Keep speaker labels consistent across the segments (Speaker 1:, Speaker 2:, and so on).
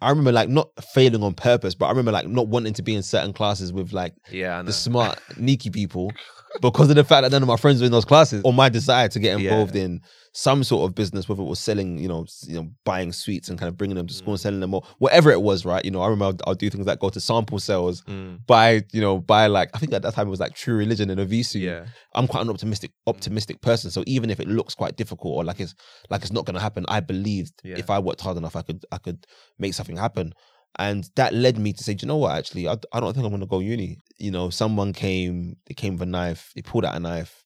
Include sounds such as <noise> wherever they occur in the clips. Speaker 1: I remember like not failing on purpose, but I remember like not wanting to be in certain classes with like
Speaker 2: Yeah, I know.
Speaker 1: the smart, sneaky
Speaker 2: <laughs>
Speaker 1: people because of the fact that none of my friends were in those classes or my desire to get
Speaker 2: Yeah.
Speaker 1: involved in some sort of business, whether it was selling, you know, s- you know, buying sweets and kind of bringing them to school
Speaker 2: Mm.
Speaker 1: and selling them or whatever it was, right? You know, I remember I'll, I'll do things like go to sample sales,
Speaker 2: Mm,
Speaker 1: buy, you know, buy like, I think at that time it was like True Religion and a VC.
Speaker 2: yeah,
Speaker 1: I'm quite an optimistic optimistic person. So even if it looks quite difficult or like it's like it's not gonna happen, I believed
Speaker 2: Yeah.
Speaker 1: if I worked hard enough I could I could make something happen. And that led me to say, Do you know what, actually, I, I don't think I'm gonna go uni. You know, someone came, they came with a knife, they pulled out a knife,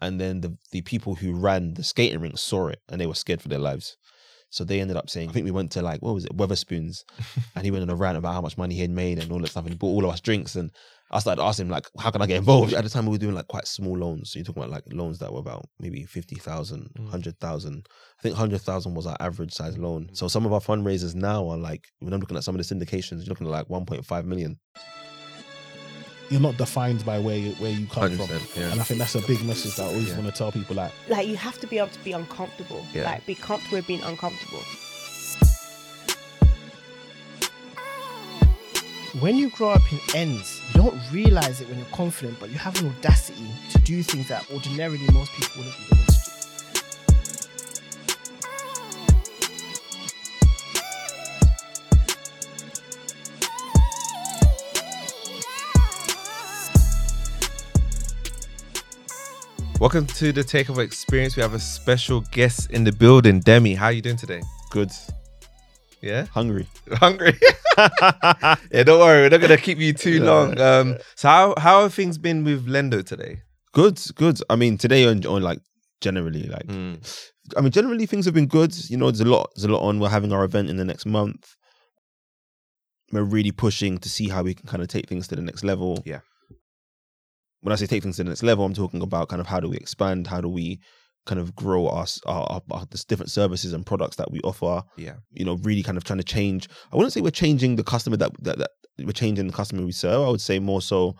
Speaker 1: and then the, the people who ran the skating rink saw it and they were scared for their lives. So they ended up saying, I think we went to like, what was it, Weatherspoons, and he went on a rant about how much money he had made and all that stuff, and he bought all of us drinks. And I started asking him, like, how can I get involved? At the time, we were doing like quite small loans. So you're talking about like loans that were about maybe 50,000,
Speaker 2: Mm.
Speaker 1: 100,000. I think 100,000 was our average size loan. So some of our fundraisers now are like, when I'm looking at some of the syndications, you're looking at like 1.5 million.
Speaker 3: You're not defined by where you, where you come from.
Speaker 2: 100%, yeah.
Speaker 3: And I think that's a big message that I always
Speaker 2: Yeah.
Speaker 3: want to tell people like,
Speaker 4: Like you have to be able to be uncomfortable.
Speaker 2: Yeah.
Speaker 4: Like be comfortable with being uncomfortable.
Speaker 5: When you grow up in ends, you don't realize it when you're confident, but you have an audacity to do things that ordinarily most people wouldn't be willing to do.
Speaker 2: Welcome to the Takeover Experience. We have a special guest in the building, Demi. How are you doing today?
Speaker 1: Good.
Speaker 2: Yeah, <laughs>
Speaker 1: Hungry.
Speaker 2: hungry. <laughs> yeah, don't worry, we're not gonna keep you too
Speaker 1: Yeah.
Speaker 2: long. Um, so how how have things been with Lendo today?
Speaker 1: Good, good. I mean, today on, on like generally, like, I mean, generally things have been good. You know, there's a lot, there's a lot on. We're having our event in the next month. We're really pushing to see how we can kind of take things to the next level.
Speaker 2: Yeah.
Speaker 1: When I say take things to the next level, I'm talking about kind of how do we expand? How do we kind of grow our s- our, our, our this different services and products that we offer?
Speaker 2: Yeah.
Speaker 1: You know, really kind of trying to change. I wouldn't say we're changing the customer that that, that we're changing the customer we serve. I would say more so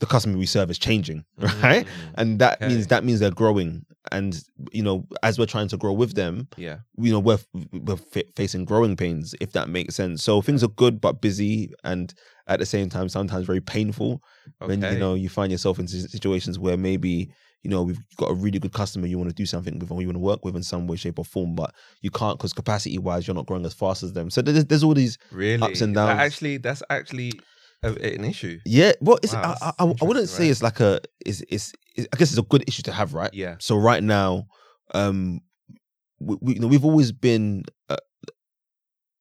Speaker 1: the customer we serve is changing, <laughs>
Speaker 2: Mm-hmm. <laughs>
Speaker 1: right? and that
Speaker 2: Okay.
Speaker 1: means that means they're growing and you know as we're trying to grow with them
Speaker 2: Yeah.
Speaker 1: you know we're, we're fa- facing growing pains if that makes sense so things are good but busy and at the same time sometimes very painful
Speaker 2: Okay.
Speaker 1: when you know you find yourself in si- situations where maybe you know we've got a really good customer you want to do something with or you want to work with in some way shape or form but you can't because capacity wise you're not growing as fast as them so there's, there's all these
Speaker 2: really
Speaker 1: ups and
Speaker 2: That
Speaker 1: downs.
Speaker 2: actually, that's actually a, an issue.
Speaker 1: yeah well it's
Speaker 2: Wow,
Speaker 1: I,
Speaker 2: that's
Speaker 1: I, I I wouldn't
Speaker 2: interesting,
Speaker 1: say
Speaker 2: right?
Speaker 1: it's like a it's, it's it's i guess it's a good issue to have right
Speaker 2: Yeah.
Speaker 1: So right now, um, we, we you know we've always been a,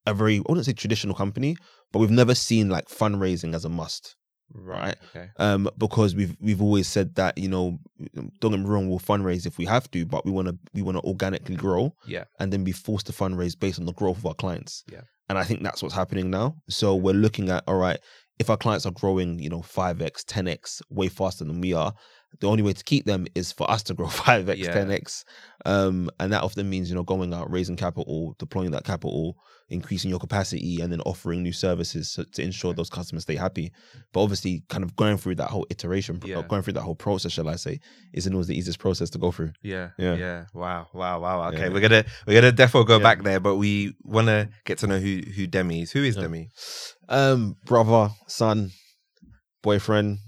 Speaker 1: a very I wouldn't say traditional company, but we've never seen like fundraising as a must. Right.
Speaker 2: Okay.
Speaker 1: Um, because we've we've always said that you know don't get me wrong, we'll fundraise if we have to, but we want to we want to organically grow,
Speaker 2: Yeah.
Speaker 1: and then be forced to fundraise based on the growth of our clients.
Speaker 2: Yeah.
Speaker 1: and I think that's what's happening now. So we're looking at all right, if our clients are growing, you know, five x, ten x, way faster than we are, the only way to keep them is for us to <laughs> grow five x,
Speaker 2: Yeah.
Speaker 1: ten x, um, and that often means you know going out, raising capital, deploying that capital, increasing your capacity, and then offering new services so, to ensure those customers stay happy. But obviously, kind of going through that whole iteration, pro-
Speaker 2: Yeah.
Speaker 1: going through that whole process, shall I say, isn't always the easiest process to go through.
Speaker 2: Yeah, yeah,
Speaker 1: Yeah.
Speaker 2: Wow, wow, wow. Okay,
Speaker 1: Yeah.
Speaker 2: we're gonna we're gonna definitely go
Speaker 1: Yeah.
Speaker 2: back there, but we want to get to know who who Demi is. Who is
Speaker 1: Yeah.
Speaker 2: Demi?
Speaker 1: <laughs> Um, brother, son, boyfriend,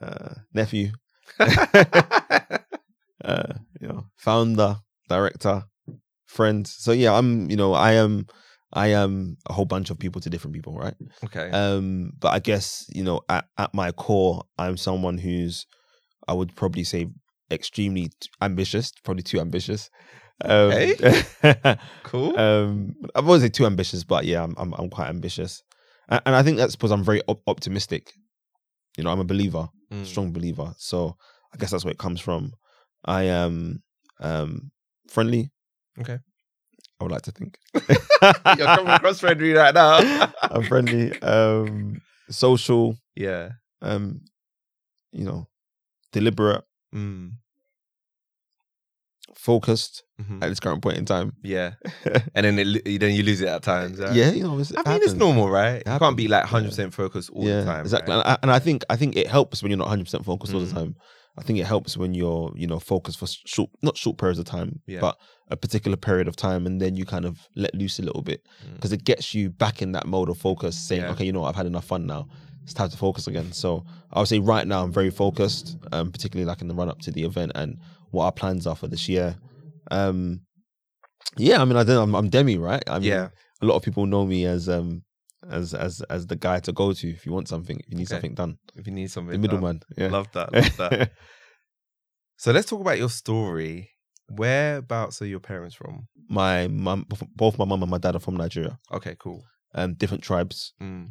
Speaker 1: uh, nephew, uh, you know, founder, director, friend. So yeah, I'm. You know, I am. I am a whole bunch of people to different people, right?
Speaker 2: okay.
Speaker 1: Um, but I guess you know, at, at my core, I'm someone who's, I would probably say, extremely t- ambitious. Probably too ambitious. Um, <laughs>
Speaker 2: cool.
Speaker 1: um, I won't say too ambitious, but yeah, I'm I'm, I'm quite ambitious, and, and I think that's because I'm very op- optimistic. You know, I'm a believer,
Speaker 2: Mm.
Speaker 1: strong believer. So I guess that's where it comes from. I am um friendly.
Speaker 2: Okay.
Speaker 1: I would like to
Speaker 2: <laughs>
Speaker 1: think.
Speaker 2: <laughs> You're coming across friendly right now.
Speaker 1: <laughs>
Speaker 2: <laughs>
Speaker 1: I'm friendly. Um, social.
Speaker 2: yeah.
Speaker 1: Um, you know, deliberate,
Speaker 2: Mm.
Speaker 1: focused
Speaker 2: Mhm.
Speaker 1: at this current point in time. <laughs>
Speaker 2: Yeah. And then it, lo- then you lose it at times. right?
Speaker 1: Yeah, you know, it's,
Speaker 2: I
Speaker 1: it
Speaker 2: mean, it's
Speaker 1: happens.
Speaker 2: normal, right? You can't
Speaker 1: happens.
Speaker 2: be like 100% focused all the time.
Speaker 1: Exactly.
Speaker 2: right?
Speaker 1: And, I, and I think I think it helps when you're not 100 percent focused all
Speaker 2: Mm.
Speaker 1: the time. I think it helps when you're, you know, focused for short, not short periods of time,
Speaker 2: Yeah.
Speaker 1: but a particular period of time, and then you kind of let loose a little bit
Speaker 2: Mm.
Speaker 1: because it gets you back in that mode of focus, saying,
Speaker 2: Yeah.
Speaker 1: okay, you know, what, I've had enough fun now. It's time to focus again. So I would say right now I'm very focused, um, particularly like in the run up to the event and what our plans are for this year. Um, yeah, I mean, I don't, I'm, I'm Demi, right? I mean,
Speaker 2: yeah.
Speaker 1: a lot of people know me as um as as as the guy to go to if you want something, if you need
Speaker 2: Okay.
Speaker 1: something done,
Speaker 2: If you need something.
Speaker 1: the
Speaker 2: done.
Speaker 1: middleman. Yeah.
Speaker 2: Love that.
Speaker 1: <laughs>
Speaker 2: Love that. so let's talk about your story. Whereabouts are your parents from?
Speaker 1: my mum, both my mum and my dad are from Nigeria,
Speaker 2: Okay, cool.
Speaker 1: um, different tribes.
Speaker 2: Mm.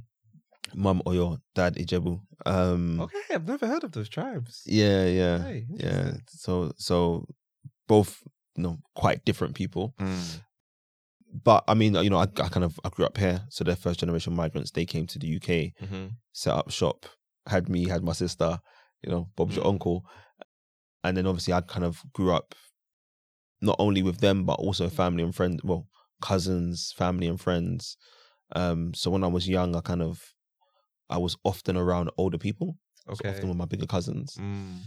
Speaker 1: Mum Oyo, dad Ijebu. Um,
Speaker 2: Okay, I've never heard of those tribes.
Speaker 1: yeah, yeah,
Speaker 2: Hey,
Speaker 1: yeah.
Speaker 2: interesting.
Speaker 1: So so both you know quite different people.
Speaker 2: Mm.
Speaker 1: But I mean, you know, I, I kind of I grew up here, so they're first generation migrants. They came to the UK.
Speaker 2: Mhm.
Speaker 1: set up shop, had me, had my sister, you know, Bob's
Speaker 2: Mm.
Speaker 1: your uncle. And then obviously I kind of grew up not only with them, but also family and friends, well, cousins, family and friends. Um, so when I was young, I kind of, I was often around older people, so
Speaker 2: Okay.
Speaker 1: often with my bigger cousins.
Speaker 2: Mm.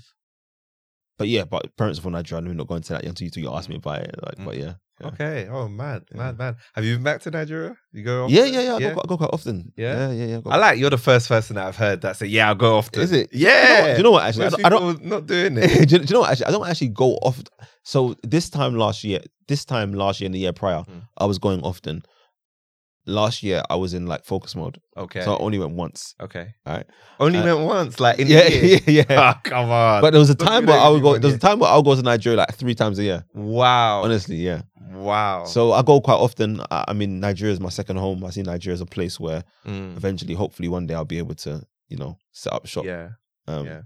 Speaker 1: But yeah, but parents from Nigeria, we're not going to that until you, until you ask me about it. Like,
Speaker 2: Mm.
Speaker 1: But yeah. Yeah.
Speaker 2: Okay. Oh, mad,
Speaker 1: Yeah.
Speaker 2: mad, mad. Have you been back to Nigeria? You go?
Speaker 1: Yeah,
Speaker 2: often?
Speaker 1: yeah, yeah. I, Go, quite- I go quite often.
Speaker 2: Yeah?
Speaker 1: yeah, yeah. yeah I go-
Speaker 2: I like you're the first person that I've heard that say, "Yeah, I go often."
Speaker 1: Is it? Do you know
Speaker 2: Yeah.
Speaker 1: what, do you know what actually? I
Speaker 2: Most
Speaker 1: don't, I don't,
Speaker 2: people not doing
Speaker 1: <laughs> do, you,
Speaker 2: it.
Speaker 1: do you know what, actually I don't actually go off so this time last year this time last year and the year prior
Speaker 2: Mm.
Speaker 1: I was going often last year I was in like focus mode <laughs>
Speaker 2: okay.
Speaker 1: so I only went once
Speaker 2: okay.
Speaker 1: Alright.
Speaker 2: Only
Speaker 1: Uh,
Speaker 2: went once,
Speaker 1: <laughs>
Speaker 2: like in
Speaker 1: yeah
Speaker 2: the year.
Speaker 1: yeah
Speaker 2: <laughs>
Speaker 1: yeah
Speaker 2: Ah, come on.
Speaker 1: but there was a
Speaker 2: Don't
Speaker 1: time
Speaker 2: do
Speaker 1: where
Speaker 2: that
Speaker 1: I
Speaker 2: with
Speaker 1: would go
Speaker 2: everyone,
Speaker 1: there was
Speaker 2: yeah.
Speaker 1: a time where I would go to Nigeria like three times a year
Speaker 2: wow.
Speaker 1: honestly yeah
Speaker 2: Wow.
Speaker 1: so I go quite often I, I mean Nigeria is my second home I see Nigeria as a place where
Speaker 2: Mm.
Speaker 1: eventually hopefully one day I'll be able to you know set up shop
Speaker 2: yeah,
Speaker 1: um,
Speaker 2: yeah.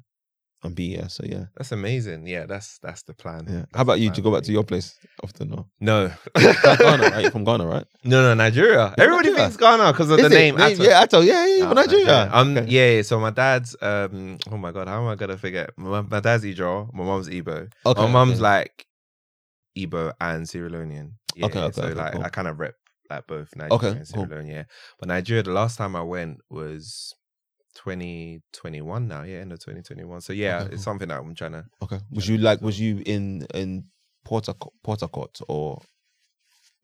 Speaker 1: and be here so yeah
Speaker 2: that's amazing. Yeah, that's that's the plan.
Speaker 1: yeah
Speaker 2: That's
Speaker 1: how about
Speaker 2: the
Speaker 1: you
Speaker 2: plan
Speaker 1: to go
Speaker 2: for
Speaker 1: back to
Speaker 2: me.
Speaker 1: your place often or <laughs>
Speaker 2: No.
Speaker 1: Ghana right you're from Ghana right
Speaker 2: No, no, Nigeria.
Speaker 1: Yeah,
Speaker 2: Everybody
Speaker 1: Nigeria.
Speaker 2: thinks Ghana because of
Speaker 1: Is
Speaker 2: the
Speaker 1: it?
Speaker 2: name. Atta.
Speaker 1: yeah, Ato. Yeah, yeah,
Speaker 2: No,
Speaker 1: yeah. Nigeria.
Speaker 2: Um,
Speaker 1: Okay.
Speaker 2: yeah, yeah. So my dad's um, oh my god, how am I gonna forget? My, my dad's Ijaw, my mom's Igbo.
Speaker 1: Okay,
Speaker 2: my mom's
Speaker 1: okay.
Speaker 2: like Igbo and Sierra Leonean. Yeah,
Speaker 1: Okay, okay,
Speaker 2: so
Speaker 1: okay,
Speaker 2: like
Speaker 1: cool.
Speaker 2: I kind of rep like both Nigeria
Speaker 1: Okay,
Speaker 2: and Sierra
Speaker 1: cool.
Speaker 2: Leone. Yeah, but Nigeria, the last time I went was 2021 now. Yeah, end of 2021. So yeah,
Speaker 1: Okay,
Speaker 2: it's
Speaker 1: cool.
Speaker 2: something that I'm trying to.
Speaker 1: okay. Was you like? Was you in in Porta Portacourt or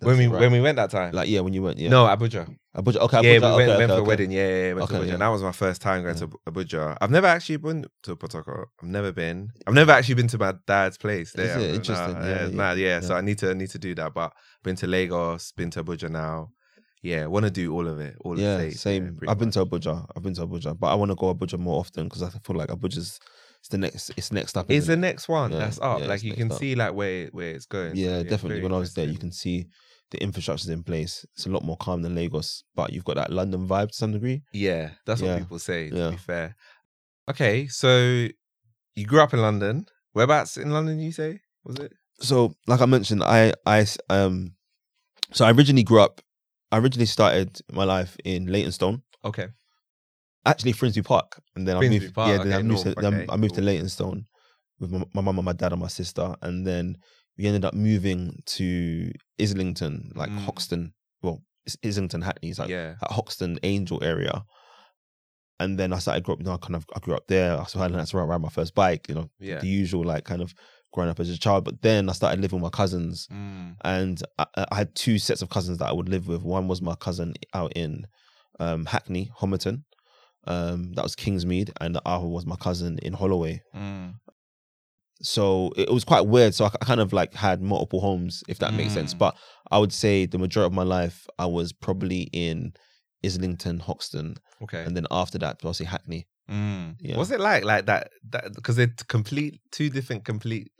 Speaker 2: When
Speaker 1: That's
Speaker 2: we
Speaker 1: right.
Speaker 2: when we went that time.
Speaker 1: like yeah when you went yeah
Speaker 2: No, Abuja.
Speaker 1: Abuja okay
Speaker 2: yeah,
Speaker 1: Abuja,
Speaker 2: we went,
Speaker 1: okay,
Speaker 2: went
Speaker 1: okay,
Speaker 2: for a
Speaker 1: okay.
Speaker 2: wedding. Yeah, yeah, yeah, went to
Speaker 1: Okay,
Speaker 2: Abuja.
Speaker 1: yeah.
Speaker 2: And that was my first time going
Speaker 1: Yeah.
Speaker 2: to Ab- Abuja. I've never actually been to Port Harcourt. I've never been. I've never actually been to my dad's place.
Speaker 1: it?
Speaker 2: There, Nah,
Speaker 1: Interesting.
Speaker 2: Yeah,
Speaker 1: Yeah,
Speaker 2: it's
Speaker 1: yeah,
Speaker 2: mad. yeah. So
Speaker 1: yeah.
Speaker 2: I need to I need to do that. But been to Lagos, been to Abuja now. Yeah, want to do all of it. All
Speaker 1: Yeah,
Speaker 2: of the states, yeah,
Speaker 1: same.
Speaker 2: pretty
Speaker 1: I've been
Speaker 2: much.
Speaker 1: to Abuja. I've been to Abuja, but I want to go Abuja more often because I feel like Abuja's it's the next it's next up.
Speaker 2: It's
Speaker 1: isn't
Speaker 2: the next one
Speaker 1: Yeah,
Speaker 2: that's up.
Speaker 1: yeah,
Speaker 2: like
Speaker 1: it's
Speaker 2: you
Speaker 1: next
Speaker 2: can
Speaker 1: up.
Speaker 2: see like where where it's going.
Speaker 1: it?
Speaker 2: So,
Speaker 1: yeah,
Speaker 2: very
Speaker 1: definitely. When I was there, you
Speaker 2: interesting.
Speaker 1: can see the infrastructure's in place. It's a lot more calm than Lagos, but you've got that London vibe to some degree.
Speaker 2: Yeah, that's
Speaker 1: Yeah,
Speaker 2: what people say. To
Speaker 1: yeah.
Speaker 2: be fair. Okay, so you grew up in London. Whereabouts in London? You say was it?
Speaker 1: so like I mentioned, I I s- um, so I originally grew up. I originally started my life in Leytonstone,
Speaker 2: Okay.
Speaker 1: actually Frinsby Park, and then I
Speaker 2: Finsbury
Speaker 1: moved.
Speaker 2: Park,
Speaker 1: yeah, then I
Speaker 2: okay,
Speaker 1: moved.
Speaker 2: north,
Speaker 1: to, then
Speaker 2: okay,
Speaker 1: I moved
Speaker 2: cool.
Speaker 1: to Leytonstone with my, my mum and my dad and my sister, and then we ended up moving to Islington, like
Speaker 2: Mm.
Speaker 1: Hoxton. Well, it's Islington Hackney. It's like
Speaker 2: yeah.
Speaker 1: at Hoxton Angel area. And then I started growing up, you know, I kind of I grew up there. I started learning to ride my first bike, you know,
Speaker 2: Yeah.
Speaker 1: the usual like kind of growing up as a child. But then I started living with my cousins
Speaker 2: Mm.
Speaker 1: and I, I had two sets of cousins that I would live with. One was my cousin out in um, Hackney, Homerton. Um, that was Kingsmead, and the other was my cousin in Holloway.
Speaker 2: Mm.
Speaker 1: So it, it was quite weird. So I, I kind of like had multiple homes, if that makes sense.
Speaker 2: Mm.
Speaker 1: But I would say the majority of my life, I was probably in Islington, Hoxton,
Speaker 2: Okay.
Speaker 1: and then after that, obviously Hackney.
Speaker 2: Mm.
Speaker 1: Yeah.
Speaker 2: What's it like? Like that? That because they're complete two different complete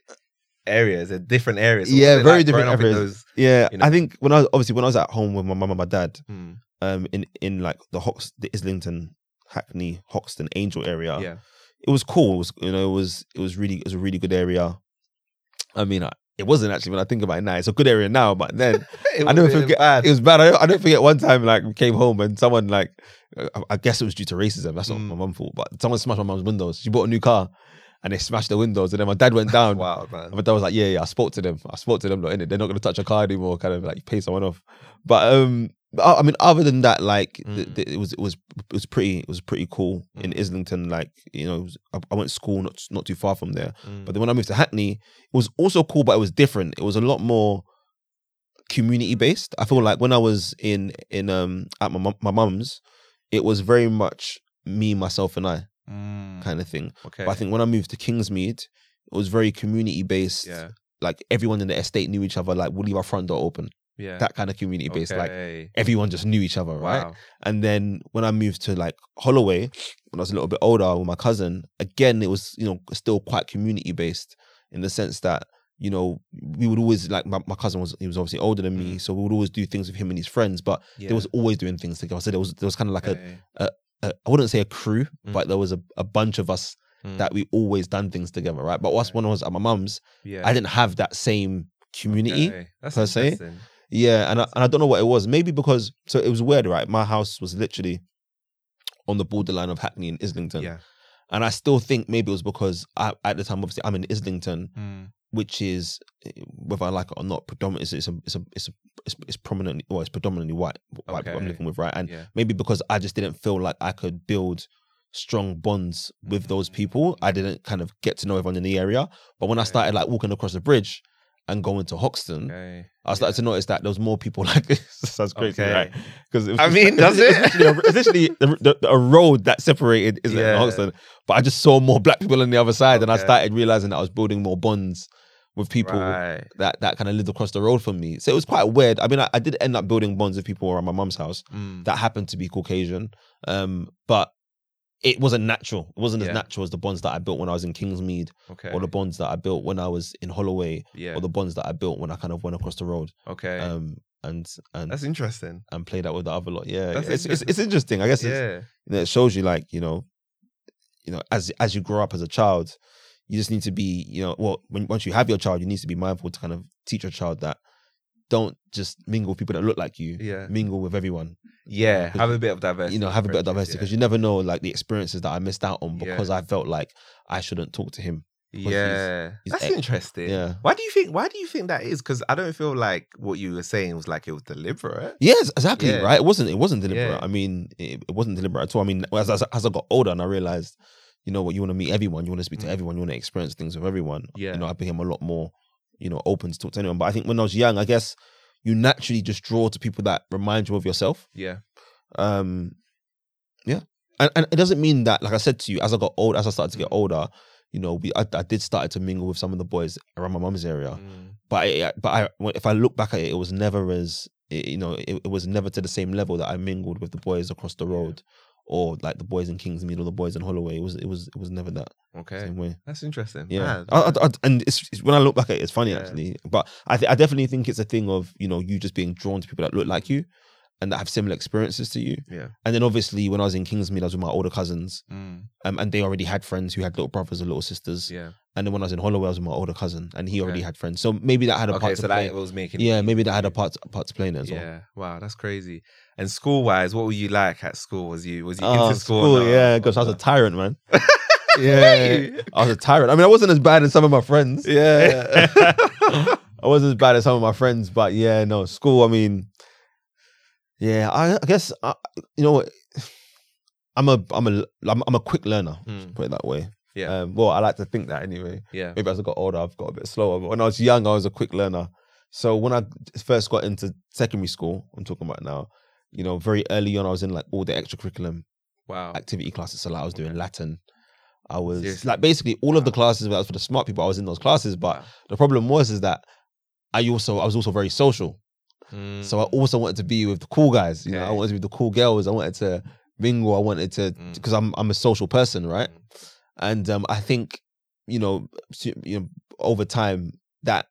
Speaker 2: areas. They're different areas. So what's
Speaker 1: Yeah,
Speaker 2: it
Speaker 1: very
Speaker 2: like growing
Speaker 1: different
Speaker 2: up in
Speaker 1: areas. Yeah,
Speaker 2: You know.
Speaker 1: I think when I was obviously when I was at home with my mum and my dad,
Speaker 2: those- Mm.
Speaker 1: um, in in like the Hox, the Islington, Hackney, Hoxton, Angel area,
Speaker 2: Yeah.
Speaker 1: it was cool. It was, you know, it was it was really it was a really good area. I mean, I, it wasn't actually when I think about it now. It's a good area now, but then
Speaker 2: <laughs> It
Speaker 1: I don't
Speaker 2: wasn't
Speaker 1: forget.
Speaker 2: bad.
Speaker 1: It was bad. I don't, I don't forget one time like we came home and someone like uh, I, I guess it was due to racism. That's not
Speaker 2: Mm.
Speaker 1: my mum's fault, but someone smashed my mum's windows. She bought a new car, and they smashed the windows. And then my dad went down.
Speaker 2: wild, man.
Speaker 1: And my dad was like, "Yeah, yeah, I spoke to them. I spoke to them. Not in it. They're not going to touch your car anymore. Kind of like pay someone off." But um, But I I mean, other than that, like th-
Speaker 2: Mm.
Speaker 1: th- it was it was it was pretty it was pretty cool in
Speaker 2: Mm.
Speaker 1: Islington. Like you know, it was- I, I went to school not not too far from there.
Speaker 2: Mm.
Speaker 1: But then when I moved to Hackney, it was also cool, but it was different. It was a lot more community based. I feel like when I was in in um at my mum- my mum's, it was very much me myself and I
Speaker 2: Mm.
Speaker 1: kind of thing.
Speaker 2: okay.
Speaker 1: But I think when I moved to Kingsmead, it was very community based.
Speaker 2: yeah,
Speaker 1: Like everyone in the estate knew each other. Like we'll leave our front door open.
Speaker 2: yeah,
Speaker 1: That kind of community based. Like
Speaker 2: Okay.
Speaker 1: everyone just knew each other, right?
Speaker 2: Wow.
Speaker 1: And then when I moved to like Holloway, when I was a little bit older with my cousin, again, it was, you know, still quite community based in the sense that, you know, we would always like my, my cousin was he was obviously older than me, so we would always do things with him and his friends, but
Speaker 2: Mm. Yeah.
Speaker 1: they was always doing things together. So there was there was kind of like
Speaker 2: okay.
Speaker 1: a, a I wouldn't say a crew,
Speaker 2: Mm.
Speaker 1: but there was a, a bunch of us
Speaker 2: Mm.
Speaker 1: that we always done things together, right? But whilst
Speaker 2: Right.
Speaker 1: when I was at my mum's,
Speaker 2: yeah.
Speaker 1: I didn't have that same community.
Speaker 2: Okay. That's
Speaker 1: per se.
Speaker 2: interesting.
Speaker 1: Yeah, and I, and I don't know what it was. Maybe because so it was weird, right? My house was literally on the borderline of Hackney and Islington,
Speaker 2: Yeah.
Speaker 1: and I still think maybe it was because I, at the time, obviously, I'm in Islington,
Speaker 2: Mm.
Speaker 1: which is eh, whether I like it or not, predominant. It's, it's a it's a it's a it's, it's prominently well, it's predominantly white white people I'm
Speaker 2: Okay.
Speaker 1: living with, right? And
Speaker 2: yeah.
Speaker 1: maybe because I just didn't feel like I could build strong bonds with those people. I didn't kind of get to know everyone in the area. But when I
Speaker 2: Mm. Okay.
Speaker 1: started like walking across the bridge and going to Hoxton,
Speaker 2: Okay.
Speaker 1: I started to
Speaker 2: Yeah.
Speaker 1: notice that there was more people <laughs> like this. Sounds crazy,
Speaker 2: Okay.
Speaker 1: right? Because
Speaker 2: I mean, does it?
Speaker 1: <laughs> Essentially, a, the- the- a road that separated is
Speaker 2: Yeah.
Speaker 1: yeah. Hoxton, but I just saw more black people on the other side, and I
Speaker 2: Okay.
Speaker 1: started realizing that I was building more bonds with people
Speaker 2: Right.
Speaker 1: that that kind of lived across the road from me. So it was quite weird. I mean, I, I did end up building bonds with people around my mum's house
Speaker 2: Mm.
Speaker 1: that happened to be Caucasian. Um, but it wasn't natural. It wasn't
Speaker 2: Yeah.
Speaker 1: as natural as the bonds that I built when I was in Kingsmead,
Speaker 2: Okay.
Speaker 1: or the bonds that I built when I was in Holloway,
Speaker 2: yeah.
Speaker 1: or the bonds that I built when I kind of went across the road.
Speaker 2: okay.
Speaker 1: Um, and and
Speaker 2: That's interesting.
Speaker 1: and played out with the other lot. Yeah,
Speaker 2: That's
Speaker 1: it's, it's
Speaker 2: interesting.
Speaker 1: it's interesting. I guess it's,
Speaker 2: Yeah.
Speaker 1: you know, it shows you like you know, you know, as as you grow up as a child, you just need to be you know, well, when once you have your child, you need to be mindful to kind of teach your child that don't just mingle with people that look like you.
Speaker 2: Yeah.
Speaker 1: Mingle with everyone.
Speaker 2: Yeah.
Speaker 1: 'Cause
Speaker 2: Have a bit of diversity.
Speaker 1: you know, have a bit of
Speaker 2: approaches,
Speaker 1: diversity because you never know like the experiences that I missed out on
Speaker 2: Yeah.
Speaker 1: because I felt like I shouldn't talk to him.
Speaker 2: Yeah.
Speaker 1: because he's-
Speaker 2: yeah.
Speaker 1: he's
Speaker 2: That's
Speaker 1: ex-
Speaker 2: interesting.
Speaker 1: Yeah.
Speaker 2: Why do you think? Why do you think that is? Because I don't feel like what you were saying was like it was deliberate.
Speaker 1: Yes, exactly.
Speaker 2: Yeah.
Speaker 1: Right. It wasn't. It wasn't deliberate.
Speaker 2: Yeah.
Speaker 1: I mean, it, it wasn't deliberate at all. I mean, as, as as I got older and I realized, you know what, you want to meet everyone, you want to speak to
Speaker 2: Mm.
Speaker 1: everyone, you want to experience things with everyone.
Speaker 2: Yeah.
Speaker 1: You know, I became a lot more, you know, open to talk to anyone. But I think when I was young, I guess you naturally just draw to people that remind you of yourself. <laughs>
Speaker 2: Yeah.
Speaker 1: um yeah and, and it doesn't mean that like i said to you as i got old as i started to get
Speaker 2: Mm.
Speaker 1: older you know we I, I did started to mingle with some of the boys around my mum's area
Speaker 2: Mm.
Speaker 1: but I, but i when- if i look back at it it was never as it, you know it, it was never to the same level that i mingled with the boys across the
Speaker 2: Yeah.
Speaker 1: road or like the boys in kingsmead or the boys in holloway it was it was it was never that
Speaker 2: Okay.
Speaker 1: same way
Speaker 2: That's interesting.
Speaker 1: yeah
Speaker 2: Mad.
Speaker 1: I, I, I, and it's, it's when i look back at it it's funny
Speaker 2: Yeah.
Speaker 1: actually but I, th- I definitely think it's a thing of you know you just being drawn to people that look like you and that have similar experiences to you
Speaker 2: yeah.
Speaker 1: and then obviously when I was in Kingsmead, I was with my older cousins,
Speaker 2: Mm.
Speaker 1: um, and they already had friends who had little brothers or little sisters.
Speaker 2: Yeah.
Speaker 1: And then when I was in Holloway, I was with my older cousin, and he already
Speaker 2: Okay.
Speaker 1: had friends. So maybe that had a
Speaker 2: Okay.
Speaker 1: part to
Speaker 2: So
Speaker 1: play.
Speaker 2: that was making. it
Speaker 1: yeah,
Speaker 2: easy
Speaker 1: maybe that
Speaker 2: for
Speaker 1: had a
Speaker 2: you.
Speaker 1: part part to play in it as well.
Speaker 2: Yeah. Wow. That's crazy. And school wise, what were you like at school? Was you was you
Speaker 1: Oh,
Speaker 2: into school?
Speaker 1: school,
Speaker 2: No,
Speaker 1: yeah,
Speaker 2: no,
Speaker 1: because I was
Speaker 2: no.
Speaker 1: a tyrant,
Speaker 2: <laughs>
Speaker 1: man. yeah, I was a tyrant. I mean, I wasn't as bad as some of my friends.
Speaker 2: Yeah.
Speaker 1: <laughs> I wasn't as bad as some of my friends, but yeah, no, school. I mean, yeah, I, I guess I, you know, what? I'm a I'm a I'm, I'm a quick learner.
Speaker 2: Mm.
Speaker 1: Put it that way.
Speaker 2: <laughs> Yeah.
Speaker 1: Um, well, I like to think that anyway.
Speaker 2: Yeah.
Speaker 1: maybe as I got older, I've got a bit slower. But when I was young, I was a quick learner. So when I first got into secondary school, I'm talking about now, you know, very early on, I was in like all the extracurriculum
Speaker 2: Wow.
Speaker 1: activity classes. So like, I was doing Latin. I was
Speaker 2: Seriously?
Speaker 1: like basically all of the
Speaker 2: Wow.
Speaker 1: classes that was for the smart people. I was in those classes, but
Speaker 2: Wow.
Speaker 1: the problem was is that I also I was also very social.
Speaker 2: Mm.
Speaker 1: So I also wanted to be with the cool guys. You know, I
Speaker 2: Okay.
Speaker 1: wanted to be with the cool girls. I wanted to mingle. I wanted to
Speaker 2: Mm.
Speaker 1: because I'm I'm a social person, right? and um, I think you know, s- you know, over time that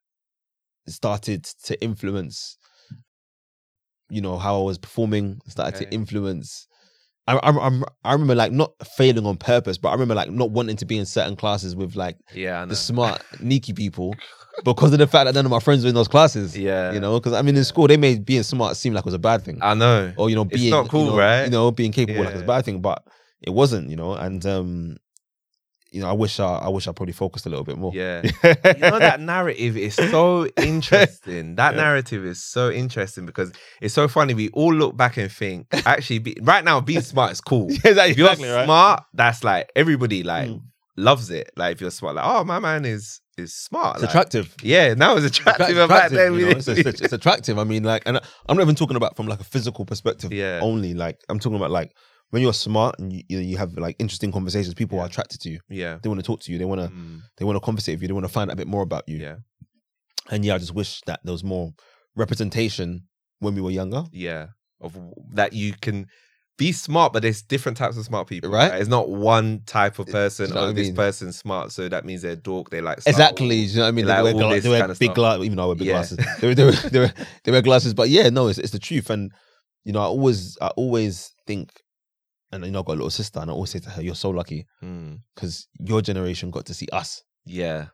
Speaker 1: started to influence, you know, how I was performing. Started to
Speaker 2: Okay.
Speaker 1: influence. I, I, I, I remember like not failing on purpose, but I remember like not wanting to be in certain classes with like
Speaker 2: Yeah. I know.
Speaker 1: the smart, sneaky people because of the fact that none of my friends were in those classes.
Speaker 2: Yeah.
Speaker 1: You know, because I mean, in school they made being smart seem like it was a bad thing
Speaker 2: I know.
Speaker 1: or you know
Speaker 2: Uh, It's
Speaker 1: being
Speaker 2: not cool,
Speaker 1: you know,
Speaker 2: right?
Speaker 1: You know being capable like it's a
Speaker 2: Yeah.
Speaker 1: bad thing, but it wasn't, you know. And um, you know, I wish I, I wish I probably focused a little bit <laughs> more.
Speaker 2: Yeah. you know
Speaker 1: <laughs>
Speaker 2: that narrative is so interesting. That narrative is so interesting because it's so funny. We all look back and think, actually, be, right now being smart is
Speaker 1: <laughs>
Speaker 2: cool.
Speaker 1: Yeah, exactly,
Speaker 2: If you're
Speaker 1: exactly, right?
Speaker 2: smart, that's like everybody like
Speaker 1: Mm.
Speaker 2: loves it. Like if you're smart, like oh my man is is smart.
Speaker 1: It's
Speaker 2: like, <laughs>
Speaker 1: attractive.
Speaker 2: yeah, now it's attractive.
Speaker 1: Attractive,
Speaker 2: and back then
Speaker 1: attractive,
Speaker 2: we
Speaker 1: you know, it's,
Speaker 2: didn't-
Speaker 1: it's- it's attractive. I mean, like, and I- I'm not even talking about from like a physical perspective
Speaker 2: <laughs> Yeah.
Speaker 1: only. Like, I'm talking about like when you're smart and you you, know, you have like interesting conversations. People are attracted to you. <laughs>
Speaker 2: yeah.
Speaker 1: They want to talk to you. They want to
Speaker 2: Mm,
Speaker 1: they want to conversate with you. They want to find out a bit more about you.
Speaker 2: yeah.
Speaker 1: And yeah, I just wish that there was more representation when we were younger.
Speaker 2: Yeah. Of that you can be smart, but there's different types of smart people.
Speaker 1: Right.
Speaker 2: It's not one type of
Speaker 1: It-
Speaker 2: person.
Speaker 1: you know
Speaker 2: oh,
Speaker 1: what I
Speaker 2: this
Speaker 1: mean?
Speaker 2: person's smart, so that means they're dork. They like
Speaker 1: Exactly. You know what I mean?
Speaker 2: Like
Speaker 1: they wear,
Speaker 2: all
Speaker 1: gla-
Speaker 2: this
Speaker 1: they wear
Speaker 2: kind of
Speaker 1: big
Speaker 2: stuff.
Speaker 1: glasses. Even though I wear big
Speaker 2: Yeah.
Speaker 1: glasses, they wear, they, wear, they, wear, they wear glasses. But yeah, no, it's, it's the truth. And you know, I always, I always think, and you know, I have got a little sister, and I always say to her, "You're so lucky
Speaker 2: Mm,
Speaker 1: because your generation got to see us."
Speaker 2: yeah.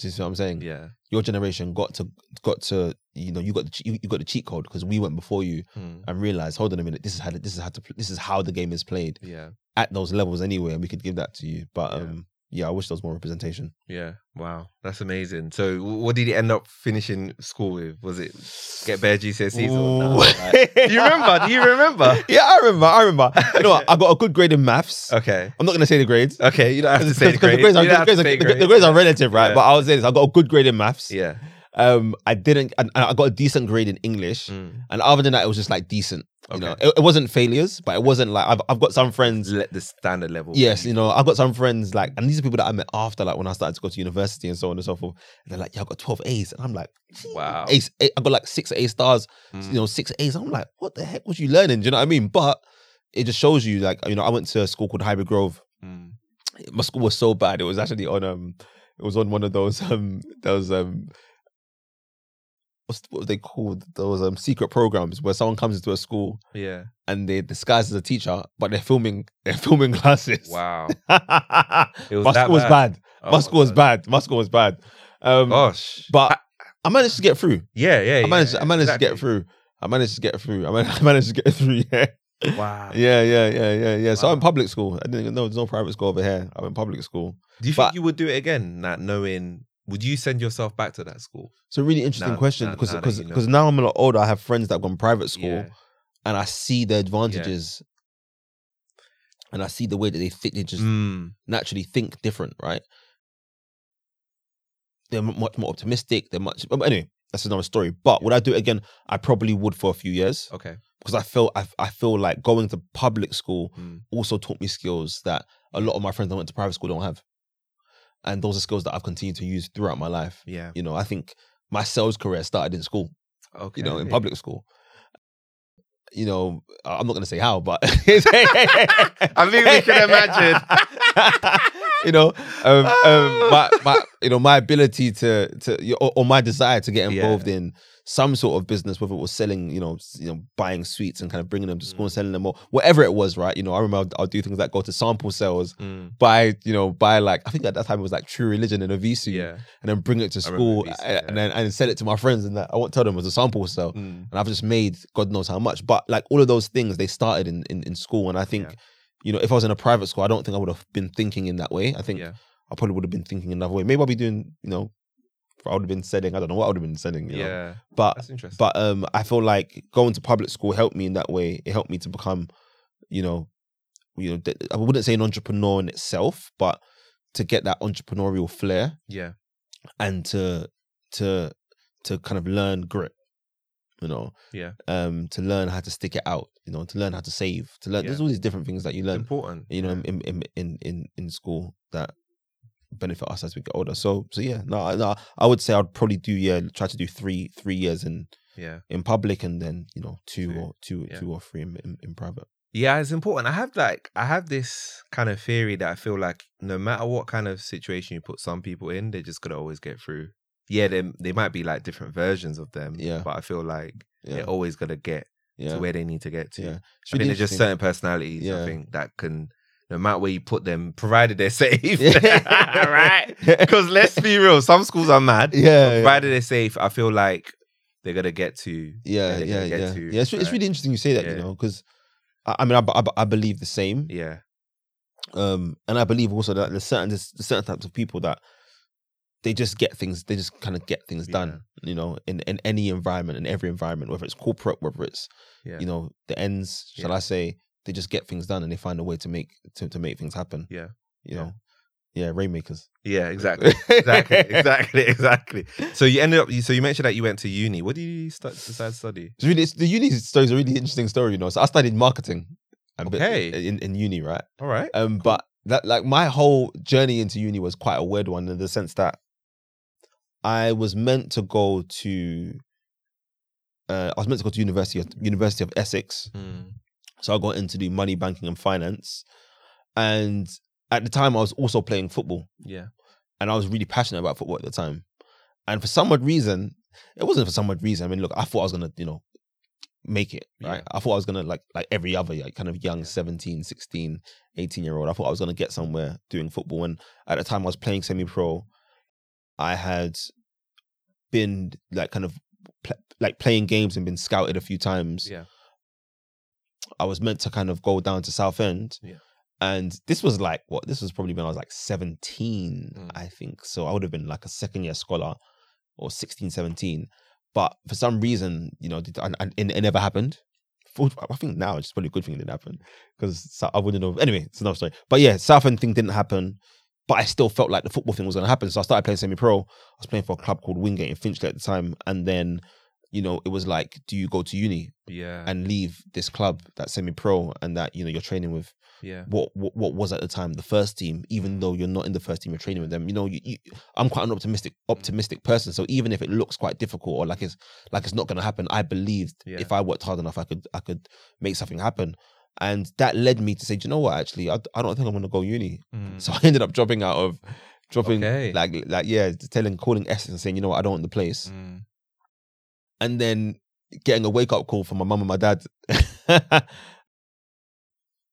Speaker 1: Do you see what I'm saying?
Speaker 2: Yeah.
Speaker 1: Your generation got to got to you know you got the, che- you, you got the cheat code because we went before you
Speaker 2: Mm,
Speaker 1: and realized hold on a minute this is how the- this is how to pl- this is how the game is played
Speaker 2: yeah.
Speaker 1: at those levels anyway and we could give that to you but
Speaker 2: Yeah.
Speaker 1: um yeah I wish there was more representation
Speaker 2: Yeah. Wow. That's amazing. So, w- what did you end up finishing school with? Was it get better GCSEs or
Speaker 1: <laughs>
Speaker 2: no?
Speaker 1: Ooh.
Speaker 2: Like, do you remember? Do you remember?
Speaker 1: yeah, I remember. I <laughs> remember. You know what? I got a good grade in maths.
Speaker 2: Okay.
Speaker 1: I'm not going to say the grades.
Speaker 2: Okay. You don't
Speaker 1: <laughs>
Speaker 2: have to say the
Speaker 1: Because
Speaker 2: grade.
Speaker 1: the grades are,
Speaker 2: You don't
Speaker 1: the
Speaker 2: have to
Speaker 1: grades are-
Speaker 2: say
Speaker 1: the-
Speaker 2: grade.
Speaker 1: the grades are relative, right?
Speaker 2: Yeah.
Speaker 1: But I'll say this: I got a good grade in maths.
Speaker 2: Yeah.
Speaker 1: Um, I didn't, and and I got a decent grade in English.
Speaker 2: Mm.
Speaker 1: And other than that, it was just like decent. You know,
Speaker 2: Okay.
Speaker 1: it, it wasn't failures, but it wasn't like I've, I've got some friends.
Speaker 2: Let the standard level.
Speaker 1: Yes, you know, I've got some friends like, and these are people that I met after, like when I started to go to university and so on and so forth. And they're like, "Yeah, I got 12 A's," and I'm like,
Speaker 2: Wow.
Speaker 1: "Ace, A- I got like six A stars." you
Speaker 2: Mm.
Speaker 1: know, six A's. I'm like, what the heck was you learning? Do you know what I mean? But it just shows you, like, you know, I went to a school called Highbury Grove.
Speaker 2: Mm.
Speaker 1: My school was so bad. It was actually on um, it was on one of those <laughs> um, those um, what's what are they called? Those um, secret programs where someone comes into a school
Speaker 2: Yeah.
Speaker 1: and they disguise as a teacher, but they're filming <laughs> they're filming classes. <laughs>
Speaker 2: Wow. It was
Speaker 1: My
Speaker 2: that
Speaker 1: school was bad.
Speaker 2: Oh
Speaker 1: My
Speaker 2: my
Speaker 1: school was
Speaker 2: God.
Speaker 1: bad. My school was bad. Um,
Speaker 2: Gosh.
Speaker 1: but I managed to get through.
Speaker 2: Yeah, yeah.
Speaker 1: I managed.
Speaker 2: yeah,
Speaker 1: I managed to
Speaker 2: exactly.
Speaker 1: get through. I managed to get through. I managed, <laughs> I managed to get through. Yeah,
Speaker 2: Wow.
Speaker 1: yeah, yeah, yeah, yeah. yeah. So
Speaker 2: Wow.
Speaker 1: I'm public school. I didn't know there's no private school over here. I'm in public school.
Speaker 2: Do you
Speaker 1: But-
Speaker 2: think you would do it again? Not knowing, would you send yourself back to that school?
Speaker 1: It's a really interesting
Speaker 2: Now-
Speaker 1: question
Speaker 2: now-
Speaker 1: because
Speaker 2: now that
Speaker 1: because
Speaker 2: you know.
Speaker 1: because now I'm a lot older. I have friends that have gone private school,
Speaker 2: Yeah.
Speaker 1: and I see the advantages, and I see the way that they think. They just
Speaker 2: Mm,
Speaker 1: naturally think different, right? They're mu- much more optimistic. They're much. But anyway, that's another story. But would I do it again? I probably would for a few years.
Speaker 2: okay.
Speaker 1: because I feel I, I feel like going to public school
Speaker 2: Mm.
Speaker 1: also taught me skills that a lot of my friends that went to private school don't have, and those are skills that I've continued to use throughout my life.
Speaker 2: Yeah.
Speaker 1: You know, I think my sales career started in school.
Speaker 2: Okay.
Speaker 1: You know,
Speaker 2: <laughs>
Speaker 1: in public school. You know, I- I'm not going to say how, but <laughs> I think
Speaker 2: we can
Speaker 1: <laughs>
Speaker 2: imagine.
Speaker 1: you know, um, um, my, my, you know, my ability to to or, or my desire to get
Speaker 2: Yeah.
Speaker 1: involved in some sort of business, whether it was selling, you know, s- you know, buying sweets and kind of bringing them to school and selling them, or whatever it was, right? You know, I remember I'll, I'll do things like go to sample sales,
Speaker 2: Mm,
Speaker 1: buy, you know, buy like I think at that time it was like True Religion and a Visu,
Speaker 2: yeah.
Speaker 1: and then bring it to
Speaker 2: I remember
Speaker 1: school
Speaker 2: Visu,
Speaker 1: and,
Speaker 2: yeah.
Speaker 1: and then and sell it to my friends, and that I won't tell them it was a sample sale
Speaker 2: Mm,
Speaker 1: and I've just made God knows how much. But like all of those things, they started in in, in school, and I think,
Speaker 2: Yeah.
Speaker 1: you know, if I was in a private school, I don't think I would have been thinking in that way. I think
Speaker 2: yeah.
Speaker 1: I probably would have been thinking another way. Maybe I'll be doing, you know, I would have been selling. I don't know what I would have been selling. You know?
Speaker 2: Yeah.
Speaker 1: but
Speaker 2: That's interesting.
Speaker 1: but um, I feel like going to public school helped me in that way. It helped me to become, you know, you know, th- I wouldn't say an entrepreneur in itself, but to get that entrepreneurial flair
Speaker 2: yeah.
Speaker 1: and to to to kind of learn grit you know
Speaker 2: Yeah.
Speaker 1: um to learn how to stick it out you know to learn how to save to learn
Speaker 2: Yeah.
Speaker 1: there's all these different things that you
Speaker 2: It's
Speaker 1: learn
Speaker 2: important.
Speaker 1: you know
Speaker 2: yeah.
Speaker 1: in, in in in in school that benefit us as we get older so so yeah no, I- no i would say i'd probably do yeah try to do three three years in
Speaker 2: yeah.
Speaker 1: in public and then you know two
Speaker 2: Two,
Speaker 1: or two
Speaker 2: yeah.
Speaker 1: two or three in, in, in private
Speaker 2: Yeah, it's important. I have like I have this kind of theory that I feel like no matter what kind of situation you put some people in, they're just gonna always get through. Yeah, they they might be like different versions of them.
Speaker 1: Yeah.
Speaker 2: But I feel like
Speaker 1: yeah
Speaker 2: they're always gonna get
Speaker 1: yeah
Speaker 2: to where they need to get to.
Speaker 1: Yeah.
Speaker 2: I think there's just certain personalities. I
Speaker 1: Yeah.
Speaker 2: think that can, no matter where you put them, provided they're safe,
Speaker 1: Yeah.
Speaker 2: <laughs>
Speaker 1: <laughs>
Speaker 2: right? Because let's be real, some schools are mad. <laughs>
Speaker 1: yeah yeah
Speaker 2: Provided they're safe, I feel like they're gonna get to.
Speaker 1: yeah,
Speaker 2: they're
Speaker 1: yeah,
Speaker 2: gonna get
Speaker 1: yeah.
Speaker 2: to,
Speaker 1: yeah it's, re- it's
Speaker 2: right?
Speaker 1: really interesting you say that,
Speaker 2: Yeah.
Speaker 1: you know, because I, I mean, I, b- I b- I believe the same.
Speaker 2: Yeah,
Speaker 1: Um, and I believe also that there's certain there's certain types of people that they just get things, they just kind of get things
Speaker 2: Yeah.
Speaker 1: done, you know, in, in any environment, in every environment, whether it's corporate, whether it's
Speaker 2: Yeah.
Speaker 1: you know the ends, shall
Speaker 2: Yeah.
Speaker 1: I say? They just get things done and they find a way to make to, to make things happen.
Speaker 2: Yeah.
Speaker 1: you
Speaker 2: Yeah.
Speaker 1: know, yeah, rainmakers.
Speaker 2: yeah, exactly.
Speaker 1: <laughs>
Speaker 2: exactly, exactly, exactly. So you ended up. you- So you mentioned that you went to uni. What did you start, decide to study?
Speaker 1: It's really it's, the uni story is a really interesting story, you know. So I studied marketing, and bit-
Speaker 2: Okay.
Speaker 1: in, in uni, right?
Speaker 2: All right.
Speaker 1: Um, but that like my whole journey into uni was quite a weird one in the sense that I was meant to go to. Uh, I was meant to go to university of- University of Essex,
Speaker 2: Mm.
Speaker 1: so I got in to do money banking and finance, and at the time I was also playing football.
Speaker 2: Yeah.
Speaker 1: and I was really passionate about football at the time. And for some odd reason, it wasn't for some odd reason. I mean, look, I thought I was gonna, you know, make it, right?
Speaker 2: Yeah.
Speaker 1: I thought I was gonna like like every other like, kind of young
Speaker 2: Yeah.
Speaker 1: 17, 16, 18 year old. I thought I was gonna get somewhere doing football. And at the time I was playing semi pro, I had been like kind of pl- like playing games and been scouted a few times.
Speaker 2: Yeah.
Speaker 1: I was meant to kind of go down to Southend.
Speaker 2: Yeah.
Speaker 1: And this was like what? This was probably when I was like 17,
Speaker 2: Mm.
Speaker 1: I think. So I would have been like a second year scholar or 16, 17. But for some reason, you know, did- and, and it never happened. For- I think now it's probably a good thing it didn't happen because I wouldn't have. Anyway, it's another story. But yeah, Southend thing didn't happen. But I still felt like the football thing was going to happen. So I started playing semi pro. I was playing for a club called Wingate in Finchley at the time. And then, you know, it was like, do you go to uni?
Speaker 2: Yeah.
Speaker 1: and leave this club that's semi pro and that you know you're training with
Speaker 2: yeah.
Speaker 1: what, what what was at the time the first team even though you're not in the first team you're training with them you know you, you I'm quite an optimistic optimistic person so even if it looks quite difficult or like it's like it's not going to happen I believed
Speaker 2: Yeah.
Speaker 1: if I worked hard enough I could I could make something happen and that led me to say do you know what actually I, I don't think I'm going to go uni
Speaker 2: Mm.
Speaker 1: so <laughs> I ended up dropping out of dropping
Speaker 2: Okay.
Speaker 1: like like yeah telling calling Essex and saying you know what I don't want the place
Speaker 2: Mm.
Speaker 1: and then getting a wake up call from my mum and my dad <laughs>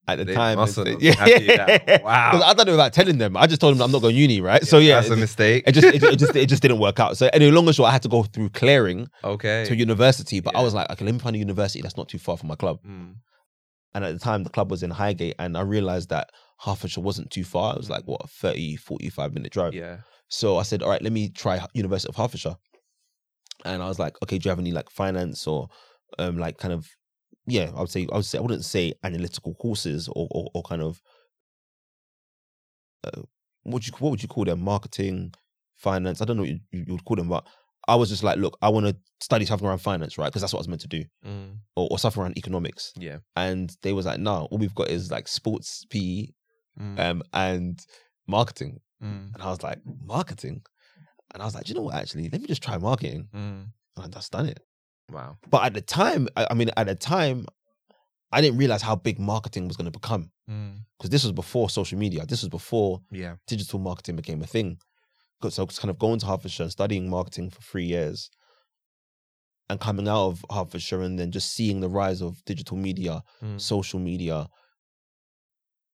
Speaker 1: at the
Speaker 2: They
Speaker 1: time.
Speaker 2: must
Speaker 1: and
Speaker 2: have
Speaker 1: say-
Speaker 2: been happy that-
Speaker 1: <laughs>
Speaker 2: wow.
Speaker 1: 'Cause I don't know about telling them. I just told them I'm not going uni, right? so yeah,
Speaker 2: that's
Speaker 1: it
Speaker 2: a
Speaker 1: just,
Speaker 2: mistake.
Speaker 1: it just <laughs> it just it just it
Speaker 2: <laughs>
Speaker 1: just didn't work out. So anyway, long and short, I had to go through clearing
Speaker 2: okay.
Speaker 1: to university, but I
Speaker 2: Yeah.
Speaker 1: was like, okay, let me find a university that's not too far from my club.
Speaker 2: Mm.
Speaker 1: And at the time, the club was in Highgate, and I realized that Hertfordshire wasn't too far. It was like what a 30, 45 minute drive.
Speaker 2: Yeah.
Speaker 1: So I said, all right, let me try University of Hertfordshire. And I was like, okay, do you have any like finance or um like kind of yeah, I would say I would say I wouldn't say analytical courses or or, or kind of uh, what you what would you call them? Marketing, finance. I don't know what you, you would call them, but I was just like, look, I want to study something around finance, right? Because that's what I was meant to do,
Speaker 2: Mm.
Speaker 1: or, or something around economics.
Speaker 2: Yeah.
Speaker 1: And they was like, no, all we've got is like sports PE
Speaker 2: Mm.
Speaker 1: um, and marketing.
Speaker 2: Mm.
Speaker 1: And I was like, marketing? And I was like, "Do you know what, actually, let me just try marketing.
Speaker 2: Mm.
Speaker 1: And I just done it.
Speaker 2: Wow.
Speaker 1: But at the time, I, I mean, at the time, I didn't realize how big marketing was going to become
Speaker 2: Mm.
Speaker 1: because this was before social media. This was before
Speaker 2: Yeah.
Speaker 1: digital marketing became a thing. 'Cause- So I was kind of going to Hertfordshire and studying marketing for three years and coming out of Hertfordshire and then just seeing the rise of digital media,
Speaker 2: Mm.
Speaker 1: social media,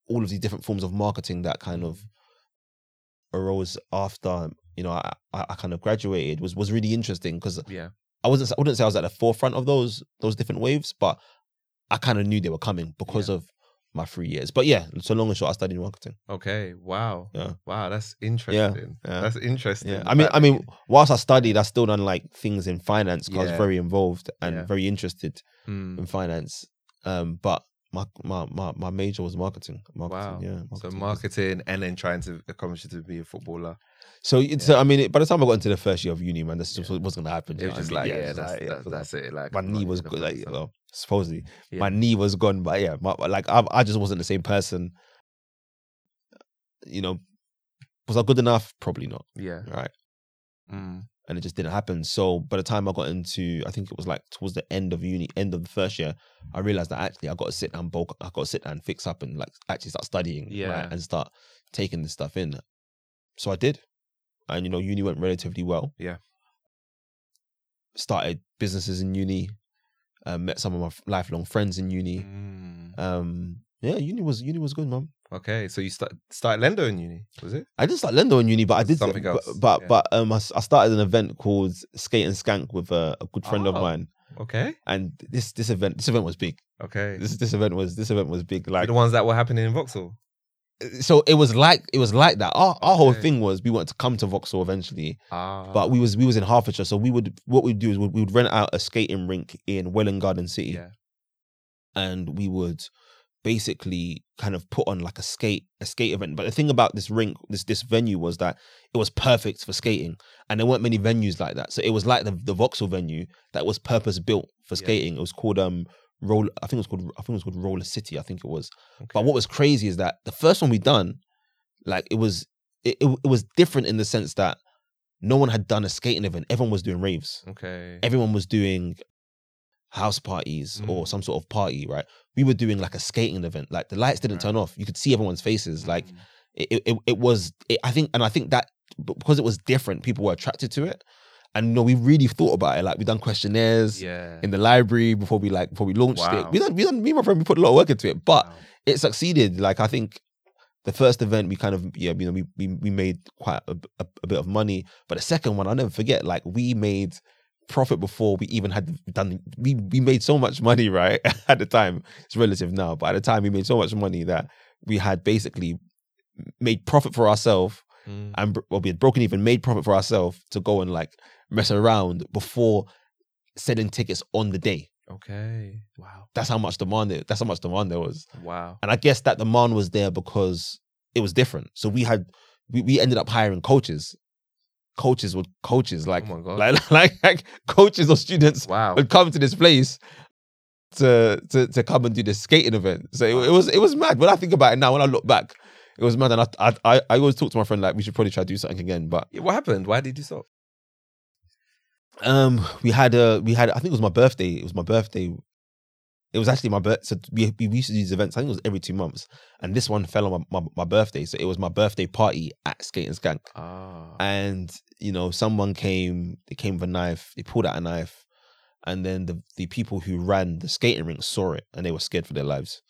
Speaker 1: all of these different forms of marketing that kind of
Speaker 2: Mm.
Speaker 1: arose after you know I, I I kind of graduated was was really interesting because
Speaker 2: Yeah.
Speaker 1: I wasn't I wouldn't say I was at the forefront of those those different waves, but I kind of knew they were coming because of my three years. But yeah, so long and short, I studied marketing.
Speaker 2: Okay. Wow.
Speaker 1: Yeah.
Speaker 2: Wow. That's interesting.
Speaker 1: yeah.
Speaker 2: That's interesting.
Speaker 1: Yeah,
Speaker 2: the
Speaker 1: I mean,
Speaker 2: fact
Speaker 1: I
Speaker 2: that
Speaker 1: mean,
Speaker 2: you-
Speaker 1: whilst I studied, I still done like things in finance 'cause I
Speaker 2: Yeah.
Speaker 1: was very involved and
Speaker 2: Yeah.
Speaker 1: very interested
Speaker 2: Mm.
Speaker 1: in finance. Um, but my my my, my major was marketing. Marketing,
Speaker 2: Wow.
Speaker 1: yeah.
Speaker 2: So
Speaker 1: marketing.
Speaker 2: marketing and then trying to accomplish to be a footballer.
Speaker 1: So, it- so I mean, it- by the time I got into the first year of uni, man, this just wasn't gonna happen. do
Speaker 2: It
Speaker 1: you
Speaker 2: was
Speaker 1: know
Speaker 2: just
Speaker 1: what I
Speaker 2: like,
Speaker 1: mean?
Speaker 2: yeah,
Speaker 1: it's
Speaker 2: that's,
Speaker 1: like,
Speaker 2: that's, that's it. Like
Speaker 1: my
Speaker 2: I'm not
Speaker 1: knee was
Speaker 2: gonna
Speaker 1: good.
Speaker 2: play
Speaker 1: Like, um,
Speaker 2: some-
Speaker 1: well, supposedly
Speaker 2: Yeah.
Speaker 1: my knee was gone, but yeah, my, like I, I just wasn't the same person. You know, was I good enough? Probably not.
Speaker 2: yeah.
Speaker 1: Right,
Speaker 2: Mm.
Speaker 1: and it just didn't happen. So by the time I got into, I think it was like towards the end of uni, end of the first year, I realized that actually I got to sit down, bulk, I got to sit down, fix up, and like actually start studying,
Speaker 2: Yeah.
Speaker 1: right, and start taking this stuff in. So I did, and you know, uni went relatively well.
Speaker 2: Yeah.
Speaker 1: started businesses in uni. Uh, met some of my f- lifelong friends in uni.
Speaker 2: Mm.
Speaker 1: Um, yeah, uni was uni was good, man.
Speaker 2: Okay. So you start started Lendo in uni, was it?
Speaker 1: I didn't start Lendo in uni, but I did
Speaker 2: Something
Speaker 1: but,
Speaker 2: else,
Speaker 1: But
Speaker 2: yeah.
Speaker 1: but um, I, s- I started an event called Skate and Skank with a, a good friend
Speaker 2: Oh.
Speaker 1: of mine,
Speaker 2: Okay.
Speaker 1: and this this event this event was big.
Speaker 2: Okay.
Speaker 1: This this event was this event was big. Like uh,
Speaker 2: the ones that were happening in Vauxhall.
Speaker 1: so it was like it was like that. Our, our whole
Speaker 2: Okay.
Speaker 1: thing was we wanted to come to Vauxhall eventually,
Speaker 2: Ah,
Speaker 1: but we was we was in Hertfordshire, so we would what we'd do is we would rent out a skating rink in Welland Garden City,
Speaker 2: yeah,
Speaker 1: and we would basically kind of put on like a skate a skate event. But the thing about this rink, this this venue was that it was perfect for skating, and there weren't many venues like that. So it was like the the Vauxhall venue that was purpose built for
Speaker 2: Yeah.
Speaker 1: skating. It was called um roll. I think it was called I think it was called Roller City. I think it was.
Speaker 2: okay.
Speaker 1: But what was crazy is that the first one we done, like it was it, it, it was different in the sense that no one had done a skating event. Everyone was doing raves.
Speaker 2: okay,
Speaker 1: Everyone was doing house parties or
Speaker 2: Mm.
Speaker 1: some sort of party, right? We were doing like a skating event. Like the lights didn't
Speaker 2: Right.
Speaker 1: turn off. You could see everyone's faces. Like
Speaker 2: Mm.
Speaker 1: it, it- it, it was it, I think and I think that because it was different, people were attracted to it. And you know, we really thought about it. Like we done questionnaires
Speaker 2: yeah,
Speaker 1: in the library before we like before we launched
Speaker 2: Wow.
Speaker 1: it. We done we done me and my friend we put a lot of work into it. But
Speaker 2: Wow.
Speaker 1: it succeeded. Like I think the first event we kind of yeah you know we we, we made quite a, a, a bit of money, but the second one I'll never forget. Like we made profit before we even had done we we made so much <laughs> money right at the time it's relative now but at the time we made so much money that we had basically made profit for ourselves
Speaker 2: Mm.
Speaker 1: and br- well we had broken even made profit for ourselves to go and like mess around before selling tickets on the day
Speaker 2: okay, wow,
Speaker 1: that's how much demand it, that's how much demand there was
Speaker 2: wow,
Speaker 1: and I guess that demand was there because it was different. So we had we, we ended up hiring coaches. Coaches would coaches like
Speaker 2: oh my god,
Speaker 1: like, <laughs> like like coaches or students
Speaker 2: wow,
Speaker 1: would come to this place to to to come and do this skating event. So it, it was it was mad. When I think about it now, when I look back, it was mad. And I I I- I always talk to my friend like we should probably try to do something again. But
Speaker 2: Yeah, what happened? Why did you stop?
Speaker 1: um we had a we had I think it was my birthday. It was my birthday. It was actually my birth. So we, we used to do these events. I think it was every two months, and this one fell on my, my, my birthday. So it was my birthday party at Skate and Skank,
Speaker 2: Ah,
Speaker 1: and you know someone came. They came with a knife. They pulled out a knife, and then the the people who ran the skating rink saw it, and they were scared for their lives.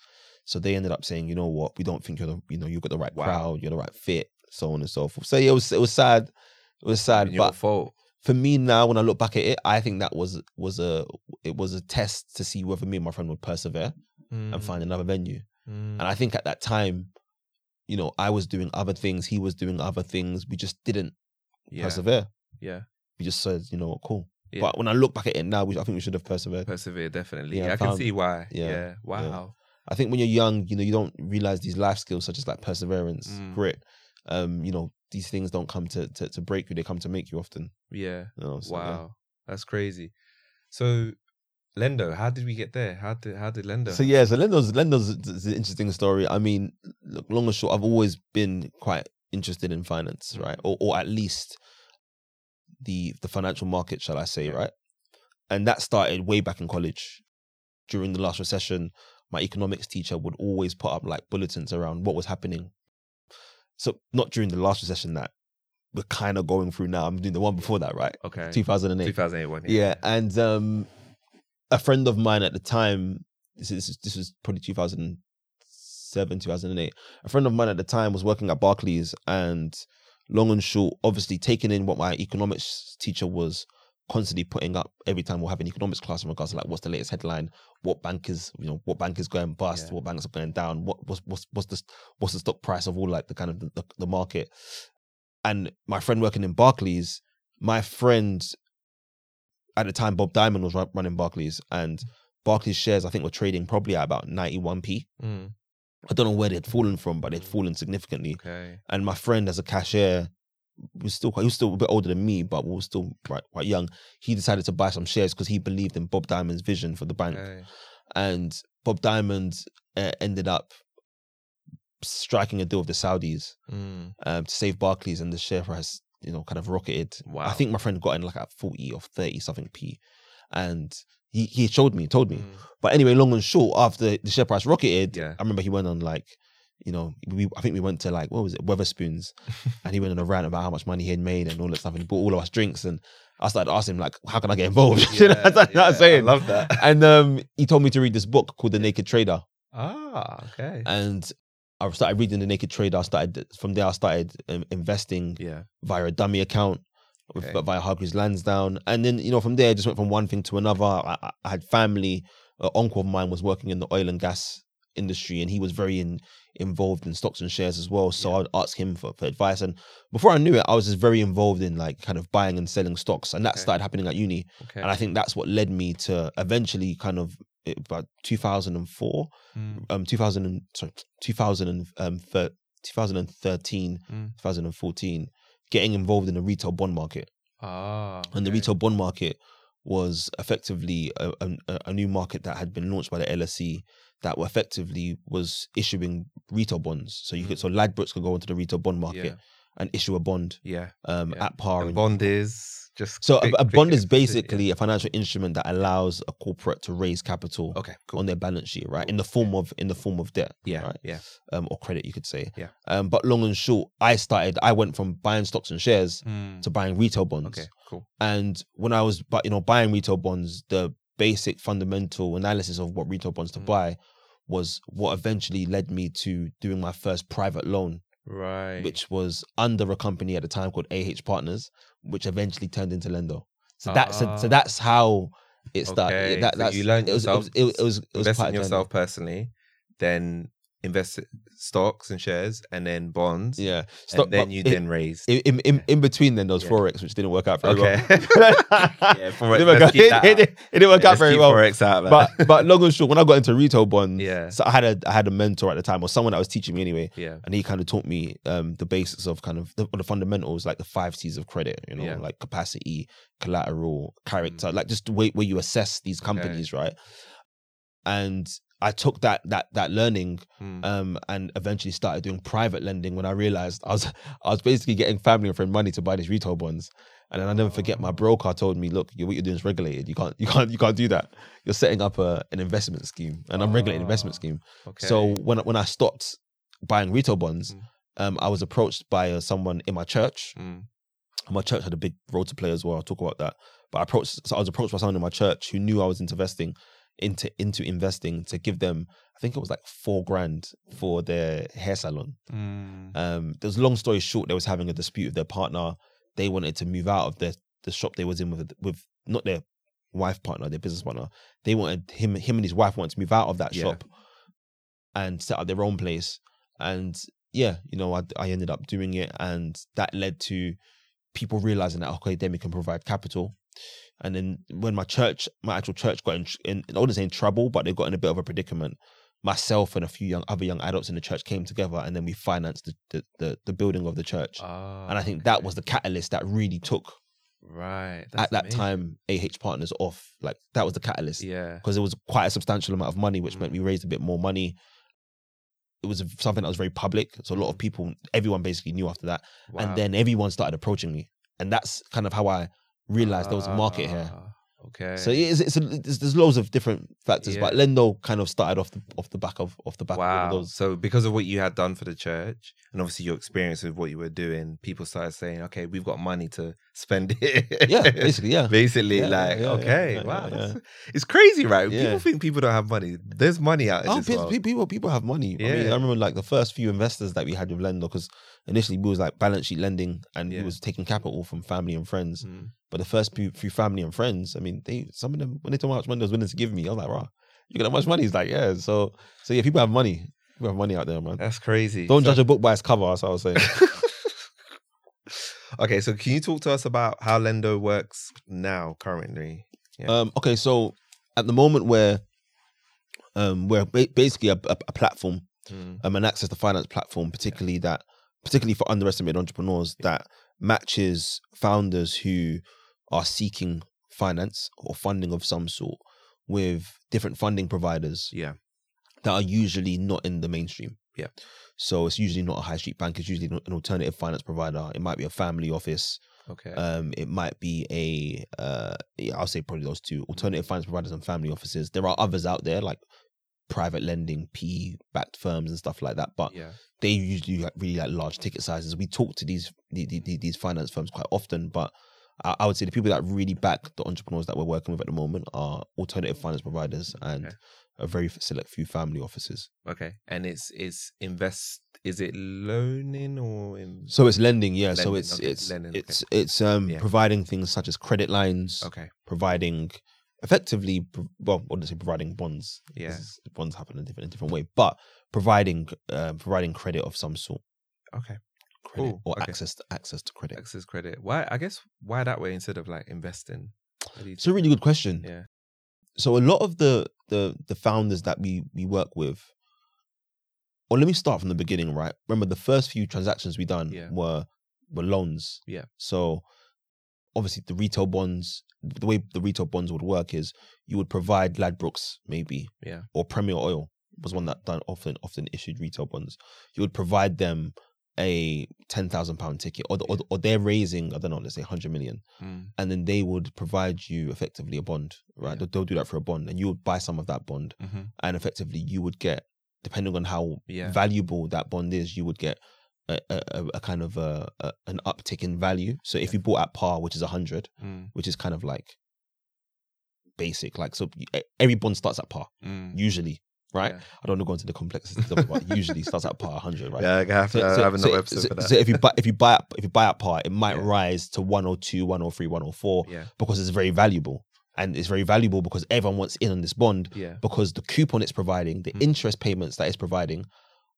Speaker 1: So they ended up saying, you know what, we don't think you're the you know you've got the right
Speaker 2: Wow.
Speaker 1: crowd, you're the right fit, so on and so forth. So yeah, it was it was sad. It was sad,
Speaker 2: and
Speaker 1: but
Speaker 2: your fault.
Speaker 1: for me now when i look back at it i think that was was a it was a test to see whether me and my friend would persevere
Speaker 2: Mm.
Speaker 1: and find another venue and i think at that time you know i was doing other things he was doing other things we just didn't
Speaker 2: yeah,
Speaker 1: persevere
Speaker 2: yeah,
Speaker 1: we just said you know what cool
Speaker 2: Yeah.
Speaker 1: but when i look back at it now we, i think we should have persevered
Speaker 2: persevere definitely.
Speaker 1: Yeah,
Speaker 2: Yeah,
Speaker 1: I
Speaker 2: I can
Speaker 1: found-
Speaker 2: see why.
Speaker 1: yeah,
Speaker 2: Yeah,
Speaker 1: yeah.
Speaker 2: wow.
Speaker 1: i think when you're young you know you don't realize these life skills such as like perseverance
Speaker 2: Mm.
Speaker 1: grit um you know these things don't come to, to to break you they come to make you often
Speaker 2: Yeah,
Speaker 1: you know, so, yeah.
Speaker 2: wow, that's crazy. So, Lendo, how did we get there? How did how did Lendo?
Speaker 1: So yeah, so Lendo's Lendo's is an interesting story. I mean, look, long and short, I've always been quite interested in finance, right? Or or at least the the financial market, shall I say,
Speaker 2: Yeah.
Speaker 1: right? And that started way back in college. During the last recession, my economics teacher would always put up like bulletins around what was happening. So not during the last recession that we're kind of going through now. I'm doing the one before that, right?
Speaker 2: okay,
Speaker 1: Two thousand and eight.
Speaker 2: two thousand eight one.
Speaker 1: Yeah, and um, a friend of mine at the time, this is this was probably 2007, 2008. A friend of mine at the time was working at Barclays, and long and short, obviously taking in what my economics teacher was constantly putting up every time we'll have an economics class in regards to like what's the latest headline, what bank is you know what bank is going bust,
Speaker 2: Yeah.
Speaker 1: what banks are going down, what what's what's what's the what's the stock price of all like the kind of the, the, the market. And my friend working in Barclays, my friend at the time Bob Diamond was run, running Barclays and Barclays shares I think were trading probably at about 91p.
Speaker 2: Mm,
Speaker 1: I don't know where they'd fallen from, but they'd fallen significantly.
Speaker 2: okay.
Speaker 1: And my friend as a cashier was still quite, he was still a bit older than me, but we were still quite, quite young. He decided to buy some shares because he believed in Bob Diamond's vision for the bank
Speaker 2: okay.
Speaker 1: and Bob Diamond uh, ended up striking a deal with the Saudis
Speaker 2: Mm,
Speaker 1: um, to save Barclays, and the share price, you know, kind of rocketed. I
Speaker 2: Wow.
Speaker 1: think my friend got in like at forty or thirty something p, and he he showed me, told me.
Speaker 2: mm,
Speaker 1: But anyway, long and short, after the share price rocketed,
Speaker 2: Yeah.
Speaker 1: I remember he went on like. You know, we, I think we went to like what was it,
Speaker 2: <laughs>
Speaker 1: Weatherspoons, and he went on a rant about how much money he had made and all that stuff, and he bought all of us drinks. And I started asking him like, "How can I get involved?" <laughs> you know,
Speaker 2: Yeah,
Speaker 1: that's what
Speaker 2: yeah, I
Speaker 1: I'm saying.
Speaker 2: love that.
Speaker 1: And um, he told me to read this book called The Naked Trader,
Speaker 2: Ah, okay.
Speaker 1: and I started reading The Naked Trader. I started from there. I started um, investing
Speaker 2: yeah.
Speaker 1: via a dummy account with,
Speaker 2: Okay.
Speaker 1: but via Hargreaves Lansdowne. And then, you know, from there, I just went from one thing to another. I, I- I had family. An uncle of mine was working in the oil and gas industry and he was very in, involved in stocks and shares as well. So I would ask him for, for advice. And before I knew it, I was just very involved in like kind of buying and selling stocks. And that
Speaker 2: Okay.
Speaker 1: started happening at uni.
Speaker 2: Okay.
Speaker 1: And I think that's what led me to eventually kind of it- about 2004,
Speaker 2: Mm,
Speaker 1: um, 2000, and- sorry, 2000 and, um, thir- 2013,
Speaker 2: Mm.
Speaker 1: 2014, getting involved in the retail bond market.
Speaker 2: Ah.
Speaker 1: And the
Speaker 2: okay.
Speaker 1: retail bond market was effectively a, a, a new market that had been launched by the LSE that were effectively was issuing retail bonds. So you could, so Ladbrokes could go into the retail bond market
Speaker 2: Mm. Yeah.
Speaker 1: and issue a bond
Speaker 2: Yeah.
Speaker 1: um,
Speaker 2: Yeah.
Speaker 1: at par.
Speaker 2: And
Speaker 1: and-
Speaker 2: bond is just
Speaker 1: so a,
Speaker 2: quick-
Speaker 1: a
Speaker 2: quick
Speaker 1: bond is
Speaker 2: and efficient, yeah.
Speaker 1: basically a financial instrument that allows a corporate to raise capital
Speaker 2: okay. Cool.
Speaker 1: on their balance sheet, right? In the form of in the form of debt,
Speaker 2: yeah.
Speaker 1: right?
Speaker 2: Yeah.
Speaker 1: um, or credit, you could say.
Speaker 2: Yeah.
Speaker 1: Um, but long and short, I started. I went from buying stocks and shares
Speaker 2: Mm,
Speaker 1: to buying retail bonds.
Speaker 2: Okay. Cool.
Speaker 1: And when I was, but you know, buying retail bonds, the basic fundamental analysis of what retail bonds to
Speaker 2: Mm.
Speaker 1: buy was what eventually led me to doing my first private loan,
Speaker 2: Right.
Speaker 1: which was under a company at the time called AH Partners, which eventually turned into Lendo. So that's so, so
Speaker 2: Ah.
Speaker 1: that's how it started.
Speaker 2: Okay,
Speaker 1: That,
Speaker 2: so
Speaker 1: that's,
Speaker 2: you learned
Speaker 1: it was,
Speaker 2: yourself-
Speaker 1: It was, it was, it was
Speaker 2: invest
Speaker 1: quite
Speaker 2: in
Speaker 1: a journey.
Speaker 2: yourself personally, then invest in stocks and shares, and then bonds.
Speaker 1: Yeah.
Speaker 2: and then you
Speaker 1: but
Speaker 2: then raise.
Speaker 1: in, in, in, in between then there was
Speaker 2: Yeah.
Speaker 1: forex, which didn't work out very <laughs>
Speaker 2: okay. <laughs>
Speaker 1: well.
Speaker 2: yeah,
Speaker 1: it,
Speaker 2: forex.
Speaker 1: didn't work
Speaker 2: Let's
Speaker 1: out,
Speaker 2: keep
Speaker 1: it,
Speaker 2: that
Speaker 1: it-
Speaker 2: out.
Speaker 1: it didn't work out
Speaker 2: Let's
Speaker 1: very
Speaker 2: keep
Speaker 1: well.
Speaker 2: Forex out, man.
Speaker 1: But but long and short, when I got into retail bonds, <laughs>
Speaker 2: <laughs> Yeah.
Speaker 1: so I had a I had a mentor at the time or someone that was teaching me anyway,
Speaker 2: yeah.
Speaker 1: and he kind of taught me um, the basics of kind of the, the fundamentals, like the five C's of credit, you know,
Speaker 2: Yeah. Mm-hmm.
Speaker 1: like capacity, collateral, character, like just the way where you assess these companies, right? And I took that that that learning
Speaker 2: Mm.
Speaker 1: um, and eventually started doing private lending when I realized I was <laughs> I was basically getting family and friend money to buy these retail bonds. And then I never forget my broker told me, look, you, what you're doing is regulated. You can't <laughs> you can't you can't do that. You're setting up a, an investment scheme, and I'm regulated investment
Speaker 2: Ah,
Speaker 1: scheme.
Speaker 2: okay.
Speaker 1: So when I- when I stopped buying retail bonds,
Speaker 2: Mm.
Speaker 1: um, I was approached by uh, someone in my church.
Speaker 2: Mm.
Speaker 1: My church had a big role to play as well. I'll talk about that. But I approached, so I was approached by someone in my church who knew I was into investing, into into investing to give them. I think it was like four grand for their hair salon.
Speaker 2: Mm.
Speaker 1: Um, there's long story short, they was having a dispute with their partner. They wanted to move out of their the shop they was in with with not their wife partner, their business partner. They wanted him him and his wife wanted to move out of that
Speaker 2: Yeah.
Speaker 1: shop and set up their own place. And yeah, you know, I I ended up doing it, and that led to people realizing that okay, then we can provide capital. And then when my church, my actual church, got in, tr- in I wouldn't say in trouble, but they got in a bit of a predicament myself and a few young other young adults in the church came together and then we financed the the, the, the building of the church
Speaker 2: Ah,
Speaker 1: and i think that
Speaker 2: okay.
Speaker 1: was the catalyst that really took
Speaker 2: right
Speaker 1: at that
Speaker 2: amazing.
Speaker 1: time ah partners off like that was the catalyst
Speaker 2: Yeah. Mm.
Speaker 1: because it was quite a substantial amount of money which meant we raised a bit more money it was something that was very public so a lot
Speaker 2: Mm.
Speaker 1: of people everyone basically knew after that
Speaker 2: Wow.
Speaker 1: and then everyone started approaching me and that's kind of how i realized there was a market here
Speaker 2: Ah, Okay.
Speaker 1: so it is, it's a, there's, there's loads of different factors, but
Speaker 2: Yeah.
Speaker 1: Lendo kind of started off the off the back of off the back of all
Speaker 2: wow.
Speaker 1: of those.
Speaker 2: So because of what you had done for the church and obviously your experience with what you were doing, people started saying, okay, we've got money to spend it. <laughs>
Speaker 1: Yeah, basically, yeah.
Speaker 2: Basically,
Speaker 1: Yeah,
Speaker 2: like,
Speaker 1: yeah, yeah,
Speaker 2: okay,
Speaker 1: yeah,
Speaker 2: wow.
Speaker 1: yeah,
Speaker 2: that's- It's crazy, right?
Speaker 1: Yeah.
Speaker 2: People think people don't have money. There's money out
Speaker 1: Oh,
Speaker 2: there.
Speaker 1: people, people, people have money. I mean,
Speaker 2: Yeah.
Speaker 1: I remember like the first few investors that we had with Lendo because initially we was like balance sheet lending and we
Speaker 2: Yeah.
Speaker 1: was taking capital from family and friends.
Speaker 2: Mm,
Speaker 1: But the first few, few family and friends, I mean, they some of them when they told me how much money they was willing to give me, I was like, "Wow, you got that much money?" He's like, "Yeah." So, so yeah, people have money. People have money out there, man.
Speaker 2: That's crazy.
Speaker 1: Don't
Speaker 2: So-
Speaker 1: judge a book by its cover. That's what I was saying.
Speaker 2: okay, so can you talk to us about how Lendo works now, currently? Yeah.
Speaker 1: <laughs> Um, okay, so at the moment we're um, we're ba- basically a, a, a platform,
Speaker 2: Mm.
Speaker 1: um, an access to finance platform, particularly that particularly for underestimated entrepreneurs that matches founders who are seeking finance or funding of some sort with different funding providers
Speaker 2: Yeah.
Speaker 1: that are usually not in the mainstream.
Speaker 2: Yeah.
Speaker 1: So it's usually not a high street bank. It's usually an alternative finance provider. It might be a family office.
Speaker 2: Okay.
Speaker 1: Um, it might be a, uh, yeah, I'll say probably those two alternative finance providers and family offices. There are others out there like private lending, PE backed firms and stuff like that. But
Speaker 2: yeah.
Speaker 1: they usually like really like large ticket sizes. We talk to these the- the- the- these finance firms quite often, but I, I would say the people that really back the entrepreneurs that we're working with at the moment are alternative finance providers and
Speaker 2: Okay.
Speaker 1: a very select few family offices.
Speaker 2: Okay. And it's it's invest. Is it loaning or in?
Speaker 1: So it's lending, yeah. so
Speaker 2: Lending,
Speaker 1: it's
Speaker 2: okay,
Speaker 1: it's
Speaker 2: lending, okay.
Speaker 1: it's it's um
Speaker 2: Yeah.
Speaker 1: providing things such as credit lines,
Speaker 2: Okay.
Speaker 1: providing effectively, pro- well, I wouldn't say providing bonds.
Speaker 2: Yeah.
Speaker 1: this is- bonds happen in a different, in a different way, but providing uh, providing credit of some sort,
Speaker 2: Okay.
Speaker 1: credit
Speaker 2: Cool,
Speaker 1: or
Speaker 2: okay.
Speaker 1: access to, access to credit.
Speaker 2: Access credit. Why? I guess why that way instead of like investing. What do you
Speaker 1: It's a really good question.
Speaker 2: think? yeah.
Speaker 1: so a lot of the the the founders that we we work with well let me start from the beginning right remember the first few transactions we done
Speaker 2: Yeah.
Speaker 1: were were loans
Speaker 2: Yeah.
Speaker 1: so obviously the retail bonds the way the retail bonds would work is you would provide ladbrokes maybe
Speaker 2: Yeah.
Speaker 1: or premier oil was one that done often often issued retail bonds you would provide them a 10,000 pound ticket or, the, or, the- or they're raising i don't know let's say 100 million
Speaker 2: Mm.
Speaker 1: and then they would provide you effectively a bond, right?
Speaker 2: Yeah.
Speaker 1: They'll, they'll do that for a bond, and you would buy some of that bond,
Speaker 2: hmm
Speaker 1: and effectively you would get, depending on how
Speaker 2: Yeah.
Speaker 1: valuable that bond is, you would get a, a, a- a kind of a, a an uptick in value. So if you bought at par, which is hundred,
Speaker 2: Mm.
Speaker 1: which is kind of like basic, like so e- every bond starts at par
Speaker 2: Mm.
Speaker 1: usually, right?
Speaker 2: Yeah.
Speaker 1: I don't want to go into the complexities of it, but usually starts at par hundred, right?
Speaker 2: Yeah, I have to have another
Speaker 1: so-
Speaker 2: episode
Speaker 1: so-
Speaker 2: for that.
Speaker 1: so if you buy if you buy at, if you buy at par, it might
Speaker 2: Yeah.
Speaker 1: rise to 102, 103, 104
Speaker 2: yeah,
Speaker 1: because it's very valuable. And it's very valuable because everyone wants in on this bond
Speaker 2: yeah,
Speaker 1: because the coupon it's providing, the
Speaker 2: Mm.
Speaker 1: interest payments that it's providing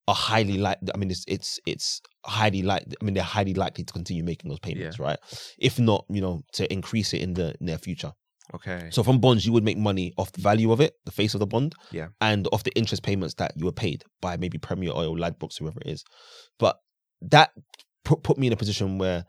Speaker 1: are highly like I mean it's it's it's highly like I mean they're highly likely to continue making those payments, right? If not, you know, to increase it in the near future.
Speaker 2: okay,
Speaker 1: So from bonds you would make money off the value of it, the face of the bond,
Speaker 2: Yeah.
Speaker 1: and off the interest payments that you were paid by maybe Premier Oil, Ladbrokes, whoever it is. But that put put me in a position where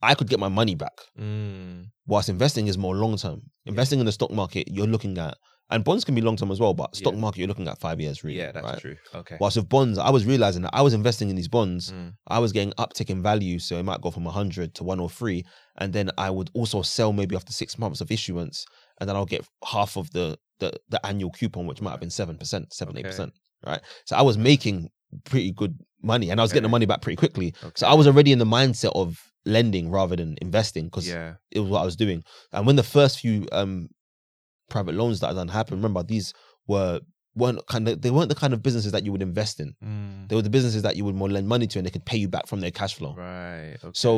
Speaker 1: I could get my money back
Speaker 2: mm.
Speaker 1: whilst investing is more long term. Investing in the stock market, you're looking at, and bonds can be long term as well, but stock
Speaker 2: Yeah.
Speaker 1: market, you're looking at five years really.
Speaker 2: yeah, that's
Speaker 1: right?
Speaker 2: true. Okay,
Speaker 1: Whilst with bonds, I was realizing that I was investing in these bonds,
Speaker 2: Mm.
Speaker 1: I was getting uptick in value. So it might go from 100 to 103. And then I would also sell maybe after six months of issuance. And then I'll get half of the the, the annual coupon, which might have been 7%, 7 8%. Right. So I was making pretty good money and I was getting the
Speaker 2: Okay.
Speaker 1: money back pretty quickly.
Speaker 2: okay.
Speaker 1: So I was already in the mindset of lending rather than investing because
Speaker 2: yeah,
Speaker 1: it was what I was doing. And when the first few um private loans that I done happened, remember these were weren't kind of they weren't the kind of businesses that you would invest in.
Speaker 2: mm.
Speaker 1: They were the businesses that you would more lend money to, and they could pay you back from their cash flow.
Speaker 2: right. Okay.
Speaker 1: Oh. So,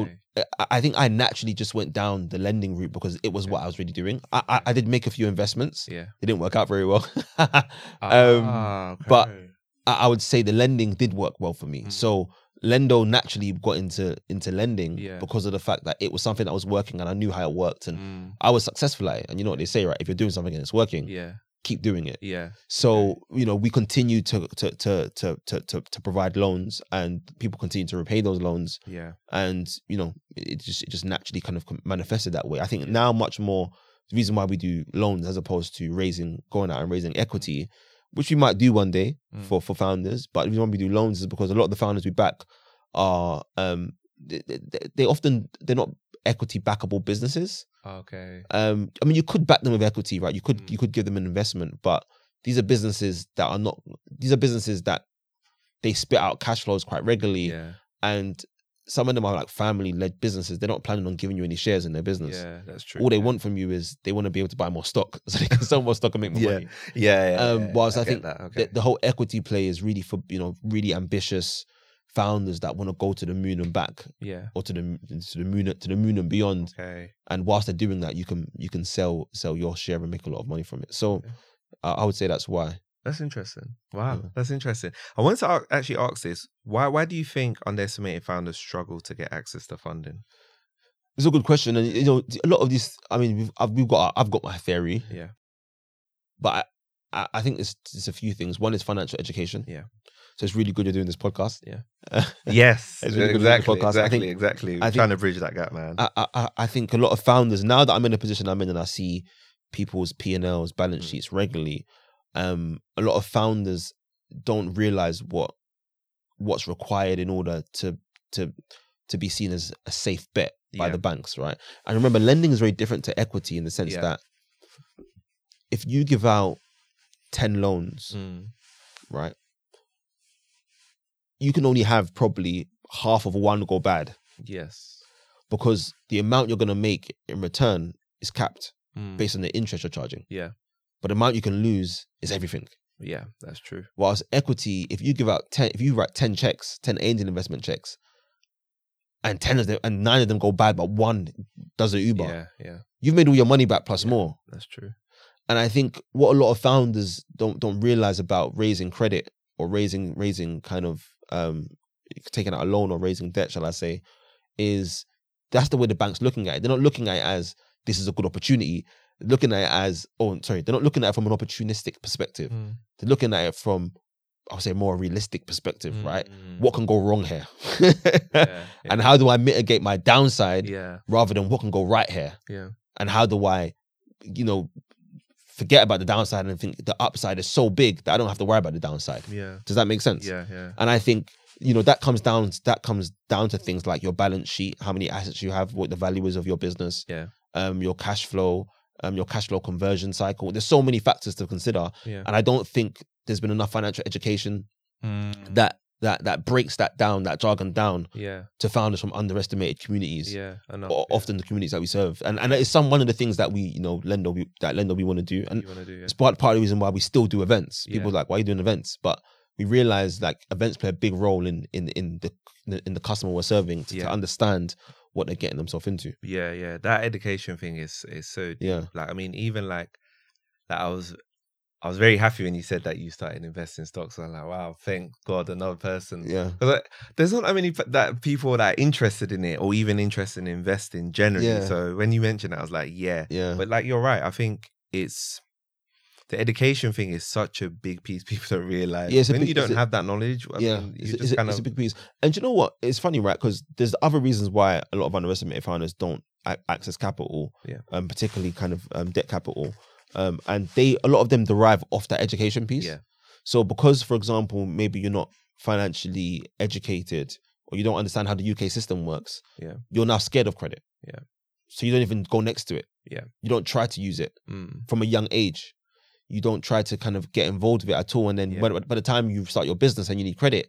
Speaker 1: I, I think I naturally just went down the lending route because it was what I was really doing. I I, I did make a few investments.
Speaker 2: yeah,
Speaker 1: They didn't work out very well. <laughs>
Speaker 2: Ah,
Speaker 1: um, but-
Speaker 2: okay.
Speaker 1: I, I would say the lending did work well for me.
Speaker 2: Mm.
Speaker 1: So Lendo naturally got into into lending
Speaker 2: Yeah.
Speaker 1: because of the fact that it was something that was working and I knew how it worked and
Speaker 2: Mm.
Speaker 1: I was successful at it. And you know what they say, right? If you're doing something and it's working,
Speaker 2: yeah,
Speaker 1: keep doing it.
Speaker 2: yeah,
Speaker 1: So, you know, we continue to to to to to to, to provide loans and people continue to repay those loans.
Speaker 2: yeah,
Speaker 1: And, you know, it just it just naturally kind of com- manifested that way. I think now much more the reason why we do loans as opposed to raising going out and raising equity, which we might do one day
Speaker 2: Mm.
Speaker 1: for for founders, but the reason why we do loans is because a lot of the founders we back are um they, they, they often they're not equity backable businesses
Speaker 2: okay,
Speaker 1: um i mean you could back them with equity right you could
Speaker 2: Mm.
Speaker 1: you could give them an investment but these are businesses that are not these are businesses that they spit out cash flows quite regularly
Speaker 2: yeah,
Speaker 1: and some of them are like family led businesses they're not planning on giving you any shares in their business
Speaker 2: yeah, that's true.
Speaker 1: all they
Speaker 2: yeah.
Speaker 1: want from you is they want to be able to buy more stock <laughs> so they can sell more stock and make more
Speaker 2: Yeah,
Speaker 1: money
Speaker 2: yeah, yeah,
Speaker 1: um,
Speaker 2: yeah,
Speaker 1: whilst I
Speaker 2: get
Speaker 1: think
Speaker 2: that. okay,
Speaker 1: the, the whole equity play is really for you know really ambitious founders that want to go to the moon and back
Speaker 2: yeah,
Speaker 1: or to the to the moon to the moon and beyond
Speaker 2: okay,
Speaker 1: and whilst they're doing that you can you can sell sell your share and make a lot of money from it so
Speaker 2: Okay.
Speaker 1: I i would say that's why
Speaker 2: That's interesting. Wow,
Speaker 1: Yeah.
Speaker 2: that's interesting. I wanted to a- actually ask this: why why do you think underestimated founders struggle to get access to funding?
Speaker 1: it's a good question and you know a lot of this i mean we've I've, we've got i've got my theory
Speaker 2: Yeah,
Speaker 1: but i i, I think it's it's a few things one is financial education
Speaker 2: Yeah.
Speaker 1: so it's really good you're doing this podcast
Speaker 2: Yeah.
Speaker 1: <laughs> yeah
Speaker 2: yes,
Speaker 1: <laughs> It's really good to do the
Speaker 2: exactly,
Speaker 1: podcast. I
Speaker 2: exactly,
Speaker 1: think-
Speaker 2: exactly.
Speaker 1: I
Speaker 2: We're
Speaker 1: think-
Speaker 2: trying to bridge that gap, man.
Speaker 1: I, I- I I think a lot of founders now that I'm in the position I'm in and I see people's P and Ls, balance
Speaker 2: Mm.
Speaker 1: sheets regularly, um, a lot of founders don't realize what what's required in order to to to be seen as a safe bet by
Speaker 2: Yeah.
Speaker 1: the banks, right? And remember, lending is very different to equity in the sense
Speaker 2: Yeah.
Speaker 1: that if you give out ten loans,
Speaker 2: Mm,
Speaker 1: right, you can only have probably half of one go bad
Speaker 2: yes,
Speaker 1: because the amount you're going to make in return is capped
Speaker 2: Mm,
Speaker 1: based on the interest you're charging.
Speaker 2: Yeah.
Speaker 1: But the amount you can lose is everything.
Speaker 2: yeah, that's true.
Speaker 1: Whilst equity, if you give out 10, if you write 10 checks, 10 angel investment checks, and 10 of them, and nine of them go bad, but one does an Uber,
Speaker 2: Yeah, yeah,
Speaker 1: you've made all your money back plus more.
Speaker 2: that's true.
Speaker 1: And I think what a lot of founders don't don't realize about raising credit or raising raising kind of um, taking out a loan or raising debt, shall I say, is that's the way the bank's looking at it. They're not looking at it as this is a good opportunity. They're looking at it as oh sorry, they're not looking at it from an opportunistic perspective.
Speaker 2: Mm.
Speaker 1: They're looking at it from I'll say a more realistic perspective, right?
Speaker 2: Mm.
Speaker 1: What can go wrong here?
Speaker 2: Yeah,
Speaker 1: <laughs> And how do I mitigate my downside
Speaker 2: yeah,
Speaker 1: rather than what can go right here?
Speaker 2: yeah,
Speaker 1: and how do I, you know, forget about the downside and think the upside is so big that I don't have to worry about the downside. <laughs>
Speaker 2: yeah,
Speaker 1: Does that make sense?
Speaker 2: yeah, yeah.
Speaker 1: And I think you know that comes down that comes down to things like your balance sheet, how many assets you have, what the value is of your business,
Speaker 2: Yeah.
Speaker 1: um, your cash flow, um, your cash flow conversion cycle. There's so many factors to consider,
Speaker 2: Yeah.
Speaker 1: and I don't think there's been enough financial education that that that breaks that down, that jargon down
Speaker 2: Mm, yeah,
Speaker 1: to founders from underestimated communities
Speaker 2: yeah. Enough.
Speaker 1: o-
Speaker 2: yeah.
Speaker 1: often the communities that we serve, and and it's some one of the things that we you know lender we that lender we want to do, and
Speaker 2: you want to do
Speaker 1: <laughs>
Speaker 2: yeah.
Speaker 1: it's part part of the reason why we still do events. People
Speaker 2: Yeah.
Speaker 1: are like, why are you doing events? But we realize like events play a big role in in in the in the customer we're serving to, to
Speaker 2: Yeah.
Speaker 1: understand what they're getting themselves into.
Speaker 2: yeah, yeah. That education thing is is so
Speaker 1: Yeah,
Speaker 2: like I mean, even like like I was I was very happy when you said that you started investing stocks. I'm like, wow, thank God, another person.
Speaker 1: yeah,
Speaker 2: 'Cause, like, there's not that many pe- that people that are interested in it or even interested in investing generally.
Speaker 1: Yeah.
Speaker 2: So when you mentioned that, I was like, yeah.
Speaker 1: yeah,
Speaker 2: But like you're right. I think it's the education thing is such a big piece <laughs> people don't realize.
Speaker 1: Yeah, it's a
Speaker 2: when
Speaker 1: big-
Speaker 2: you
Speaker 1: it's
Speaker 2: don't
Speaker 1: a-
Speaker 2: have that knowledge, I
Speaker 1: yeah.
Speaker 2: mean, you
Speaker 1: It's, a-
Speaker 2: just
Speaker 1: it's a-
Speaker 2: kind
Speaker 1: it's a
Speaker 2: of
Speaker 1: big piece. And do you know what? It's funny, right? Because there's other reasons why a lot of underestimated founders don't a- access capital,
Speaker 2: Yeah.
Speaker 1: um, particularly kind of um, debt capital, um, and they a lot of them derive off that education piece.
Speaker 2: yeah,
Speaker 1: So because, for example, maybe you're not financially educated or you don't understand how the UK system works,
Speaker 2: Yeah.
Speaker 1: you're now scared of credit.
Speaker 2: Yeah.
Speaker 1: So you don't even go next to it.
Speaker 2: Yeah.
Speaker 1: You don't try to use it
Speaker 2: mm,
Speaker 1: from a young age. You don't try to kind of get involved with it at all. And then
Speaker 2: Yeah.
Speaker 1: when- by the time you start your business and you need credit,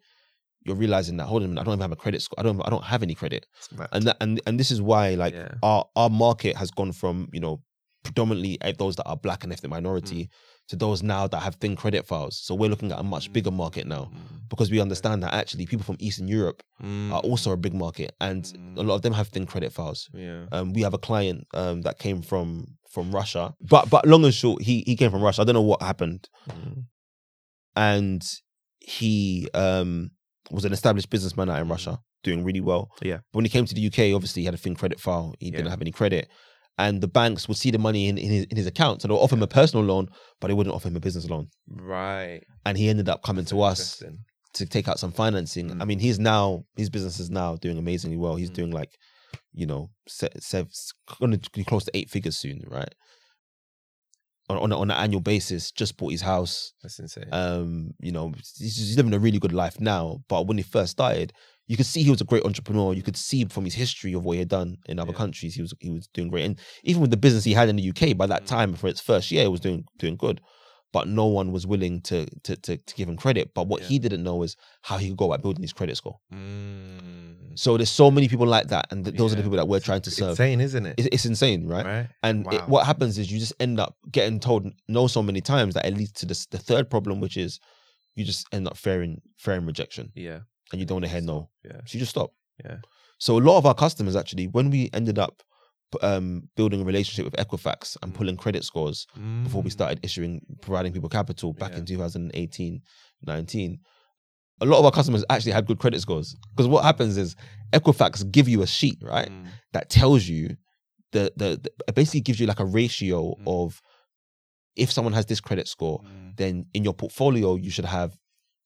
Speaker 1: you're realizing that hold on, a minute, I don't even have a credit score. I don't. I don't have any credit.
Speaker 2: it's mad.
Speaker 1: And that, and and this is why like
Speaker 2: yeah,
Speaker 1: our our market has gone from you know predominantly at those that are black and ethnic
Speaker 2: Mm.
Speaker 1: minority to those now that have thin credit files. So we're looking at a much bigger market now
Speaker 2: Mm,
Speaker 1: because we understand that actually people from Eastern Europe
Speaker 2: mm,
Speaker 1: are also a big market, and a lot of them have thin credit files.
Speaker 2: yeah,
Speaker 1: Um, we have a client um, that came from from Russia, but but long and short, he he came from Russia. I don't know what happened,
Speaker 2: mm,
Speaker 1: and he um was an established businessman out in
Speaker 2: Mhm.
Speaker 1: Russia, doing really well.
Speaker 2: Yeah.
Speaker 1: But when he came to the UK, obviously he had a thin credit file. He didn't
Speaker 2: Yeah.
Speaker 1: have any credit. And the banks would see the money in, in his in his account. So they'll offer him a personal loan, but they wouldn't offer him a business loan.
Speaker 2: right.
Speaker 1: And he ended up coming to us
Speaker 2: Interesting.
Speaker 1: to take out some financing. I
Speaker 2: Mm.
Speaker 1: mean, he's now his business is now doing amazingly well. He's
Speaker 2: Mm.
Speaker 1: doing like, you know, se- se- going to be close to eight figures soon, right? On on, a- on an annual basis, just bought his house.
Speaker 2: That's insane.
Speaker 1: Um, you know, he's, he's living a really good life now. But when he first started, you could see he was a great entrepreneur. You could see from his history of what he had done in other
Speaker 2: Yeah.
Speaker 1: countries, he was he was doing great. And even with the business he had in the UK, by that
Speaker 2: Mm.
Speaker 1: time, for its first year, it was doing doing good. But no one was willing to to to, to give him credit. But what
Speaker 2: Yeah.
Speaker 1: he didn't know is how he could go about building his credit score.
Speaker 2: Mm.
Speaker 1: So there's so many people like that, and th- those are the
Speaker 2: Yeah.
Speaker 1: people that we're
Speaker 2: It's
Speaker 1: trying to serve.
Speaker 2: Insane, isn't it?
Speaker 1: It's, it's insane, right?
Speaker 2: Right.
Speaker 1: And it,
Speaker 2: Wow.
Speaker 1: what happens is you just end up getting told no so many times that it leads to this, the third problem, which is you just end up fearing fearing rejection,
Speaker 2: Yeah.
Speaker 1: and you don't want to hear no,
Speaker 2: Yeah.
Speaker 1: so you just stop.
Speaker 2: Yeah.
Speaker 1: So a lot of our customers actually, when we ended up p- um, building a relationship with Equifax and
Speaker 2: Mm.
Speaker 1: pulling credit scores before we
Speaker 2: Mm.
Speaker 1: started issuing providing people capital back
Speaker 2: Yeah.
Speaker 1: in 2018 19 a lot of our customers actually had good credit scores because what happens is equifax give you a sheet right
Speaker 2: Mm.
Speaker 1: that tells you the, the the- it basically gives you like a ratio
Speaker 2: Mm.
Speaker 1: of if someone has this credit score
Speaker 2: Mm.
Speaker 1: then in your portfolio you should have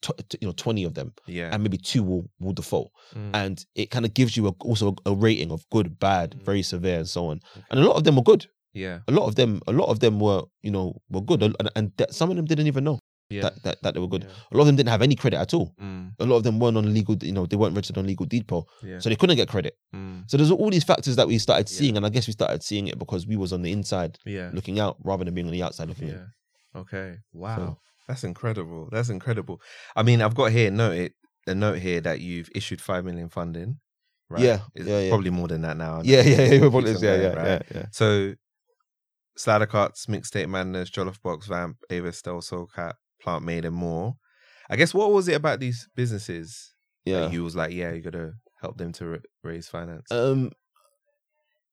Speaker 1: tw- t- you know 20 of them
Speaker 2: Yeah.
Speaker 1: and maybe two will, will default
Speaker 2: Mm.
Speaker 1: and it kind of gives you a, also a, rating of good bad
Speaker 2: Mm.
Speaker 1: very severe and so on and a lot of them are good
Speaker 2: yeah.
Speaker 1: a lot of them a lot of them were you know were good and, and that some of them didn't even know
Speaker 2: Yeah.
Speaker 1: that, that that they were good
Speaker 2: Yeah.
Speaker 1: a lot of them didn't have any credit at all
Speaker 2: Mm.
Speaker 1: a lot of them weren't on legal you know they weren't registered on legal depot
Speaker 2: Yeah.
Speaker 1: so they couldn't get credit
Speaker 2: Mm.
Speaker 1: so there's all these factors that we started
Speaker 2: Yeah.
Speaker 1: seeing and i guess we started seeing it because we was on the inside
Speaker 2: Yeah.
Speaker 1: looking out rather than being on the outside looking in
Speaker 2: Yeah. Okay. Wow. That's incredible. That's incredible. I mean, I've got here note it a note here that you've issued five million funding, right?
Speaker 1: Yeah,
Speaker 2: It's
Speaker 1: yeah, yeah.
Speaker 2: Probably more than that now. I know.
Speaker 1: yeah yeah
Speaker 2: <laughs>
Speaker 1: yeah yeah,
Speaker 2: Keeps on
Speaker 1: yeah,
Speaker 2: going,
Speaker 1: yeah,
Speaker 2: right?
Speaker 1: yeah, yeah.
Speaker 2: So, Slider Cuts, Mixtape Madness, Jollof Box, Vamp, Avis, Del Soul Cat, Plant Made, and more. I guess what was it about these businesses
Speaker 1: yeah.
Speaker 2: that you was like, yeah, Uh, you got to help them to ra- raise finance?
Speaker 1: Um,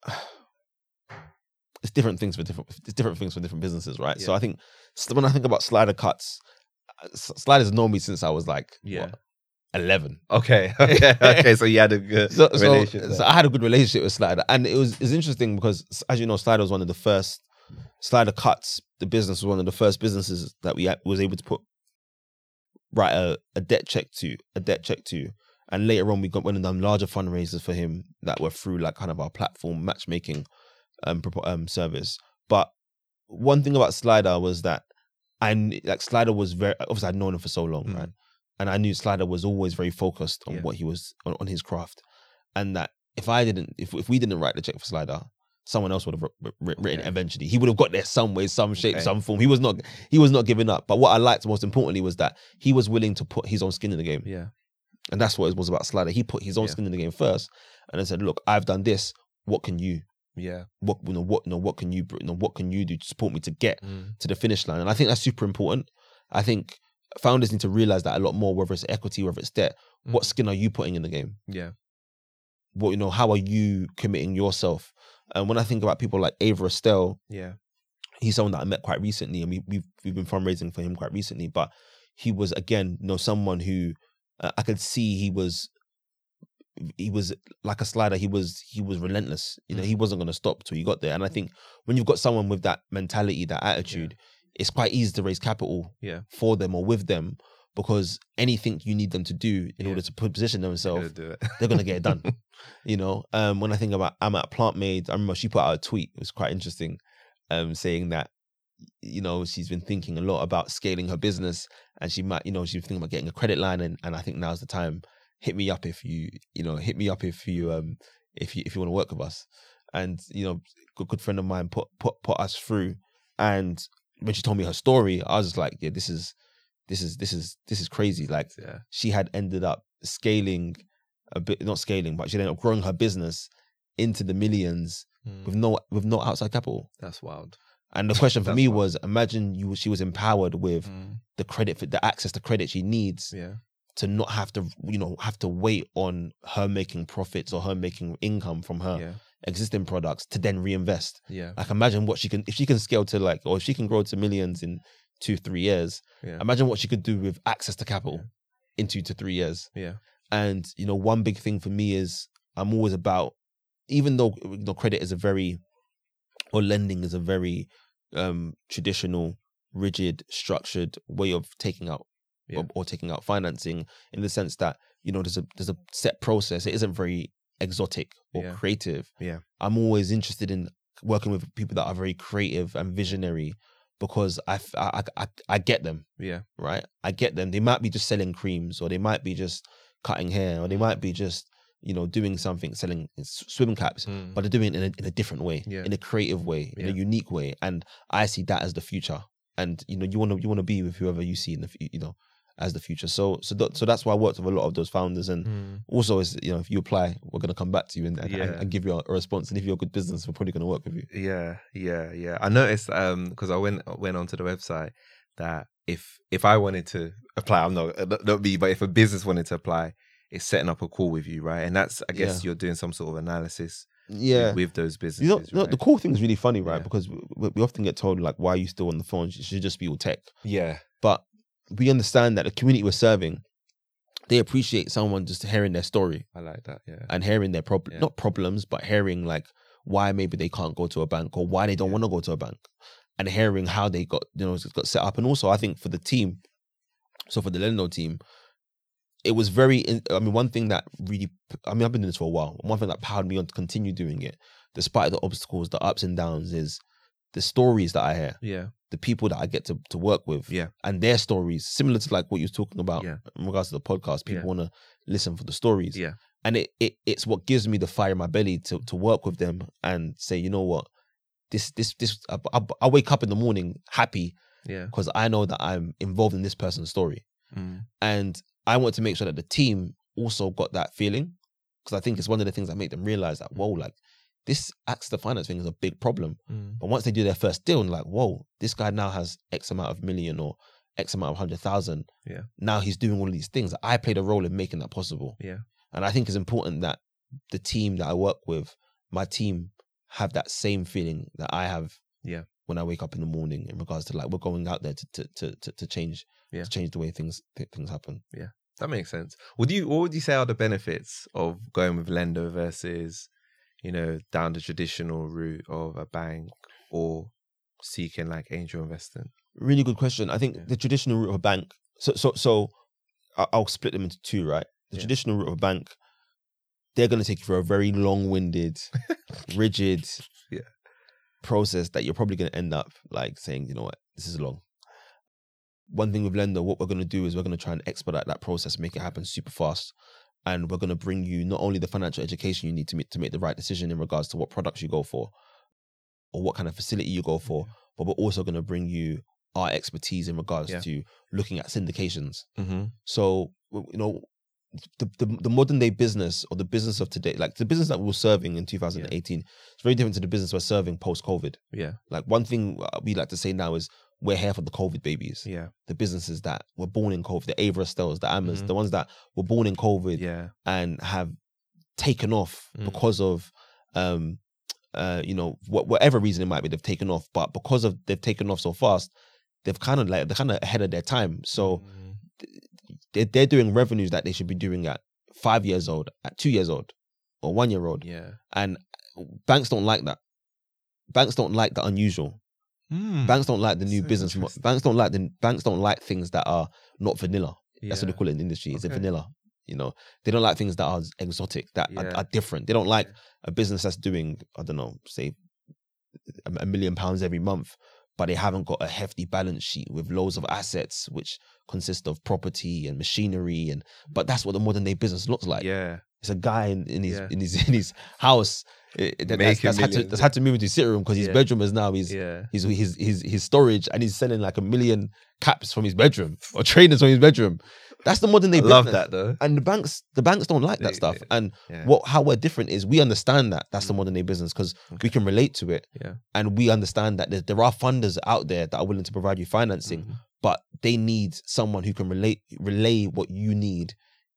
Speaker 1: <sighs> it's different things for different it's different things for different businesses, right? So
Speaker 2: Yeah.
Speaker 1: I think s- when I think about slider cuts, uh, s- sliders know me since I was like what,
Speaker 2: Yeah.
Speaker 1: eleven.
Speaker 2: <laughs> <laughs> Okay. Okay. okay. So you had a good
Speaker 1: So, so,
Speaker 2: relationship.
Speaker 1: so I had a good relationship with Slider, and it was it's interesting because, s- as you know, Slider was one of the first Slider cuts. The business was one of the first businesses that we a- was able to put right a, a debt check to a debt check to, and later on we got one of them larger fundraisers for him that were through like kind of our platform matchmaking um, propo- um service. But one thing about Slider was that I kn- like Slider was very obviously I'd known him for so long,
Speaker 2: Mm.
Speaker 1: right? And I knew Slider was always very focused on
Speaker 2: Yeah.
Speaker 1: what he was on, on his craft, and that if I didn't, if if we didn't write the check for Slider, someone else would have wr- wr- written
Speaker 2: Okay.
Speaker 1: it eventually. He would have got there some way, some shape,
Speaker 2: Okay.
Speaker 1: some form. He was not he was not giving up. But what I liked most importantly was that he was willing to put his own skin in the game,
Speaker 2: yeah.
Speaker 1: and that's what it was about Slider. He put his own
Speaker 2: Yeah.
Speaker 1: skin in the game first, and then said, "Look, I've done this. What can you?"
Speaker 2: Yeah.
Speaker 1: What you know, what you know, what can you br- you know, what can you do to support me to get
Speaker 2: Mm.
Speaker 1: to the finish line. And I think that's super important. I think founders need to realize that a lot more, whether it's equity, whether it's debt, what
Speaker 2: Mm.
Speaker 1: skin are you putting in the game?
Speaker 2: Yeah.
Speaker 1: What you know, how are you committing yourself? And when I think about people like Ava Estelle,
Speaker 2: Yeah.
Speaker 1: he's someone that I met quite recently, and we, we've we've been fundraising for him quite recently. But he was again, you know, someone who uh, I could see he was he was like a slider. He was he was relentless. You know,
Speaker 2: Mm.
Speaker 1: he wasn't going to stop till he got there. And I think when you've got someone with that mentality, that attitude, it's quite easy to raise capital
Speaker 2: Yeah.
Speaker 1: for them or with them because anything you need them to do in
Speaker 2: Yeah.
Speaker 1: order to po- position
Speaker 2: Gotta
Speaker 1: themselves,
Speaker 2: do it. <laughs>
Speaker 1: they're gonna get it done. you know, um, when I think about I'm at Plant Made, I remember she put out a tweet. It was quite interesting, um, saying that you know she's been thinking a lot about scaling her business, and she might you know she's thinking about getting a credit line, and, and I think now's the time. Hit me up if you you know hit me up if you um if you if you want to work with us, and you know good good friend of mine put put put us through, and when she told me her story, I was just like yeah this is this is this is this is crazy like
Speaker 2: yeah.
Speaker 1: she had ended up scaling a bit not scaling but she ended up growing her business into the millions
Speaker 2: Mm.
Speaker 1: with no with no outside capital
Speaker 2: That's wild. <laughs>
Speaker 1: and the question for
Speaker 2: That's
Speaker 1: me
Speaker 2: wild.
Speaker 1: was imagine you she was empowered with
Speaker 2: Mm.
Speaker 1: the credit for the access to credit she needs
Speaker 2: Yeah.
Speaker 1: to not have to you know have to wait on her making profits or her making income from her
Speaker 2: Yeah.
Speaker 1: existing products to then reinvest
Speaker 2: Yeah.
Speaker 1: like imagine what she can if she can scale to like or if she can grow to millions in two three years
Speaker 2: Yeah.
Speaker 1: imagine what she could do with access to capital in two to three years
Speaker 2: Yeah.
Speaker 1: and you know, one big thing for me is I'm always about, even though you know, credit is a very, or lending is a very um, traditional, rigid, structured way of taking out
Speaker 2: Yeah.
Speaker 1: or, or taking out financing in the sense that you know there's a there's a set process. It isn't very exotic or
Speaker 2: Yeah.
Speaker 1: creative.
Speaker 2: Yeah.
Speaker 1: I'm always interested in working with people that are very creative and visionary because I f- I- I- I- I get them
Speaker 2: Yeah.
Speaker 1: right? I get them. They might be just selling creams, or they might be just cutting hair, or they might be just you know doing something, selling s- swim caps,
Speaker 2: Mm.
Speaker 1: but they're doing it in a, in a different way,
Speaker 2: Yeah.
Speaker 1: in a creative way, in
Speaker 2: Yeah.
Speaker 1: a unique way. And I see that as the future. And you know, you want to you want to be with whoever you see in the fu- you know as the future. So so that, so that's why I worked with a lot of those founders and.
Speaker 2: Mm.
Speaker 1: Also, is you know if you apply, we're gonna come back to you and, and, and,
Speaker 2: Yeah.
Speaker 1: and give you a response. And if you're a good business, we're probably gonna work with you.
Speaker 2: Yeah, yeah, yeah. I noticed um because I went went onto the website that if if I wanted to apply, I'm not uh, not- not me, but if a business wanted to apply, it's setting up a call with you, right? And that's I guess you're doing some sort of analysis with-
Speaker 1: Yeah,
Speaker 2: with, those businesses.
Speaker 1: you know, you know, the
Speaker 2: right?
Speaker 1: cool thing is really funny, right?
Speaker 2: Yeah.
Speaker 1: Because we, we often get told like, why are you still on the phone? You should just be all tech.
Speaker 2: yeah,
Speaker 1: but we understand that the community we're serving they appreciate someone just hearing their story
Speaker 2: I like that. Yeah,
Speaker 1: and hearing their problem
Speaker 2: Yeah.
Speaker 1: not problems but hearing like why maybe they can't go to a bank or why they don't want to go to a bank and hearing how they got you know got set up and also i think for the team so for the lendo team it was very in- i mean one thing that really i mean i've been doing this for a while one thing that powered me on to continue doing it despite the obstacles the ups and downs is the stories that i hear
Speaker 2: yeah,
Speaker 1: the people that I get to, to work with
Speaker 2: Yeah.
Speaker 1: and their stories, similar to like what you was talking about
Speaker 2: Yeah.
Speaker 1: in regards to the podcast. People
Speaker 2: Yeah.
Speaker 1: want to listen for the stories.
Speaker 2: Yeah.
Speaker 1: And it, it it's what gives me the fire in my belly to to work with them and say, you know what, this this this I, I, I wake up in the morning happy
Speaker 2: yeah.
Speaker 1: because I know that I'm involved in this person's story.
Speaker 2: Mm.
Speaker 1: And I want to make sure that the team also got that feeling because I think it's one of the things that make them realize that, whoa, like this access to finance thing is a big problem.
Speaker 2: Mm.
Speaker 1: But once they do their first deal, and like, whoa, this guy now has X amount of million or X amount of hundred thousand.
Speaker 2: Yeah.
Speaker 1: Now he's doing all these things. I played a role in making that possible.
Speaker 2: Yeah.
Speaker 1: And I think it's important that the team that I work with, my team, have that same feeling that I have
Speaker 2: Yeah.
Speaker 1: when I wake up in the morning in regards to like we're going out there to to to to, to change
Speaker 2: Yeah.
Speaker 1: to change the way things th- things happen.
Speaker 2: That makes sense. Would you what would you say are the benefits of going with lender versus, you know, down the traditional route of a bank or seeking like angel investing?
Speaker 1: Really good question. I think
Speaker 2: Yeah.
Speaker 1: the traditional route of a bank. So so so I- I'll split them into two. Right, the
Speaker 2: Yeah.
Speaker 1: traditional route of a bank, they're going to take you through a very
Speaker 2: <laughs>
Speaker 1: long-winded, rigid,
Speaker 2: Yeah.
Speaker 1: process that you're probably going to end up like saying, you know what, this is long. One thing with lender, what we're going to do is we're going to try and expedite that process, make it happen super fast. And we're going to bring you not only the financial education you need to make, to make the right decision in regards to what products you go for or what kind of facility you go for, but we're also going to bring you our expertise in regards
Speaker 2: Yeah.
Speaker 1: to looking at syndications.
Speaker 2: Mm-hmm.
Speaker 1: So w- you know, the, the the modern day business or the business of today, like the business that we were serving in 2018, it's very different to the business we're serving post COVID.
Speaker 2: Yeah.
Speaker 1: Like one thing uh, we like to say now is we're here for the COVID babies,
Speaker 2: Yeah.
Speaker 1: the businesses that were born in COVID, the Averastels, the Amers,
Speaker 2: Mhm.
Speaker 1: the ones that were born in COVID
Speaker 2: Yeah.
Speaker 1: and have taken off
Speaker 2: Mm.
Speaker 1: because of um uh you know wh- whatever reason it might be they've taken off but because of they've taken off so fast they've kind of like they're kind of ahead of their time so
Speaker 2: Mm.
Speaker 1: they're, they're doing revenues that they should be doing at five years old, at two years old, or one year old.
Speaker 2: yeah.
Speaker 1: And banks don't like that. Banks don't like the unusual. Banks don't like the new
Speaker 2: Mm. So
Speaker 1: business. Mo-
Speaker 2: interesting.
Speaker 1: banks don't like the banks don't like things that are not vanilla. That's what they
Speaker 2: Yeah.
Speaker 1: call it in the industry. It's a
Speaker 2: Okay.
Speaker 1: vanilla. You know, they don't like things that are exotic, that
Speaker 2: Yeah.
Speaker 1: are, are different. They don't like a
Speaker 2: Yeah.
Speaker 1: business that's doing, I don't know, say a a million pounds every month, but they haven't got a hefty balance sheet with loads of assets, which consist of property and machinery. And but that's what the modern day business looks like.
Speaker 2: yeah.
Speaker 1: It's a guy in, in his
Speaker 2: Yeah.
Speaker 1: in his <laughs> in his house eh, that- that's,
Speaker 2: Making
Speaker 1: that's had to,
Speaker 2: millions.
Speaker 1: that's had to move into his sitting room because his
Speaker 2: Yeah.
Speaker 1: bedroom is now his
Speaker 2: Yeah.
Speaker 1: his his his his storage and he's selling like a million caps from his bedroom or trainers from his bedroom. That's the modern day.
Speaker 2: I love
Speaker 1: business.
Speaker 2: that though.
Speaker 1: And the banks, the banks don't like that
Speaker 2: They-
Speaker 1: stuff.
Speaker 2: yeah.
Speaker 1: And
Speaker 2: Yeah.
Speaker 1: what how we're different is we understand that that's the
Speaker 2: Mm.
Speaker 1: modern day business because
Speaker 2: Okay.
Speaker 1: we can relate to it.
Speaker 2: Yeah.
Speaker 1: And we understand that there, there are funders out there that are willing to provide you financing,
Speaker 2: Mhm.
Speaker 1: but they need someone who can relate relay what you need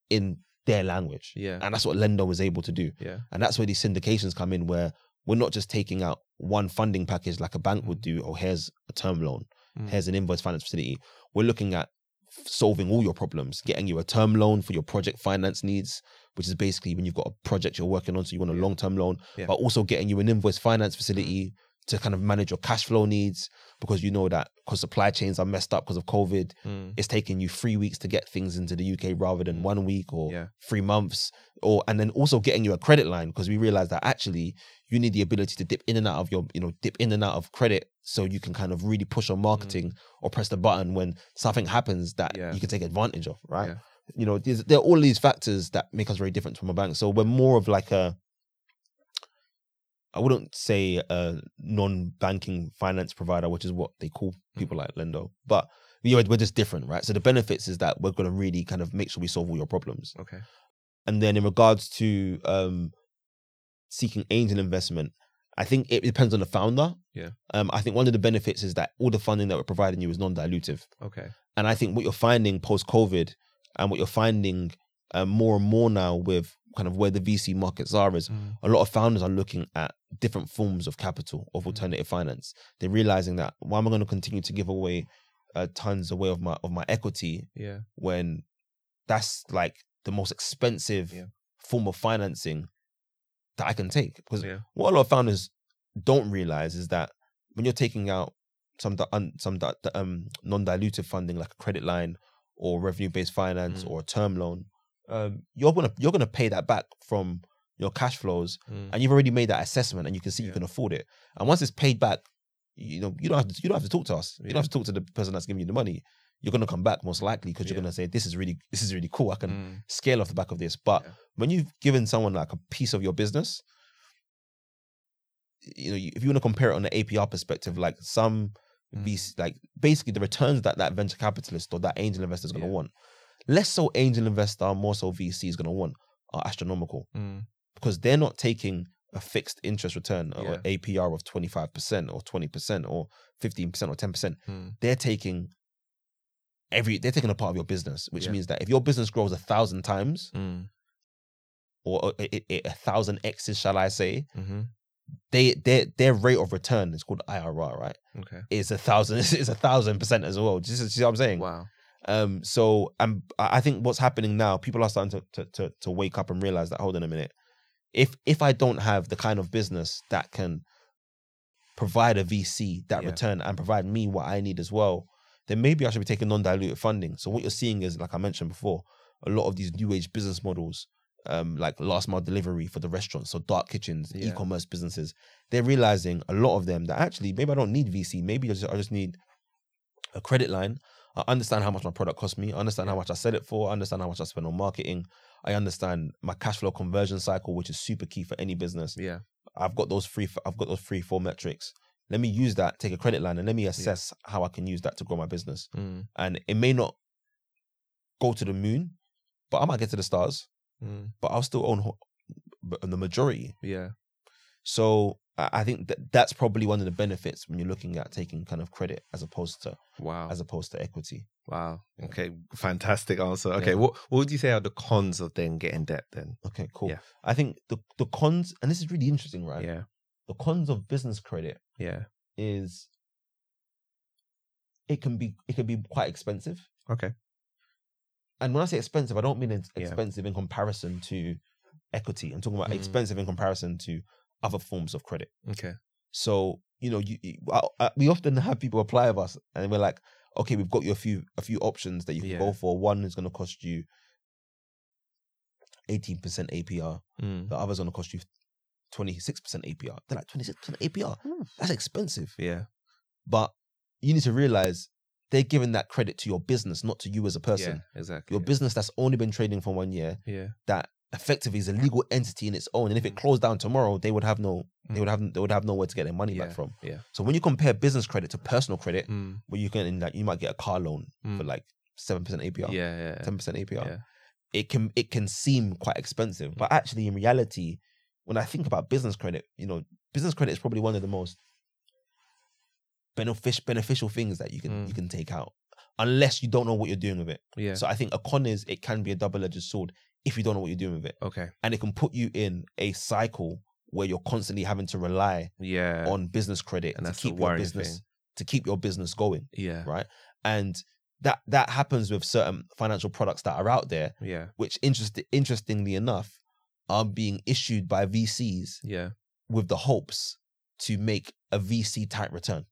Speaker 1: in their language.
Speaker 2: Yeah.
Speaker 1: And that's what Lendo was able to do.
Speaker 2: Yeah.
Speaker 1: And that's where these syndications come in, where we're not just taking out one funding package like a bank would do, or here's a term loan,
Speaker 2: Mm.
Speaker 1: here's an invoice finance facility. We're looking at f- solving all your problems, getting you a term loan for your project finance needs, which is basically when you've got a project you're working on, so you want a long term loan,
Speaker 2: Yeah. Hmm.
Speaker 1: but also getting you an invoice finance facility to kind of manage your cash flow needs because you know that because supply chains are messed up because of COVID,
Speaker 2: Mm.
Speaker 1: it's taking you three weeks to get things into the UK rather than one week or
Speaker 2: Yeah.
Speaker 1: three months, or and then also getting you a credit line because we realized that actually you need the ability to dip in and out of your, you know, dip in and out of credit so you can kind of really push
Speaker 2: Mm.
Speaker 1: on marketing or press the button when something happens that
Speaker 2: Yeah.
Speaker 1: you can take advantage of, right?
Speaker 2: Yeah.
Speaker 1: You know, there's, there are all these factors that make us very different from a bank. So we're more of like a, I wouldn't say a non-banking finance provider, which is what they call
Speaker 2: Hmm.
Speaker 1: people like Lendo, but you know, we're just different, right? So the benefits is that we're going to really kind of make sure we solve all your problems.
Speaker 2: Okay.
Speaker 1: And then in regards to um, seeking angel investment, I think it depends on the founder.
Speaker 2: Yeah.
Speaker 1: Um, I think one of the benefits is that all the funding that we're providing you is non-dilutive,
Speaker 2: Okay.
Speaker 1: and I think what you're finding post-COVID and what you're finding uh, more and more now with kind of where the VC markets are is
Speaker 2: Mm.
Speaker 1: a lot of founders are looking at different forms of capital of alternative finance. They're realizing that why am I going to continue to give away uh, tons away of my of my equity
Speaker 2: Yeah.
Speaker 1: when that's like the most expensive
Speaker 2: Yeah.
Speaker 1: form of financing that I can take. Because
Speaker 2: Yeah.
Speaker 1: what a lot of founders don't realize is that when you're taking out some di- un, some di- di- um, non-dilutive funding like a credit line or revenue-based finance
Speaker 2: Mm.
Speaker 1: or a term loan, um, you're gonna you're gonna pay that back from your cash flows,
Speaker 2: Mm.
Speaker 1: Mm-hmm. and you've already made that assessment, and you can see you
Speaker 2: Yeah.
Speaker 1: can afford it. And once it's paid back, you know you don't have to, you don't have to talk to us. You
Speaker 2: Yeah.
Speaker 1: don't have to talk to the person that's giving you the money. You're gonna come back most likely because you're
Speaker 2: Yeah.
Speaker 1: gonna say this is really this is really cool. I can
Speaker 2: Mm.
Speaker 1: scale off the back of this. But
Speaker 2: Yeah.
Speaker 1: when you've given someone like a piece of your business, you know, you- if you want to compare it on the APR perspective, like some
Speaker 2: Mm.
Speaker 1: VC, like basically the returns that that venture capitalist or that angel investor is going to
Speaker 2: Yeah.
Speaker 1: want, less so angel investor, more so VC is going to want are astronomical
Speaker 2: Mm.
Speaker 1: because they're not taking a fixed interest return or
Speaker 2: Yeah.
Speaker 1: APR of 25% or 20% or 15% or 10%.
Speaker 2: Mm.
Speaker 1: They're taking every, they're taking a part of your business, which
Speaker 2: Yeah.
Speaker 1: means that if your business grows a thousand times,
Speaker 2: Mm.
Speaker 1: or a, a, a- a thousand X's, shall I say,
Speaker 2: Mhm.
Speaker 1: they their their rate of return is called IRR, right?
Speaker 2: Okay.
Speaker 1: Is a thousand <laughs> is a thousand percent as well. Do you see see what I'm saying?
Speaker 2: Wow.
Speaker 1: Um, so um, I I think what's happening now, people are starting to, to to to wake up and realize that hold on a minute, if if I don't have the kind of business that can provide a VC that
Speaker 2: Yeah.
Speaker 1: return and provide me what I need as well, then maybe I should be taking non-diluted funding. So what you're seeing is, like I mentioned before, a lot of these new age business models, um, like last mile delivery for the restaurants, so dark kitchens,
Speaker 2: Yeah.
Speaker 1: e-commerce businesses, they're realizing a lot of them that actually maybe I don't need VC, maybe I just, I just need a credit line. I understand how much my product cost me. I understand how much I sell it for. I understand how much I spend on marketing. I understand my cash flow conversion cycle, which is super key for any business.
Speaker 2: Yeah.
Speaker 1: I've got those three. I've got those three, four metrics. Let me use that, take a credit line, and let me assess how I can use that to grow my business.
Speaker 2: Mm.
Speaker 1: And it may not go to the moon, but I might get to the stars.
Speaker 2: Mm.
Speaker 1: But I'll still own ho- b- the majority.
Speaker 2: Yeah.
Speaker 1: So I I think that that's probably one of the benefits when you're looking at taking kind of credit as opposed to
Speaker 2: Wow.
Speaker 1: as opposed to equity.
Speaker 2: wow.
Speaker 1: Yeah.
Speaker 2: Okay. Fantastic answer. Okay.
Speaker 1: Yeah.
Speaker 2: What What would you say are the cons of then getting debt? Then.
Speaker 1: Okay, cool.
Speaker 2: Yeah.
Speaker 1: I think the the cons, and this is really interesting, right?
Speaker 2: Yeah.
Speaker 1: The cons of business credit
Speaker 2: Yeah.
Speaker 1: is it can be it can be quite expensive.
Speaker 2: Okay.
Speaker 1: And when I say expensive, I don't mean it's
Speaker 2: Yeah.
Speaker 1: expensive in comparison to equity. I'm talking about
Speaker 2: Mm.
Speaker 1: expensive in comparison to other forms of credit.
Speaker 2: Okay.
Speaker 1: So you know, you, you I, I, we often have people apply with us, and we're like, okay, we've got you a few a few options that you can
Speaker 2: Yeah.
Speaker 1: go for. One is going to cost you eighteen percent APR.
Speaker 2: Mm.
Speaker 1: The other's going to cost you twenty six percent APR. They're like twenty six percent APR.
Speaker 5: Hmm.
Speaker 1: That's expensive.
Speaker 2: Yeah.
Speaker 1: But you need to realize they're giving that credit to your business, not to you as a person.
Speaker 2: Yeah. Exactly.
Speaker 1: Your business that's only been trading for one year,
Speaker 2: Yeah.
Speaker 1: that effectively is a legal entity in its own. And
Speaker 2: Hmm.
Speaker 1: if it closed down tomorrow, they would have no, they would have, they would have nowhere to get their money
Speaker 2: Yeah.
Speaker 1: back from.
Speaker 2: Yeah.
Speaker 1: So when you compare business credit to personal credit,
Speaker 2: Mm.
Speaker 1: where you can like you might get a car loan for
Speaker 2: Mm.
Speaker 1: like seven percent APR,
Speaker 2: Yeah. Yeah.
Speaker 1: ten percent APR,
Speaker 2: Yeah.
Speaker 1: it can it can seem quite expensive, but actually in reality, when I think about business credit, you know, business credit is probably one of the most benefic- beneficial things that you can
Speaker 2: Mm.
Speaker 1: you can take out, unless you don't know what you're doing with it.
Speaker 2: Yeah.
Speaker 1: So I think a con is it can be a double edged sword if you don't know what you're doing with it,
Speaker 2: okay.
Speaker 1: and it can put you in a cycle where you're constantly having to rely
Speaker 2: Yeah.
Speaker 1: on business credit
Speaker 2: and
Speaker 1: to
Speaker 2: that's the
Speaker 1: keep your
Speaker 2: worrying
Speaker 1: business
Speaker 2: thing.
Speaker 1: to keep your business going,
Speaker 2: Yeah.
Speaker 1: right? And that that happens with certain financial products that are out there
Speaker 2: Yeah.
Speaker 1: which interest, interestingly enough are being issued by VCs
Speaker 2: Yeah.
Speaker 1: with the hopes to make a VC type return,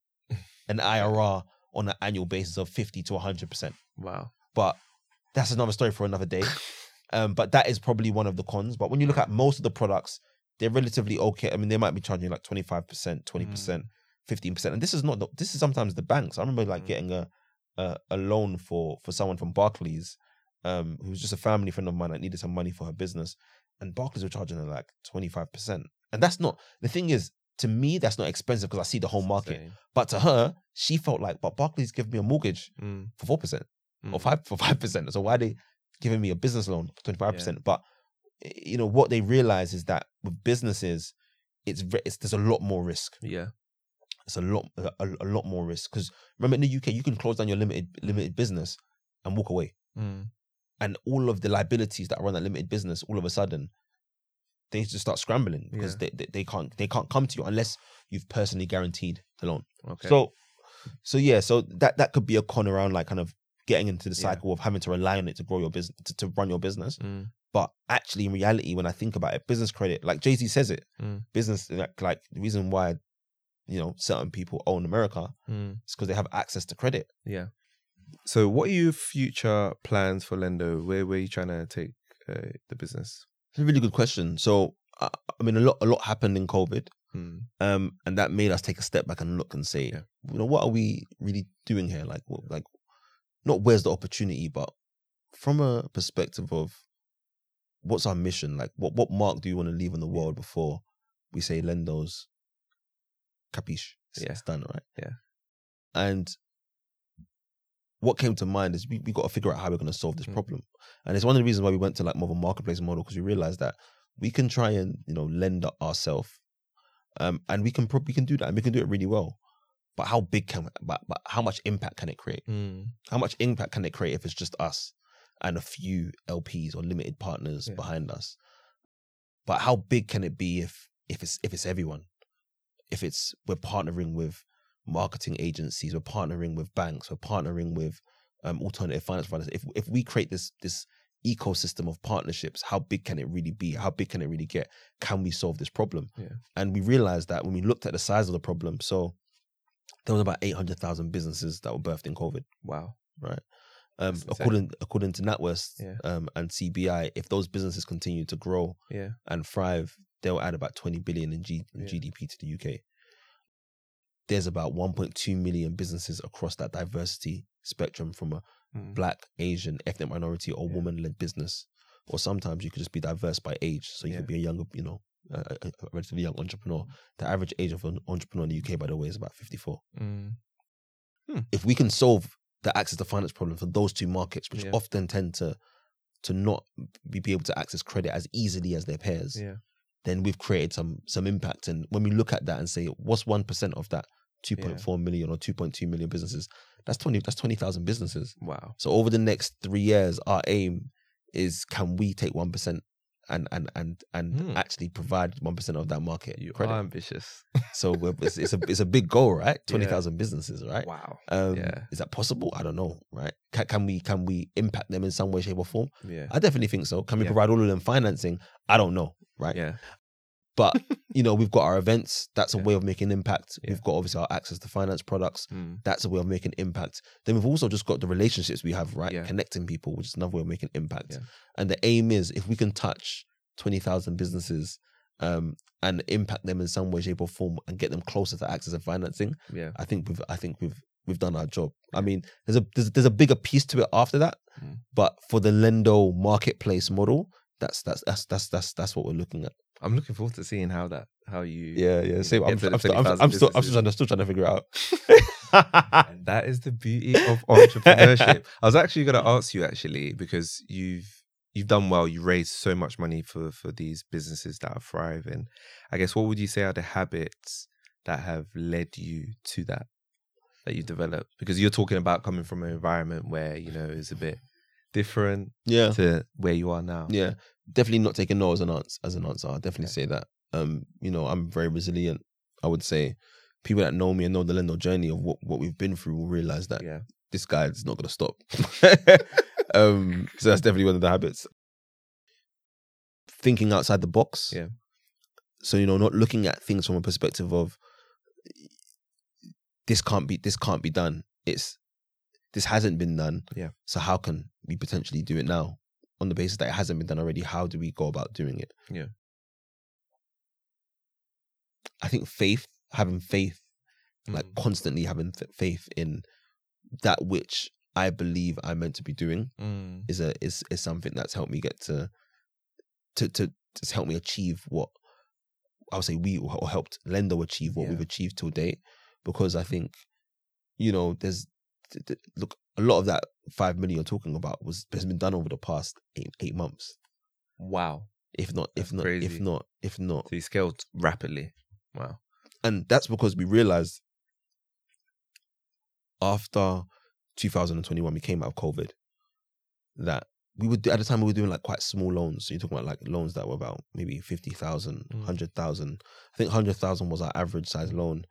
Speaker 1: an IRR on an annual basis of 50 to 100%.
Speaker 2: Wow.
Speaker 1: But that's another story for another day. Um, but that is probably one of the cons. But when you look at most of the products, they're relatively okay. I mean, they might be charging like 25%, 20%, 15%. And this is not, the, this is sometimes the banks. I remember like
Speaker 2: Mm.
Speaker 1: getting a, a, a loan for, for someone from Barclays, um, who was just a family friend of mine that needed some money for her business. And Barclays were charging her like 25%. And that's not, the thing is, to me, that's not expensive because I see the whole market.
Speaker 2: Insane.
Speaker 1: But to her, she felt like, but Barclays give me a mortgage
Speaker 2: Mm.
Speaker 1: for four percent or
Speaker 2: Mm.
Speaker 1: five for five percent. So why are they giving me a business loan for twenty five percent? But eh, you know what they realize is that with businesses, it's, ve- it's there's a lot more risk.
Speaker 2: Yeah.
Speaker 1: It's a lot a, a- a lot more risk because remember in the UK you can close down your limited limited business and walk away,
Speaker 2: Mm.
Speaker 1: and all of the liabilities that are on that limited business all of a sudden. They just start scrambling because
Speaker 2: Yeah.
Speaker 1: they, they, they can't they can't come to you unless you've personally guaranteed the loan.
Speaker 2: Okay.
Speaker 1: So, so yeah, so that that could be a con around like kind of getting into the
Speaker 2: Yeah.
Speaker 1: cycle of having to rely on it to grow your business to, to run your business.
Speaker 2: Mm.
Speaker 1: But actually, in reality, when I think about it, business credit, like Jay Z says it,
Speaker 2: Mm.
Speaker 1: business like, like the reason why you know certain people own America
Speaker 2: Mm.
Speaker 1: is because they have access to credit.
Speaker 2: So, what are your future plans for Lendo? Where where are you trying to take uh, the business?
Speaker 1: It's a really good question. So I, I mean, a lot a lot happened in COVID.
Speaker 2: Mm.
Speaker 1: um, and that made us take a step back and look and say,
Speaker 2: Yeah.
Speaker 1: you know, what are we really doing here? Like, what, like, not where's the opportunity, but from a perspective of what's our mission? Like, what what mark do you want to leave on the world before we say Lendo's capiche? It's,
Speaker 2: Yeah.
Speaker 1: it's done, right?
Speaker 2: Yeah.
Speaker 1: And what came to mind is we we got to figure out how we're going to solve this
Speaker 2: Mm.
Speaker 1: problem, and it's one of the reasons why we went to like more of a marketplace model because we realized that we can try and you know lend ourselves um, and we can probably can do that, and we can do it really well. But how big can, but, but how much impact can it create?
Speaker 2: Mm.
Speaker 1: How much impact can it create if it's just us and a few LPs or limited partners
Speaker 2: Yeah.
Speaker 1: behind us? But how big can it be if if it's if it's everyone? if it's we're partnering with marketing agencies, we're partnering with banks, we're partnering with um, alternative finance providers. If if we create this this ecosystem of partnerships, how big can it really be? How big can it really get? Can we solve this problem?
Speaker 2: Yeah.
Speaker 1: And we realized that when we looked at the size of the problem, so there was about eight hundred thousand businesses that were birthed in COVID
Speaker 2: Wow.
Speaker 1: right? Um,
Speaker 2: That's insane.
Speaker 1: according according to NatWest
Speaker 2: Yeah.
Speaker 1: um, and CBI, if those businesses continue to grow
Speaker 2: Yeah.
Speaker 1: and thrive, they'll add about 20 billion in, G- in
Speaker 2: Yeah.
Speaker 1: GDP to the UK. There's about 1.2 million businesses across that diversity spectrum from a
Speaker 2: Mm.
Speaker 1: black, Asian, ethnic minority, or
Speaker 2: Yeah.
Speaker 1: woman led business. Or sometimes you could just be diverse by age. So you
Speaker 2: Yeah.
Speaker 1: could be a younger, you know, a, a- a relatively young entrepreneur. The average age of an entrepreneur in the UK, by the way, is about 54
Speaker 2: Mm.
Speaker 1: if we can solve the access to finance problem for those two markets, which
Speaker 2: Yeah.
Speaker 1: often tend to to not be, be able to access credit as easily as their peers,
Speaker 2: Yeah.
Speaker 1: then we've created some some impact. And when we look at that and say, what's one percent of that two point four million or two point two million businesses? That's twenty. That's twenty thousand businesses.
Speaker 2: Wow.
Speaker 1: So over the next three years, our aim is can we take one percent and and and and
Speaker 2: Hmm.
Speaker 1: actually provide one percent of that market
Speaker 2: You
Speaker 1: credit.
Speaker 2: are ambitious.
Speaker 1: So we're, it's, it's a it's a big goal,
Speaker 2: <laughs>
Speaker 1: right? Twenty thousand businesses, right?
Speaker 2: Wow.
Speaker 1: Um,
Speaker 2: Yeah.
Speaker 1: Is that possible? I don't know, right? Can, can we can we impact them in some way, shape, or form?
Speaker 2: Yeah.
Speaker 1: I definitely think so. Can we
Speaker 2: Yeah.
Speaker 1: provide all of them financing? I don't know, right?
Speaker 2: Yeah. <laughs>
Speaker 1: But you know, we've got our events. That's a
Speaker 2: Yeah.
Speaker 1: way of making impact.
Speaker 2: Yeah.
Speaker 1: We've got obviously our access to finance products.
Speaker 2: Mm.
Speaker 1: That's a way of making impact. Then we've also just got the relationships we have, right?
Speaker 2: Yeah.
Speaker 1: Connecting people, which is another way of making impact.
Speaker 2: Yeah.
Speaker 1: And the aim is if we can touch twenty thousand businesses um, and impact them in some way, shape, or form, and get them closer to access to financing,
Speaker 2: Yeah.
Speaker 1: I think we've I think we've we've done our job. I mean, there's a there's, there's a bigger piece to it after that,
Speaker 2: Mm.
Speaker 1: but for the Lendo marketplace model, that's that's that's that's that's that's what we're looking at.
Speaker 2: I'm looking forward to seeing how that how you
Speaker 1: yeah.
Speaker 2: same. I'm- I'm still- I'm- I'm still- I'm still-
Speaker 1: trying to figure it out.
Speaker 2: And that is the beauty
Speaker 1: <laughs>
Speaker 2: of entrepreneurship. I was actually going to ask you actually because you've you've done well. You raised so much money for for these businesses that are thriving. I guess what would you say are the habits that have led you to that that you developed? Because you're talking about coming from an environment where you know is a bit different
Speaker 1: yeah,
Speaker 2: to where you are now.
Speaker 1: yeah. Definitely not taking no as an answer. As an answer, I'll definitely say that. Um, you know, I'm very resilient. I would say people that know me and know the Lendo journey of what what we've been through will realize that
Speaker 2: yeah,
Speaker 1: this guy's not gonna stop. <laughs> um, so that's definitely one of the habits. Thinking outside the box.
Speaker 2: Yeah.
Speaker 1: So you know, not looking at things from a perspective of this can't be this can't be done. It's this hasn't been done.
Speaker 2: Yeah.
Speaker 1: So how can we potentially do it now on the basis that it hasn't been done already? How do we go about doing it?
Speaker 2: Yeah.
Speaker 1: I think faith, having faith like
Speaker 2: Mm.
Speaker 1: constantly having th- faith in that which I believe I'm meant to be doing
Speaker 2: Mm.
Speaker 1: is a is is something that's helped me get to to to to help me achieve what I would say we or or helped Lendo achieve what
Speaker 2: Yeah.
Speaker 1: we've achieved till date because I think you know there's th- th- look a lot of that five million you're talking about was has been done over the past eight eight months
Speaker 2: wow.
Speaker 1: if not
Speaker 2: That's
Speaker 1: if not
Speaker 2: crazy.
Speaker 1: if not if not
Speaker 2: So you scaled rapidly. Wow.
Speaker 1: and that's because we realized after 2021 we came out of covid that we would at the time we were doing like quite small loans so you're talking about like loans that were about maybe 50,000
Speaker 2: Mm.
Speaker 1: 100,000 i think 100,000 was our average size loan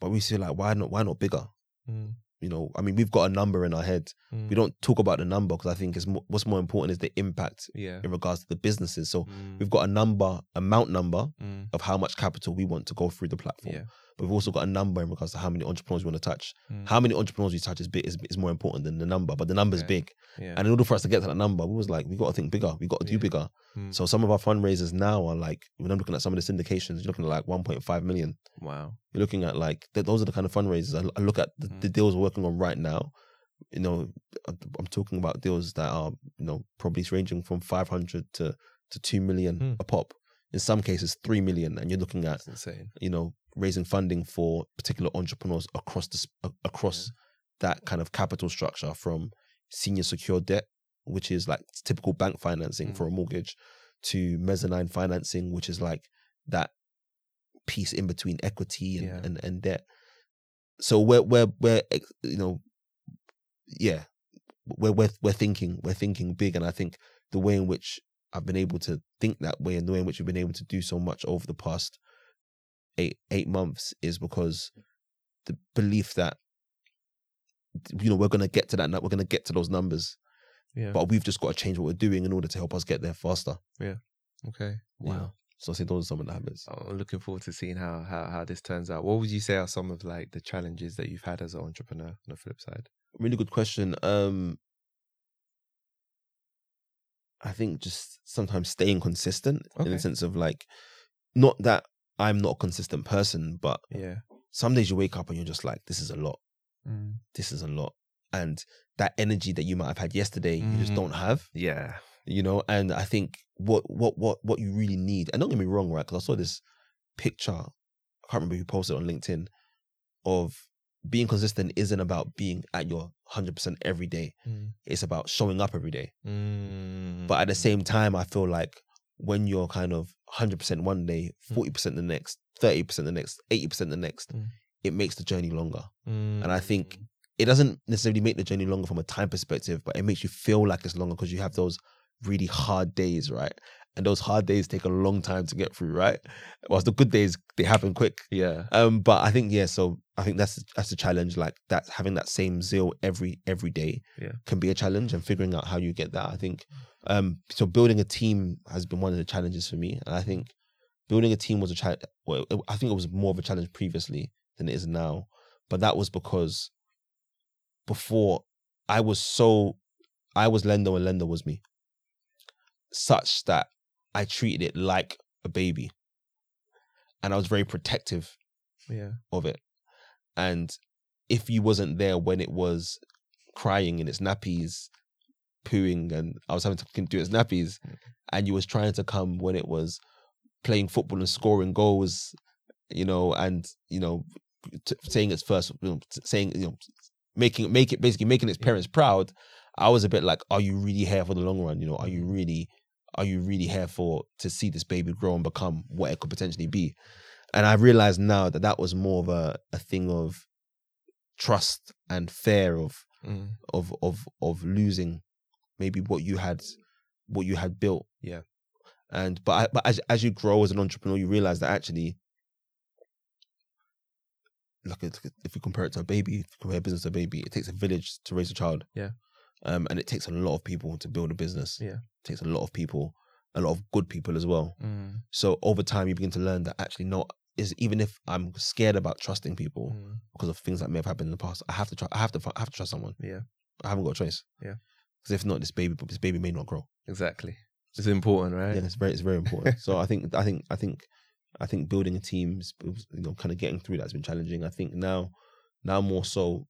Speaker 1: but we feel like why not why not bigger
Speaker 2: Mm.
Speaker 1: you know i mean we've got a number in our head we don't talk about the number because i think it's mo- what's more important is the impact
Speaker 2: Yeah.
Speaker 1: in regards to the businesses so
Speaker 2: Mm.
Speaker 1: we've got a number amount number
Speaker 2: Mm.
Speaker 1: of how much capital we want to go through the platform
Speaker 2: Yeah.
Speaker 1: but we've also got a number in regards to how many entrepreneurs we want to touch.
Speaker 2: Mm.
Speaker 1: How many entrepreneurs we touch is, big, is, is more important than the number, but the number's
Speaker 2: Yeah.
Speaker 1: big.
Speaker 2: Yeah.
Speaker 1: And in order for us to get to that number, we was like, we got to think bigger. We got to
Speaker 2: Yeah.
Speaker 1: do bigger.
Speaker 2: Mm.
Speaker 1: So some of our fundraisers now are like, when I'm looking at some of the syndications, you're looking at like 1.5 million.
Speaker 2: wow.
Speaker 1: You're looking at like, th- those are the kind of fundraisers I, I look at the,
Speaker 2: Hmm.
Speaker 1: the deals we're working on right now. You know, I'm- I'm talking about deals that are, you know, probably ranging from 500 to, to 2 million
Speaker 2: Mm.
Speaker 1: a pop. In some cases, 3 million. And you're looking at
Speaker 2: That's insane.
Speaker 1: you know raising funding for particular entrepreneurs across the s- a- across that kind of capital structure from senior secured debt which is like typical bank financing
Speaker 2: Mm.
Speaker 1: for a mortgage to mezzanine financing which is like that piece in between equity and
Speaker 2: Yeah.
Speaker 1: and, and debt so we're we're we're ex- you know yeah we're, we're we're thinking we're thinking big and i think the way in which i've been able to think that way and the way in which we've been able to do so much over the past eight eight months is because the belief that you know we're gonna get to that nu- we're gonna get to those numbers,
Speaker 2: Yeah.
Speaker 1: but we've just got to change what we're doing in order to help us get there faster.
Speaker 2: okay.
Speaker 1: you know? So I think those are some of the habits.
Speaker 2: I'm looking forward to seeing how, how how this turns out. What would you say are some of like the challenges that you've had as an entrepreneur on the flip side?
Speaker 1: really good question. Um, I think just sometimes staying consistent in
Speaker 2: Okay.
Speaker 1: the sense of like, not that I'm not a consistent person, but
Speaker 2: Yeah.
Speaker 1: some days you wake up and you're just like, this is a lot, this is a lot, and that energy that you might have had yesterday, you just
Speaker 2: Mhm.
Speaker 1: don't have,
Speaker 2: Yeah.
Speaker 1: you know. And I think what what what what you really need, and don't get me wrong, right? Because I saw this picture, I can't remember who posted it on LinkedIn, of being consistent isn't about being at your hundred percent every day
Speaker 2: Mm.
Speaker 1: it's about showing up every day. But at the same time, I feel like when you're kind of 100% one day,
Speaker 2: Mm.
Speaker 1: 40% the next, 30% the next, 80% the next,
Speaker 2: Mm.
Speaker 1: it makes the journey longer. and I think- It doesn't necessarily make the journey longer from a time perspective, but it makes you feel like it's longer because you have those really hard days, right? And those hard days take a long time to get through, right? Whilst the good days, they happen quick.
Speaker 2: yeah.
Speaker 1: Um, but I think yeah, so I think that's that's the challenge. Like that having that same zeal every every day
Speaker 2: Yeah.
Speaker 1: can be a challenge, and figuring out how you get that. I think um, so building a team has been one of the challenges for me, and I think building a team was a challenge. Well, it- I think it was more of a challenge previously than it is now, but that was because before I was so I was Lendo and Lendo was me, such that I treated it like a baby, and I was very protective
Speaker 2: Yeah.
Speaker 1: of it. And if you wasn't there when it was crying in its nappies, pooing, and I was having to fucking do its nappies, and you was trying to come when it was playing football and scoring goals, you know, and you know, t- saying its first, you know, t- saying you know, making make it basically making its parents proud. I was a bit like, are you really here for the long run? You know, are you really, are you really here for to see this baby grow and become what it could potentially be? And I realized now that that was more of a, a thing of trust and fear of
Speaker 2: Mm.
Speaker 1: of of of losing maybe what you had what you had built
Speaker 2: Yeah.
Speaker 1: and but I, but as as you grow as an entrepreneur you realize that actually look at, look at- if you compare it to a baby if you compare business to a baby it takes a village to raise a child
Speaker 2: Yeah.
Speaker 1: um and it takes a lot of people to build a business
Speaker 2: Yeah.
Speaker 1: it takes a lot of people a lot of good people as well
Speaker 2: Mm.
Speaker 1: so over time, you begin to learn that actually, no, is even if I'm scared about trusting people
Speaker 2: Mm.
Speaker 1: because of things that may have happened in the past, I have to try. I have to. fi- I have to trust someone.
Speaker 2: Yeah.
Speaker 1: I haven't got a choice.
Speaker 2: Yeah.
Speaker 1: because if not, this baby, this baby may not grow.
Speaker 2: Exactly. It's important, right?
Speaker 1: Yeah, it's very, it's very important. so I think, I think, I think, I think building a team, is- you know, kind of getting through that's been challenging. I think now, now more so,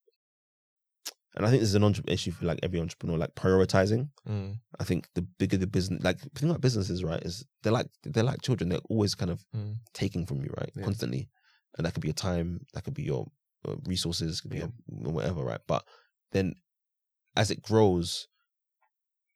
Speaker 1: and I think this is an entre- issue for like every entrepreneur, like prioritizing.
Speaker 2: Mm.
Speaker 1: I think the bigger the business, like the thing about businesses, right, is they're like they're like children. They're always kind of
Speaker 2: Mm.
Speaker 1: taking from you, right,
Speaker 2: Yeah.
Speaker 1: constantly, and that could be your time, that could be your uh, resources, could be
Speaker 2: Yeah.
Speaker 1: your mm, whatever, right. But then, as it grows,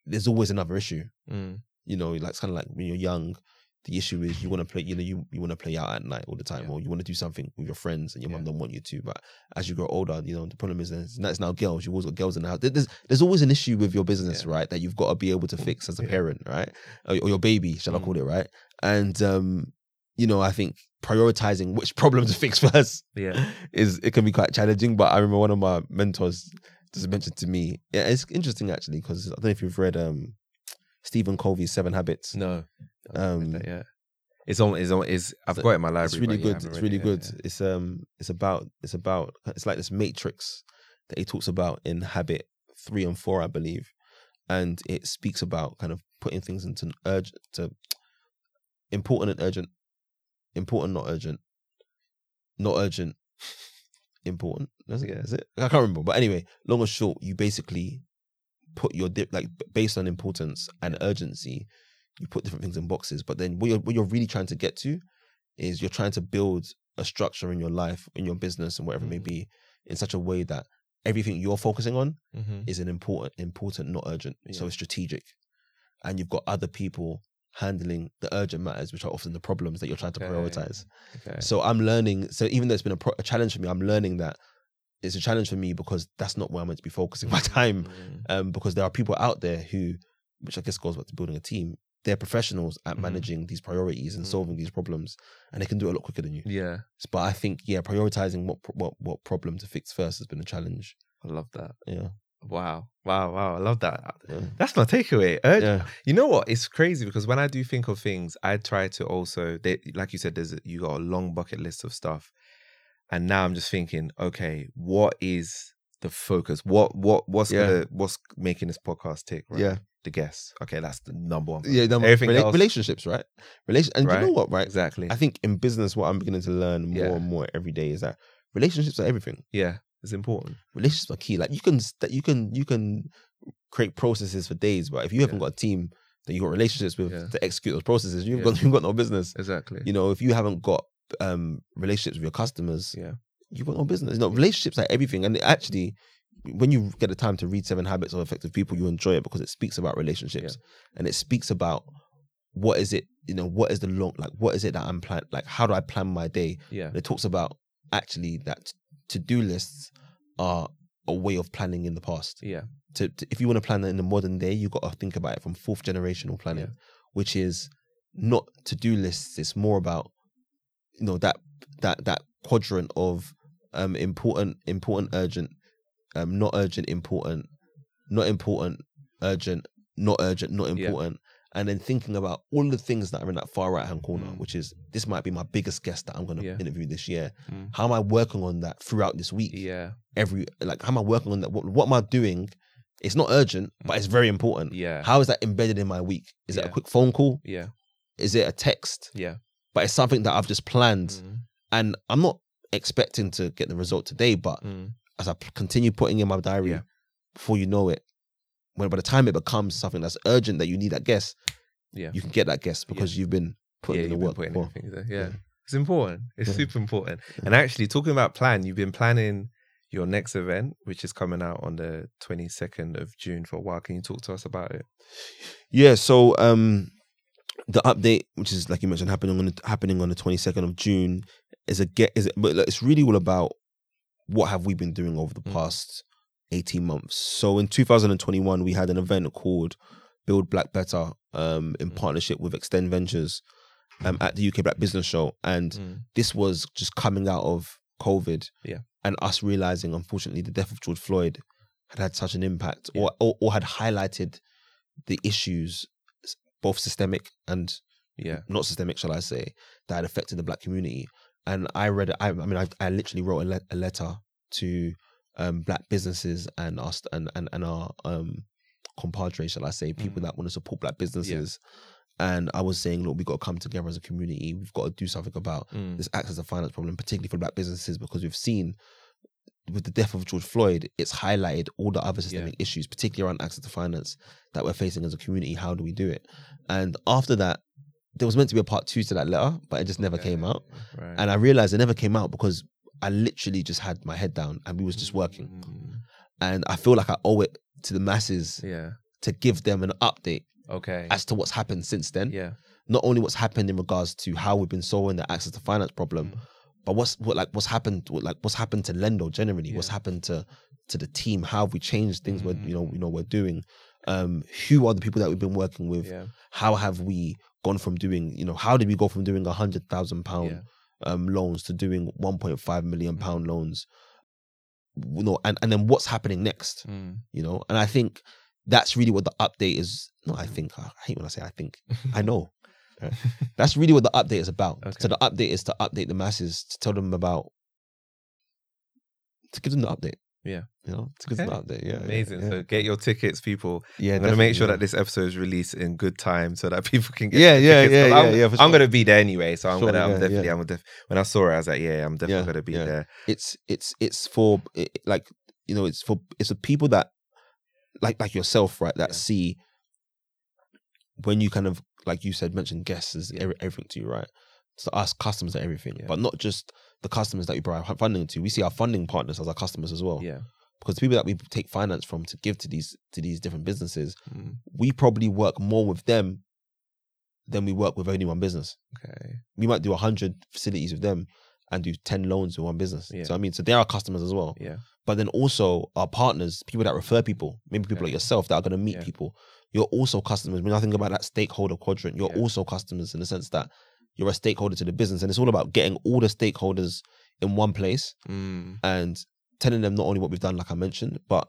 Speaker 1: there's always another issue.
Speaker 2: Mm.
Speaker 1: You know, like it's kind of like when you're young, the issue is you want to play. You know, you, you want to play out at night all the time,
Speaker 2: Yeah.
Speaker 1: or you want to do something with your friends, and your mum
Speaker 2: Yeah.
Speaker 1: don't want you to. But as you grow older, you know the problem is there's now it's now girls. You always got girls in the house. There- There's there's always an issue with your business, right? That you've got to be able to fix as a
Speaker 2: Yeah.
Speaker 1: parent, right? Or, or your baby, shall
Speaker 2: Mm.
Speaker 1: I call it, right? And um, you know, I think prioritizing which <laughs> problem to fix first
Speaker 2: Yeah.
Speaker 1: is it can be quite challenging. But I remember one of my mentors just mentioned to me, yeah, it's interesting actually because I don't know if you've read um Stephen Covey's Seven Habits.
Speaker 2: No.
Speaker 1: Um,
Speaker 2: yeah. It's on. It's on. It's. I've got it in my library.
Speaker 1: it's really
Speaker 2: but yeah, I
Speaker 1: good.
Speaker 2: haven't
Speaker 1: It's
Speaker 2: read
Speaker 1: really
Speaker 2: it yet,
Speaker 1: good. It's um, it's about it's about it's like this matrix that he talks about in Habit three and four, I believe, and it speaks about kind of putting things into an urgent to important and urgent, important not urgent, not urgent, important. That's
Speaker 2: Yeah.
Speaker 1: it. Is it? I can't remember. But anyway, long or short, you basically put your dip like b- based on importance and urgency, you put different things in boxes. But then what you're what you're really trying to get to is you're trying to build a structure in your life, in your business, and whatever it may
Speaker 2: Mhm.
Speaker 1: be, in such a way that everything you're focusing on
Speaker 2: yeah. Mhm.
Speaker 1: is an important, important, not urgent. So
Speaker 2: Yeah.
Speaker 1: it's strategic, and you've got other people handling the urgent matters, which are often the problems that you're trying to
Speaker 2: Okay.
Speaker 1: prioritize.
Speaker 2: Okay.
Speaker 1: So I'm learning. So even though it's been a, pro- a challenge for me, I'm learning that it's a challenge for me because that's not where I'm meant to be focusing <laughs> my time
Speaker 2: Mm.
Speaker 1: um, because there are people out there who, which I guess goes back to building a team, they're professionals at
Speaker 2: Mhm.
Speaker 1: managing these priorities and
Speaker 2: Mhm.
Speaker 1: solving these problems, and they can do it a lot quicker than you.
Speaker 2: Yeah,
Speaker 1: But I think yeah, prioritizing what pro- what what problem to fix first has been a challenge.
Speaker 2: I love that.
Speaker 1: Yeah,
Speaker 2: Wow, wow, wow! I love that.
Speaker 1: yeah.
Speaker 2: That's my takeaway. Urge-
Speaker 1: yeah.
Speaker 2: You know what? It's crazy because when I do think of things, I try to also, they, like you said, there's a, you got a long bucket list of stuff, and now I'm just thinking, okay, what is the focus? What what what's
Speaker 1: Yeah.
Speaker 2: gonna, what's making this podcast tick? Right?
Speaker 1: Yeah.
Speaker 2: the guest. Okay, that's the number one.
Speaker 1: Yeah, number-
Speaker 2: Everything
Speaker 1: rela-
Speaker 2: else-
Speaker 1: relationships, right? Relation, and you
Speaker 2: Right.
Speaker 1: know what, right?
Speaker 2: Exactly.
Speaker 1: I think in business, what I'm beginning to learn more
Speaker 2: Yeah.
Speaker 1: and more every day is that relationships are everything.
Speaker 2: yeah, it's important.
Speaker 1: Relationships are key. Like you can that you can you can create processes for days, but if you haven't
Speaker 2: Yeah.
Speaker 1: got a team that you got relationships with
Speaker 2: Yeah.
Speaker 1: to execute those processes, you've
Speaker 2: Yeah.
Speaker 1: got <laughs> you've got no business.
Speaker 2: Exactly.
Speaker 1: You know, if you haven't got um relationships with your customers,
Speaker 2: Yeah.
Speaker 1: you've got no business. No, relationships are everything. And actually, when you get the time to read Seven Habits of Effective People, you enjoy it because it speaks about relationships and it speaks about what is it, you know, what is the long, like, what is it that I'm plan, like, how do I plan my day?
Speaker 2: yeah.
Speaker 1: And it talks about actually that to do lists are a way of planning in the past
Speaker 2: Yeah.
Speaker 1: to, to- if you want to plan it in the modern day, you got to think about it from fourth generational planning, which is not to do lists. It's more about you know that that that quadrant of um important, important, urgent, um not urgent, important, not important, urgent, not urgent, not
Speaker 2: Yeah.
Speaker 1: important. And then thinking about all the things that are in that far right hand corner,
Speaker 2: Mm.
Speaker 1: which is this might be my biggest guest that I'm going to
Speaker 2: Yeah.
Speaker 1: interview this year.
Speaker 2: Mm.
Speaker 1: How am I working on that throughout this week?
Speaker 2: Yeah.
Speaker 1: every like how am I working on that? What, what am I doing? It's not urgent, but it's very important.
Speaker 2: Yeah.
Speaker 1: How is that embedded in my week? Is it a
Speaker 2: Yeah.
Speaker 1: quick phone call?
Speaker 2: yeah.
Speaker 1: Is it a text?
Speaker 2: Yeah.
Speaker 1: But it's something that I've just planned,
Speaker 2: Mm.
Speaker 1: and I'm not expecting to get the result today. But
Speaker 2: Mm.
Speaker 1: as I p- continue putting in my diary,
Speaker 2: Yeah.
Speaker 1: before you know it, when by the time it becomes something that's urgent that you need that guest,
Speaker 2: Yeah.
Speaker 1: you can get that guest because you've been putting
Speaker 2: yeah,
Speaker 1: in the
Speaker 2: you've been
Speaker 1: work.
Speaker 2: putting
Speaker 1: before.
Speaker 2: everything there. Yeah.
Speaker 1: Yeah.
Speaker 2: It's important. It's
Speaker 1: Yeah.
Speaker 2: super important. And actually, talking about plan, you've been planning your next event, which is coming out on the 22nd of June for a while. Can you talk to us about it?
Speaker 1: Yeah, so um the update, which is like you mentioned, happening on the, happening on the twenty second of June, is a get is but like, it's really all about what have we been doing over the
Speaker 2: Mm.
Speaker 1: past eighteen months. So in two thousand and twenty one, we had an event called Build Black Better um, in
Speaker 2: Mm.
Speaker 1: partnership with Extend Ventures um, at the UK Black Business Show, and this was just coming out of COVID,
Speaker 2: Mm. Yeah.
Speaker 1: and us realizing, unfortunately, the death of George Floyd had had such an impact,
Speaker 2: Yeah.
Speaker 1: or, or or had highlighted the issues, s- both systemic and
Speaker 2: Yeah.
Speaker 1: not systemic, shall I say, that had affected the black community. And I read, I, I mean, I, I literally wrote a, le- a letter to um, black businesses and us and and, and our um, compadres, shall I say, people
Speaker 2: Mm.
Speaker 1: that want to support black businesses. And I was saying, look, we've got to come together as a community. We've got to do something about
Speaker 2: Mm.
Speaker 1: this access to finance problem, particularly for black businesses, because we've seen with the death of George Floyd, it's highlighted all the other systemic issues, particularly around access to finance that we're facing as a community. How do we do it? And after that, there was meant to be a part two to that letter, but it just never came out.
Speaker 2: Right.
Speaker 1: And I realized it never came out because I literally just had my head down and we was just working.
Speaker 2: Mm.
Speaker 1: And I feel like I owe it to the masses
Speaker 2: Yeah.
Speaker 1: to give them an update
Speaker 2: Okay.
Speaker 1: as to what's happened since then
Speaker 2: yeah.
Speaker 1: not only what's happened in regards to how we've been solving the access to finance problem,
Speaker 2: Mm.
Speaker 1: but what's what like what's happened what, like what's happened to Lendo generally, what's
Speaker 2: Yeah.
Speaker 1: happened to to the team, how have we changed things we're you know
Speaker 2: Mm.
Speaker 1: you know we're doing, um, who are the people that we've been working with,
Speaker 2: Yeah.
Speaker 1: how have we gone from doing you know how did we go from doing a hundred thousand
Speaker 2: Yeah. Mm.
Speaker 1: pound um loans to doing one point five million pound loans, you know, and and then what's happening next,
Speaker 2: Mm.
Speaker 1: you know, and I think that's really what the update is. No, I think I hate when I say I
Speaker 2: <laughs>
Speaker 1: think. I know. Right. That's really what the update is about.
Speaker 2: Okay.
Speaker 1: So the update is to update the masses, to tell them about, to give them the update.
Speaker 2: Yeah.
Speaker 1: you know, to give them the update. Yeah, yeah,
Speaker 2: Amazing.
Speaker 1: Yeah,
Speaker 2: So get your tickets, people.
Speaker 1: yeah
Speaker 2: I'm gonna
Speaker 1: definitely,
Speaker 2: make sure
Speaker 1: yeah.
Speaker 2: that this episode is released in good time so that <laughs> people can get.
Speaker 1: Yeah,
Speaker 2: their
Speaker 1: yeah,
Speaker 2: tickets,
Speaker 1: yeah,
Speaker 2: 'cause
Speaker 1: yeah,
Speaker 2: I'm,
Speaker 1: yeah, for
Speaker 2: I'm
Speaker 1: sure.
Speaker 2: gonna be there anyway, so I'm
Speaker 1: Sure,
Speaker 2: gonna. I'm
Speaker 1: yeah,
Speaker 2: definitely.
Speaker 1: yeah.
Speaker 2: I'm def- when I saw it, I was like, yeah, I'm definitely
Speaker 1: Yeah,
Speaker 2: gonna be
Speaker 1: yeah.
Speaker 2: there.
Speaker 1: it's it's it's for it, it- like you know it's for it's for people that like like yourself right that
Speaker 2: Yeah.
Speaker 1: see when you kind of like you said mentioned guests is
Speaker 2: Yeah.
Speaker 1: every- everything to you right so us customers are everything
Speaker 2: Yeah.
Speaker 1: but not just the customers that we provide hu- funding to we see our funding partners as our customers as well
Speaker 2: Yeah.
Speaker 1: because the people that we take finance from to give to these to these different businesses
Speaker 2: Mm.
Speaker 1: we probably work more with them than we work with any one business
Speaker 2: Okay.
Speaker 1: we might do 100 facilities with them and do 10 loans with one business
Speaker 2: Yeah.
Speaker 1: so i mean so they're our customers as well
Speaker 2: Yeah.
Speaker 1: but then also our partners, people that refer people, maybe people like
Speaker 2: Okay.
Speaker 1: yourself that are going to meet
Speaker 2: Yeah.
Speaker 1: people. you're also customers. When I think about that stakeholder quadrant, you're
Speaker 2: Yeah.
Speaker 1: also customers in the sense that you're a stakeholder to the business. And it's all about getting all the stakeholders in one place
Speaker 2: Mm.
Speaker 1: and telling them not only what we've done, like I mentioned, but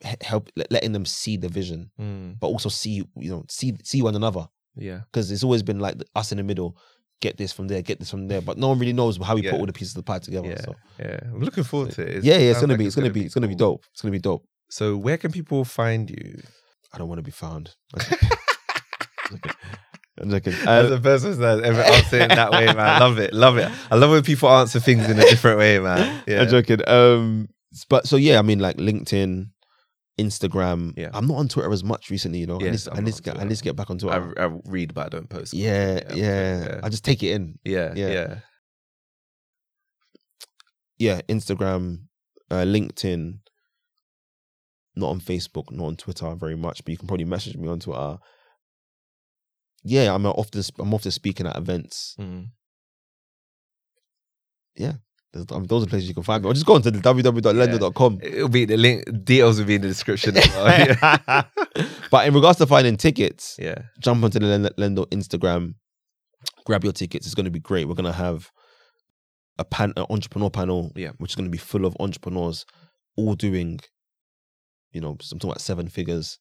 Speaker 1: he- help le- letting them see the vision,
Speaker 2: Mm.
Speaker 1: but also see, you know, see see one another.
Speaker 2: Yeah.
Speaker 1: Because it's always been like us in the middle, get this from there, get this from there. But no one really knows how we
Speaker 2: Yeah.
Speaker 1: put all the pieces of the pie together.
Speaker 2: Yeah.
Speaker 1: So.
Speaker 2: Yeah. I'm looking forward to it. It's-
Speaker 1: yeah, yeah, it's
Speaker 2: sounds
Speaker 1: gonna
Speaker 2: like
Speaker 1: be, it's gonna be, it's gonna be
Speaker 2: cool.
Speaker 1: dope. It's gonna be dope.
Speaker 2: So where can people find you?
Speaker 1: I don't want to be
Speaker 2: <laughs>
Speaker 1: found. I'm joking. I'm joking.
Speaker 2: As
Speaker 1: Uh,
Speaker 2: the first person that's ever answered it that way,
Speaker 1: <laughs>
Speaker 2: man. I love it. Love it. I love when people answer things in a different way, man.
Speaker 1: <laughs>
Speaker 2: Yeah.
Speaker 1: I'm joking. Um, s- but so yeah, I mean, like LinkedIn, Instagram.
Speaker 2: Yeah.
Speaker 1: I'm not on Twitter as much recently, you know.
Speaker 2: Yes,
Speaker 1: I need, to- I
Speaker 2: I'm not
Speaker 1: need
Speaker 2: on
Speaker 1: to get, I
Speaker 2: Twitter.
Speaker 1: need to get back on
Speaker 2: I,
Speaker 1: Twitter.
Speaker 2: I read, but I don't post.
Speaker 1: yeah,
Speaker 2: Yeah,
Speaker 1: yeah,
Speaker 2: I'm joking, yeah.
Speaker 1: I just take it in.
Speaker 2: Yeah. Yeah.
Speaker 1: Yeah. Yeah, Instagram, uh, LinkedIn. Not on Facebook, not on Twitter very much, but you can probably message me on Twitter. Yeah, I'm often sp- I'm often speaking at events.
Speaker 2: Mm.
Speaker 1: There's- I mean, those are places you can find me. Or just go on to the www.lendo.com.
Speaker 2: It'll be the link. Details will be in the description. as
Speaker 1: <laughs>
Speaker 2: well. yeah.
Speaker 1: But in regards to finding tickets,
Speaker 2: yeah.
Speaker 1: jump onto the Len- Lendo Instagram, grab your tickets. It's going to be great. We're going to have a pan, an entrepreneur panel,
Speaker 2: Yeah.
Speaker 1: which is going to be full of entrepreneurs, all doing, you know, something like seven figures.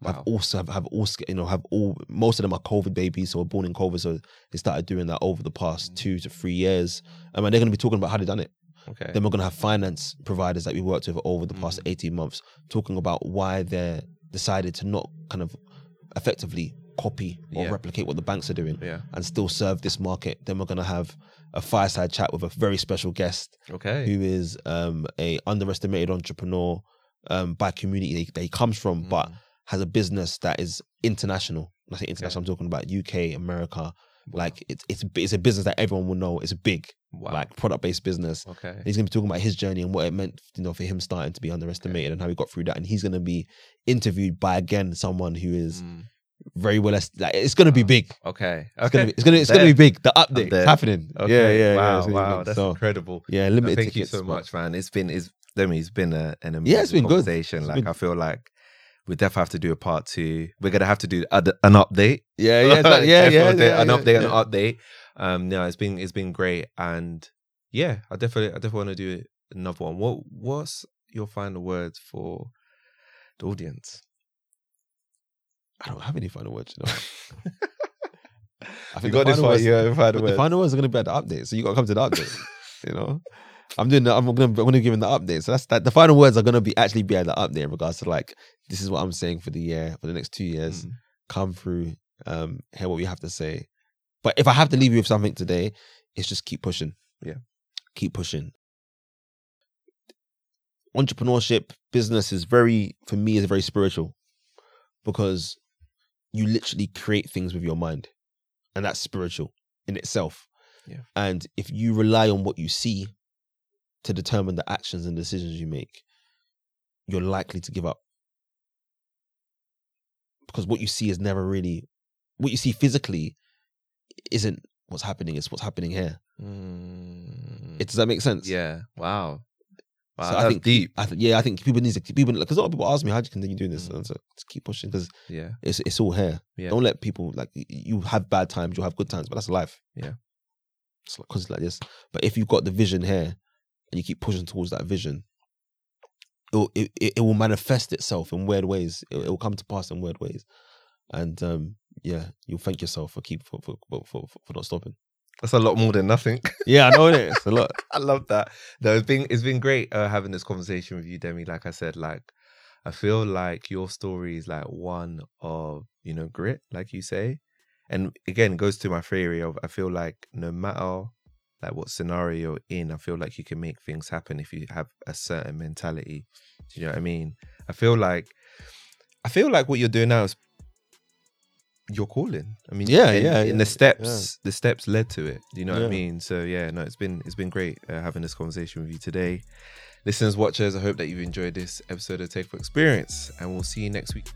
Speaker 2: Wow.
Speaker 1: Have also have, have all sca- you know have all most of them are COVID babies, so were born in COVID, so they started doing that over the past two to three years. And they're going to be talking about how they done it.
Speaker 2: Okay. Mm.
Speaker 1: Then we're going to have finance providers that we worked with over the past 18 months talking about why they're decided to not kind of effectively copy or
Speaker 2: Yeah.
Speaker 1: replicate what the banks are doing
Speaker 2: Yeah.
Speaker 1: and still serve this market. Then we're going to have a fireside chat with a very special guest
Speaker 2: Okay.
Speaker 1: who is um, a underestimated entrepreneur um, by community that he comes
Speaker 2: Mm.
Speaker 1: from, but has a business that is international. When I say international, I'm talking about UK, America. Like it's it's it's a business that everyone will know. It's big,
Speaker 2: Wow.
Speaker 1: like product based business.
Speaker 2: okay.
Speaker 1: And he's going to be talking about his journey and what it meant, you know, for him starting to be underestimated and how he got through that. And he's going to be interviewed by again someone who is
Speaker 2: Mm.
Speaker 1: very well. est- Like it's going to be
Speaker 2: Wow.
Speaker 1: big.
Speaker 2: Okay.
Speaker 1: It's going to be.
Speaker 2: Okay.
Speaker 1: It's going to. It's going to be big. The update
Speaker 2: there.
Speaker 1: is happening.
Speaker 2: Okay.
Speaker 1: Yeah, yeah, yeah.
Speaker 2: Wow.
Speaker 1: it's gonna be
Speaker 2: wow.
Speaker 1: big.
Speaker 2: That's
Speaker 1: so
Speaker 2: incredible.
Speaker 1: yeah, limited
Speaker 2: thank
Speaker 1: tickets.
Speaker 2: you so
Speaker 1: but-
Speaker 2: much, man. It's been it's I mean, it's been a, an amazing
Speaker 1: Yeah, it's been good.
Speaker 2: conversation.
Speaker 1: It's
Speaker 2: like
Speaker 1: been-
Speaker 2: I feel like we definitely have to do a part two. We're gonna have to do a, an update.
Speaker 1: <laughs> <laughs>
Speaker 2: <laughs>
Speaker 1: Yeah, yeah, it's like- yeah,
Speaker 2: Definitely
Speaker 1: yeah,
Speaker 2: an
Speaker 1: yeah, yeah,
Speaker 2: update, an
Speaker 1: yeah.
Speaker 2: update. Um, no, it's been it's been great, and yeah, I definitely I definitely want to do another one. What what's your final words for the audience?
Speaker 1: I don't have any final words.
Speaker 2: <laughs>
Speaker 1: You know. I
Speaker 2: You
Speaker 1: think
Speaker 2: got
Speaker 1: the
Speaker 2: this
Speaker 1: final
Speaker 2: one.
Speaker 1: words-
Speaker 2: You uh, got the final
Speaker 1: But the
Speaker 2: words.
Speaker 1: final words are going to be at the update, so you got to come to the update. you know, I'm doing. The, I'm going to. I'm going to give him the update. So that's that. The final words are going to be actually be at the update in regards to like this is what I'm saying for the year, for the next two years.
Speaker 2: Mm.
Speaker 1: Come through, um, hear what we have to say. But if I have to leave you with something today, it's just keep pushing.
Speaker 2: Yeah.
Speaker 1: keep pushing. Entrepreneurship business is very for me is very spiritual because you literally create things with your mind, and that's spiritual in itself.
Speaker 2: Yeah.
Speaker 1: And if you rely on what you see to determine the actions and decisions you make, you're likely to give up. Because what you see is never really what you see physically isn't what's happening, it's what's happening here.
Speaker 2: Mm.
Speaker 1: It, does that make sense?
Speaker 2: yeah. Wow. Wow.
Speaker 1: So I
Speaker 2: that's
Speaker 1: think-
Speaker 2: deep.
Speaker 1: I th- yeah, I think people need to people because a lot of people ask me how do you continue doing
Speaker 2: Mm.
Speaker 1: this, and I said, just keep pushing because
Speaker 2: Yeah.
Speaker 1: it's it's all here.
Speaker 2: Yeah.
Speaker 1: Don't let people like y- you have bad times, you'll have good times, but that's life.
Speaker 2: Yeah.
Speaker 1: It's like constantly like this. But if you've got the vision here and you keep pushing towards that vision, it'll, it it, it will manifest itself in weird ways. It, it will come to pass in weird ways, and um, yeah, you'll thank yourself for keep for for for, for, for not stopping.
Speaker 2: That's a lot more than nothing. <laughs>
Speaker 1: Yeah, I know it. It's a lot.
Speaker 2: I love that. No, it's been it's been great uh, having this conversation with you, Demi. Like I said, like I feel like your story is like one of you know grit, like you say, and again it goes to my theory of I feel like no matter like what scenario you're in, I feel like you can make things happen if you have a certain mentality. Do you know what I mean? I feel like I feel like what you're doing now is your calling. I mean,
Speaker 1: Yeah,
Speaker 2: and-
Speaker 1: yeah,
Speaker 2: And
Speaker 1: yeah,
Speaker 2: the steps, the steps led to it. Do you know what I
Speaker 1: Yeah.
Speaker 2: mean? So yeah, no, it's been it's been great uh, having this conversation with you today, listeners, watchers. I hope that you've enjoyed this episode of Take for Experience, and we'll see you next week.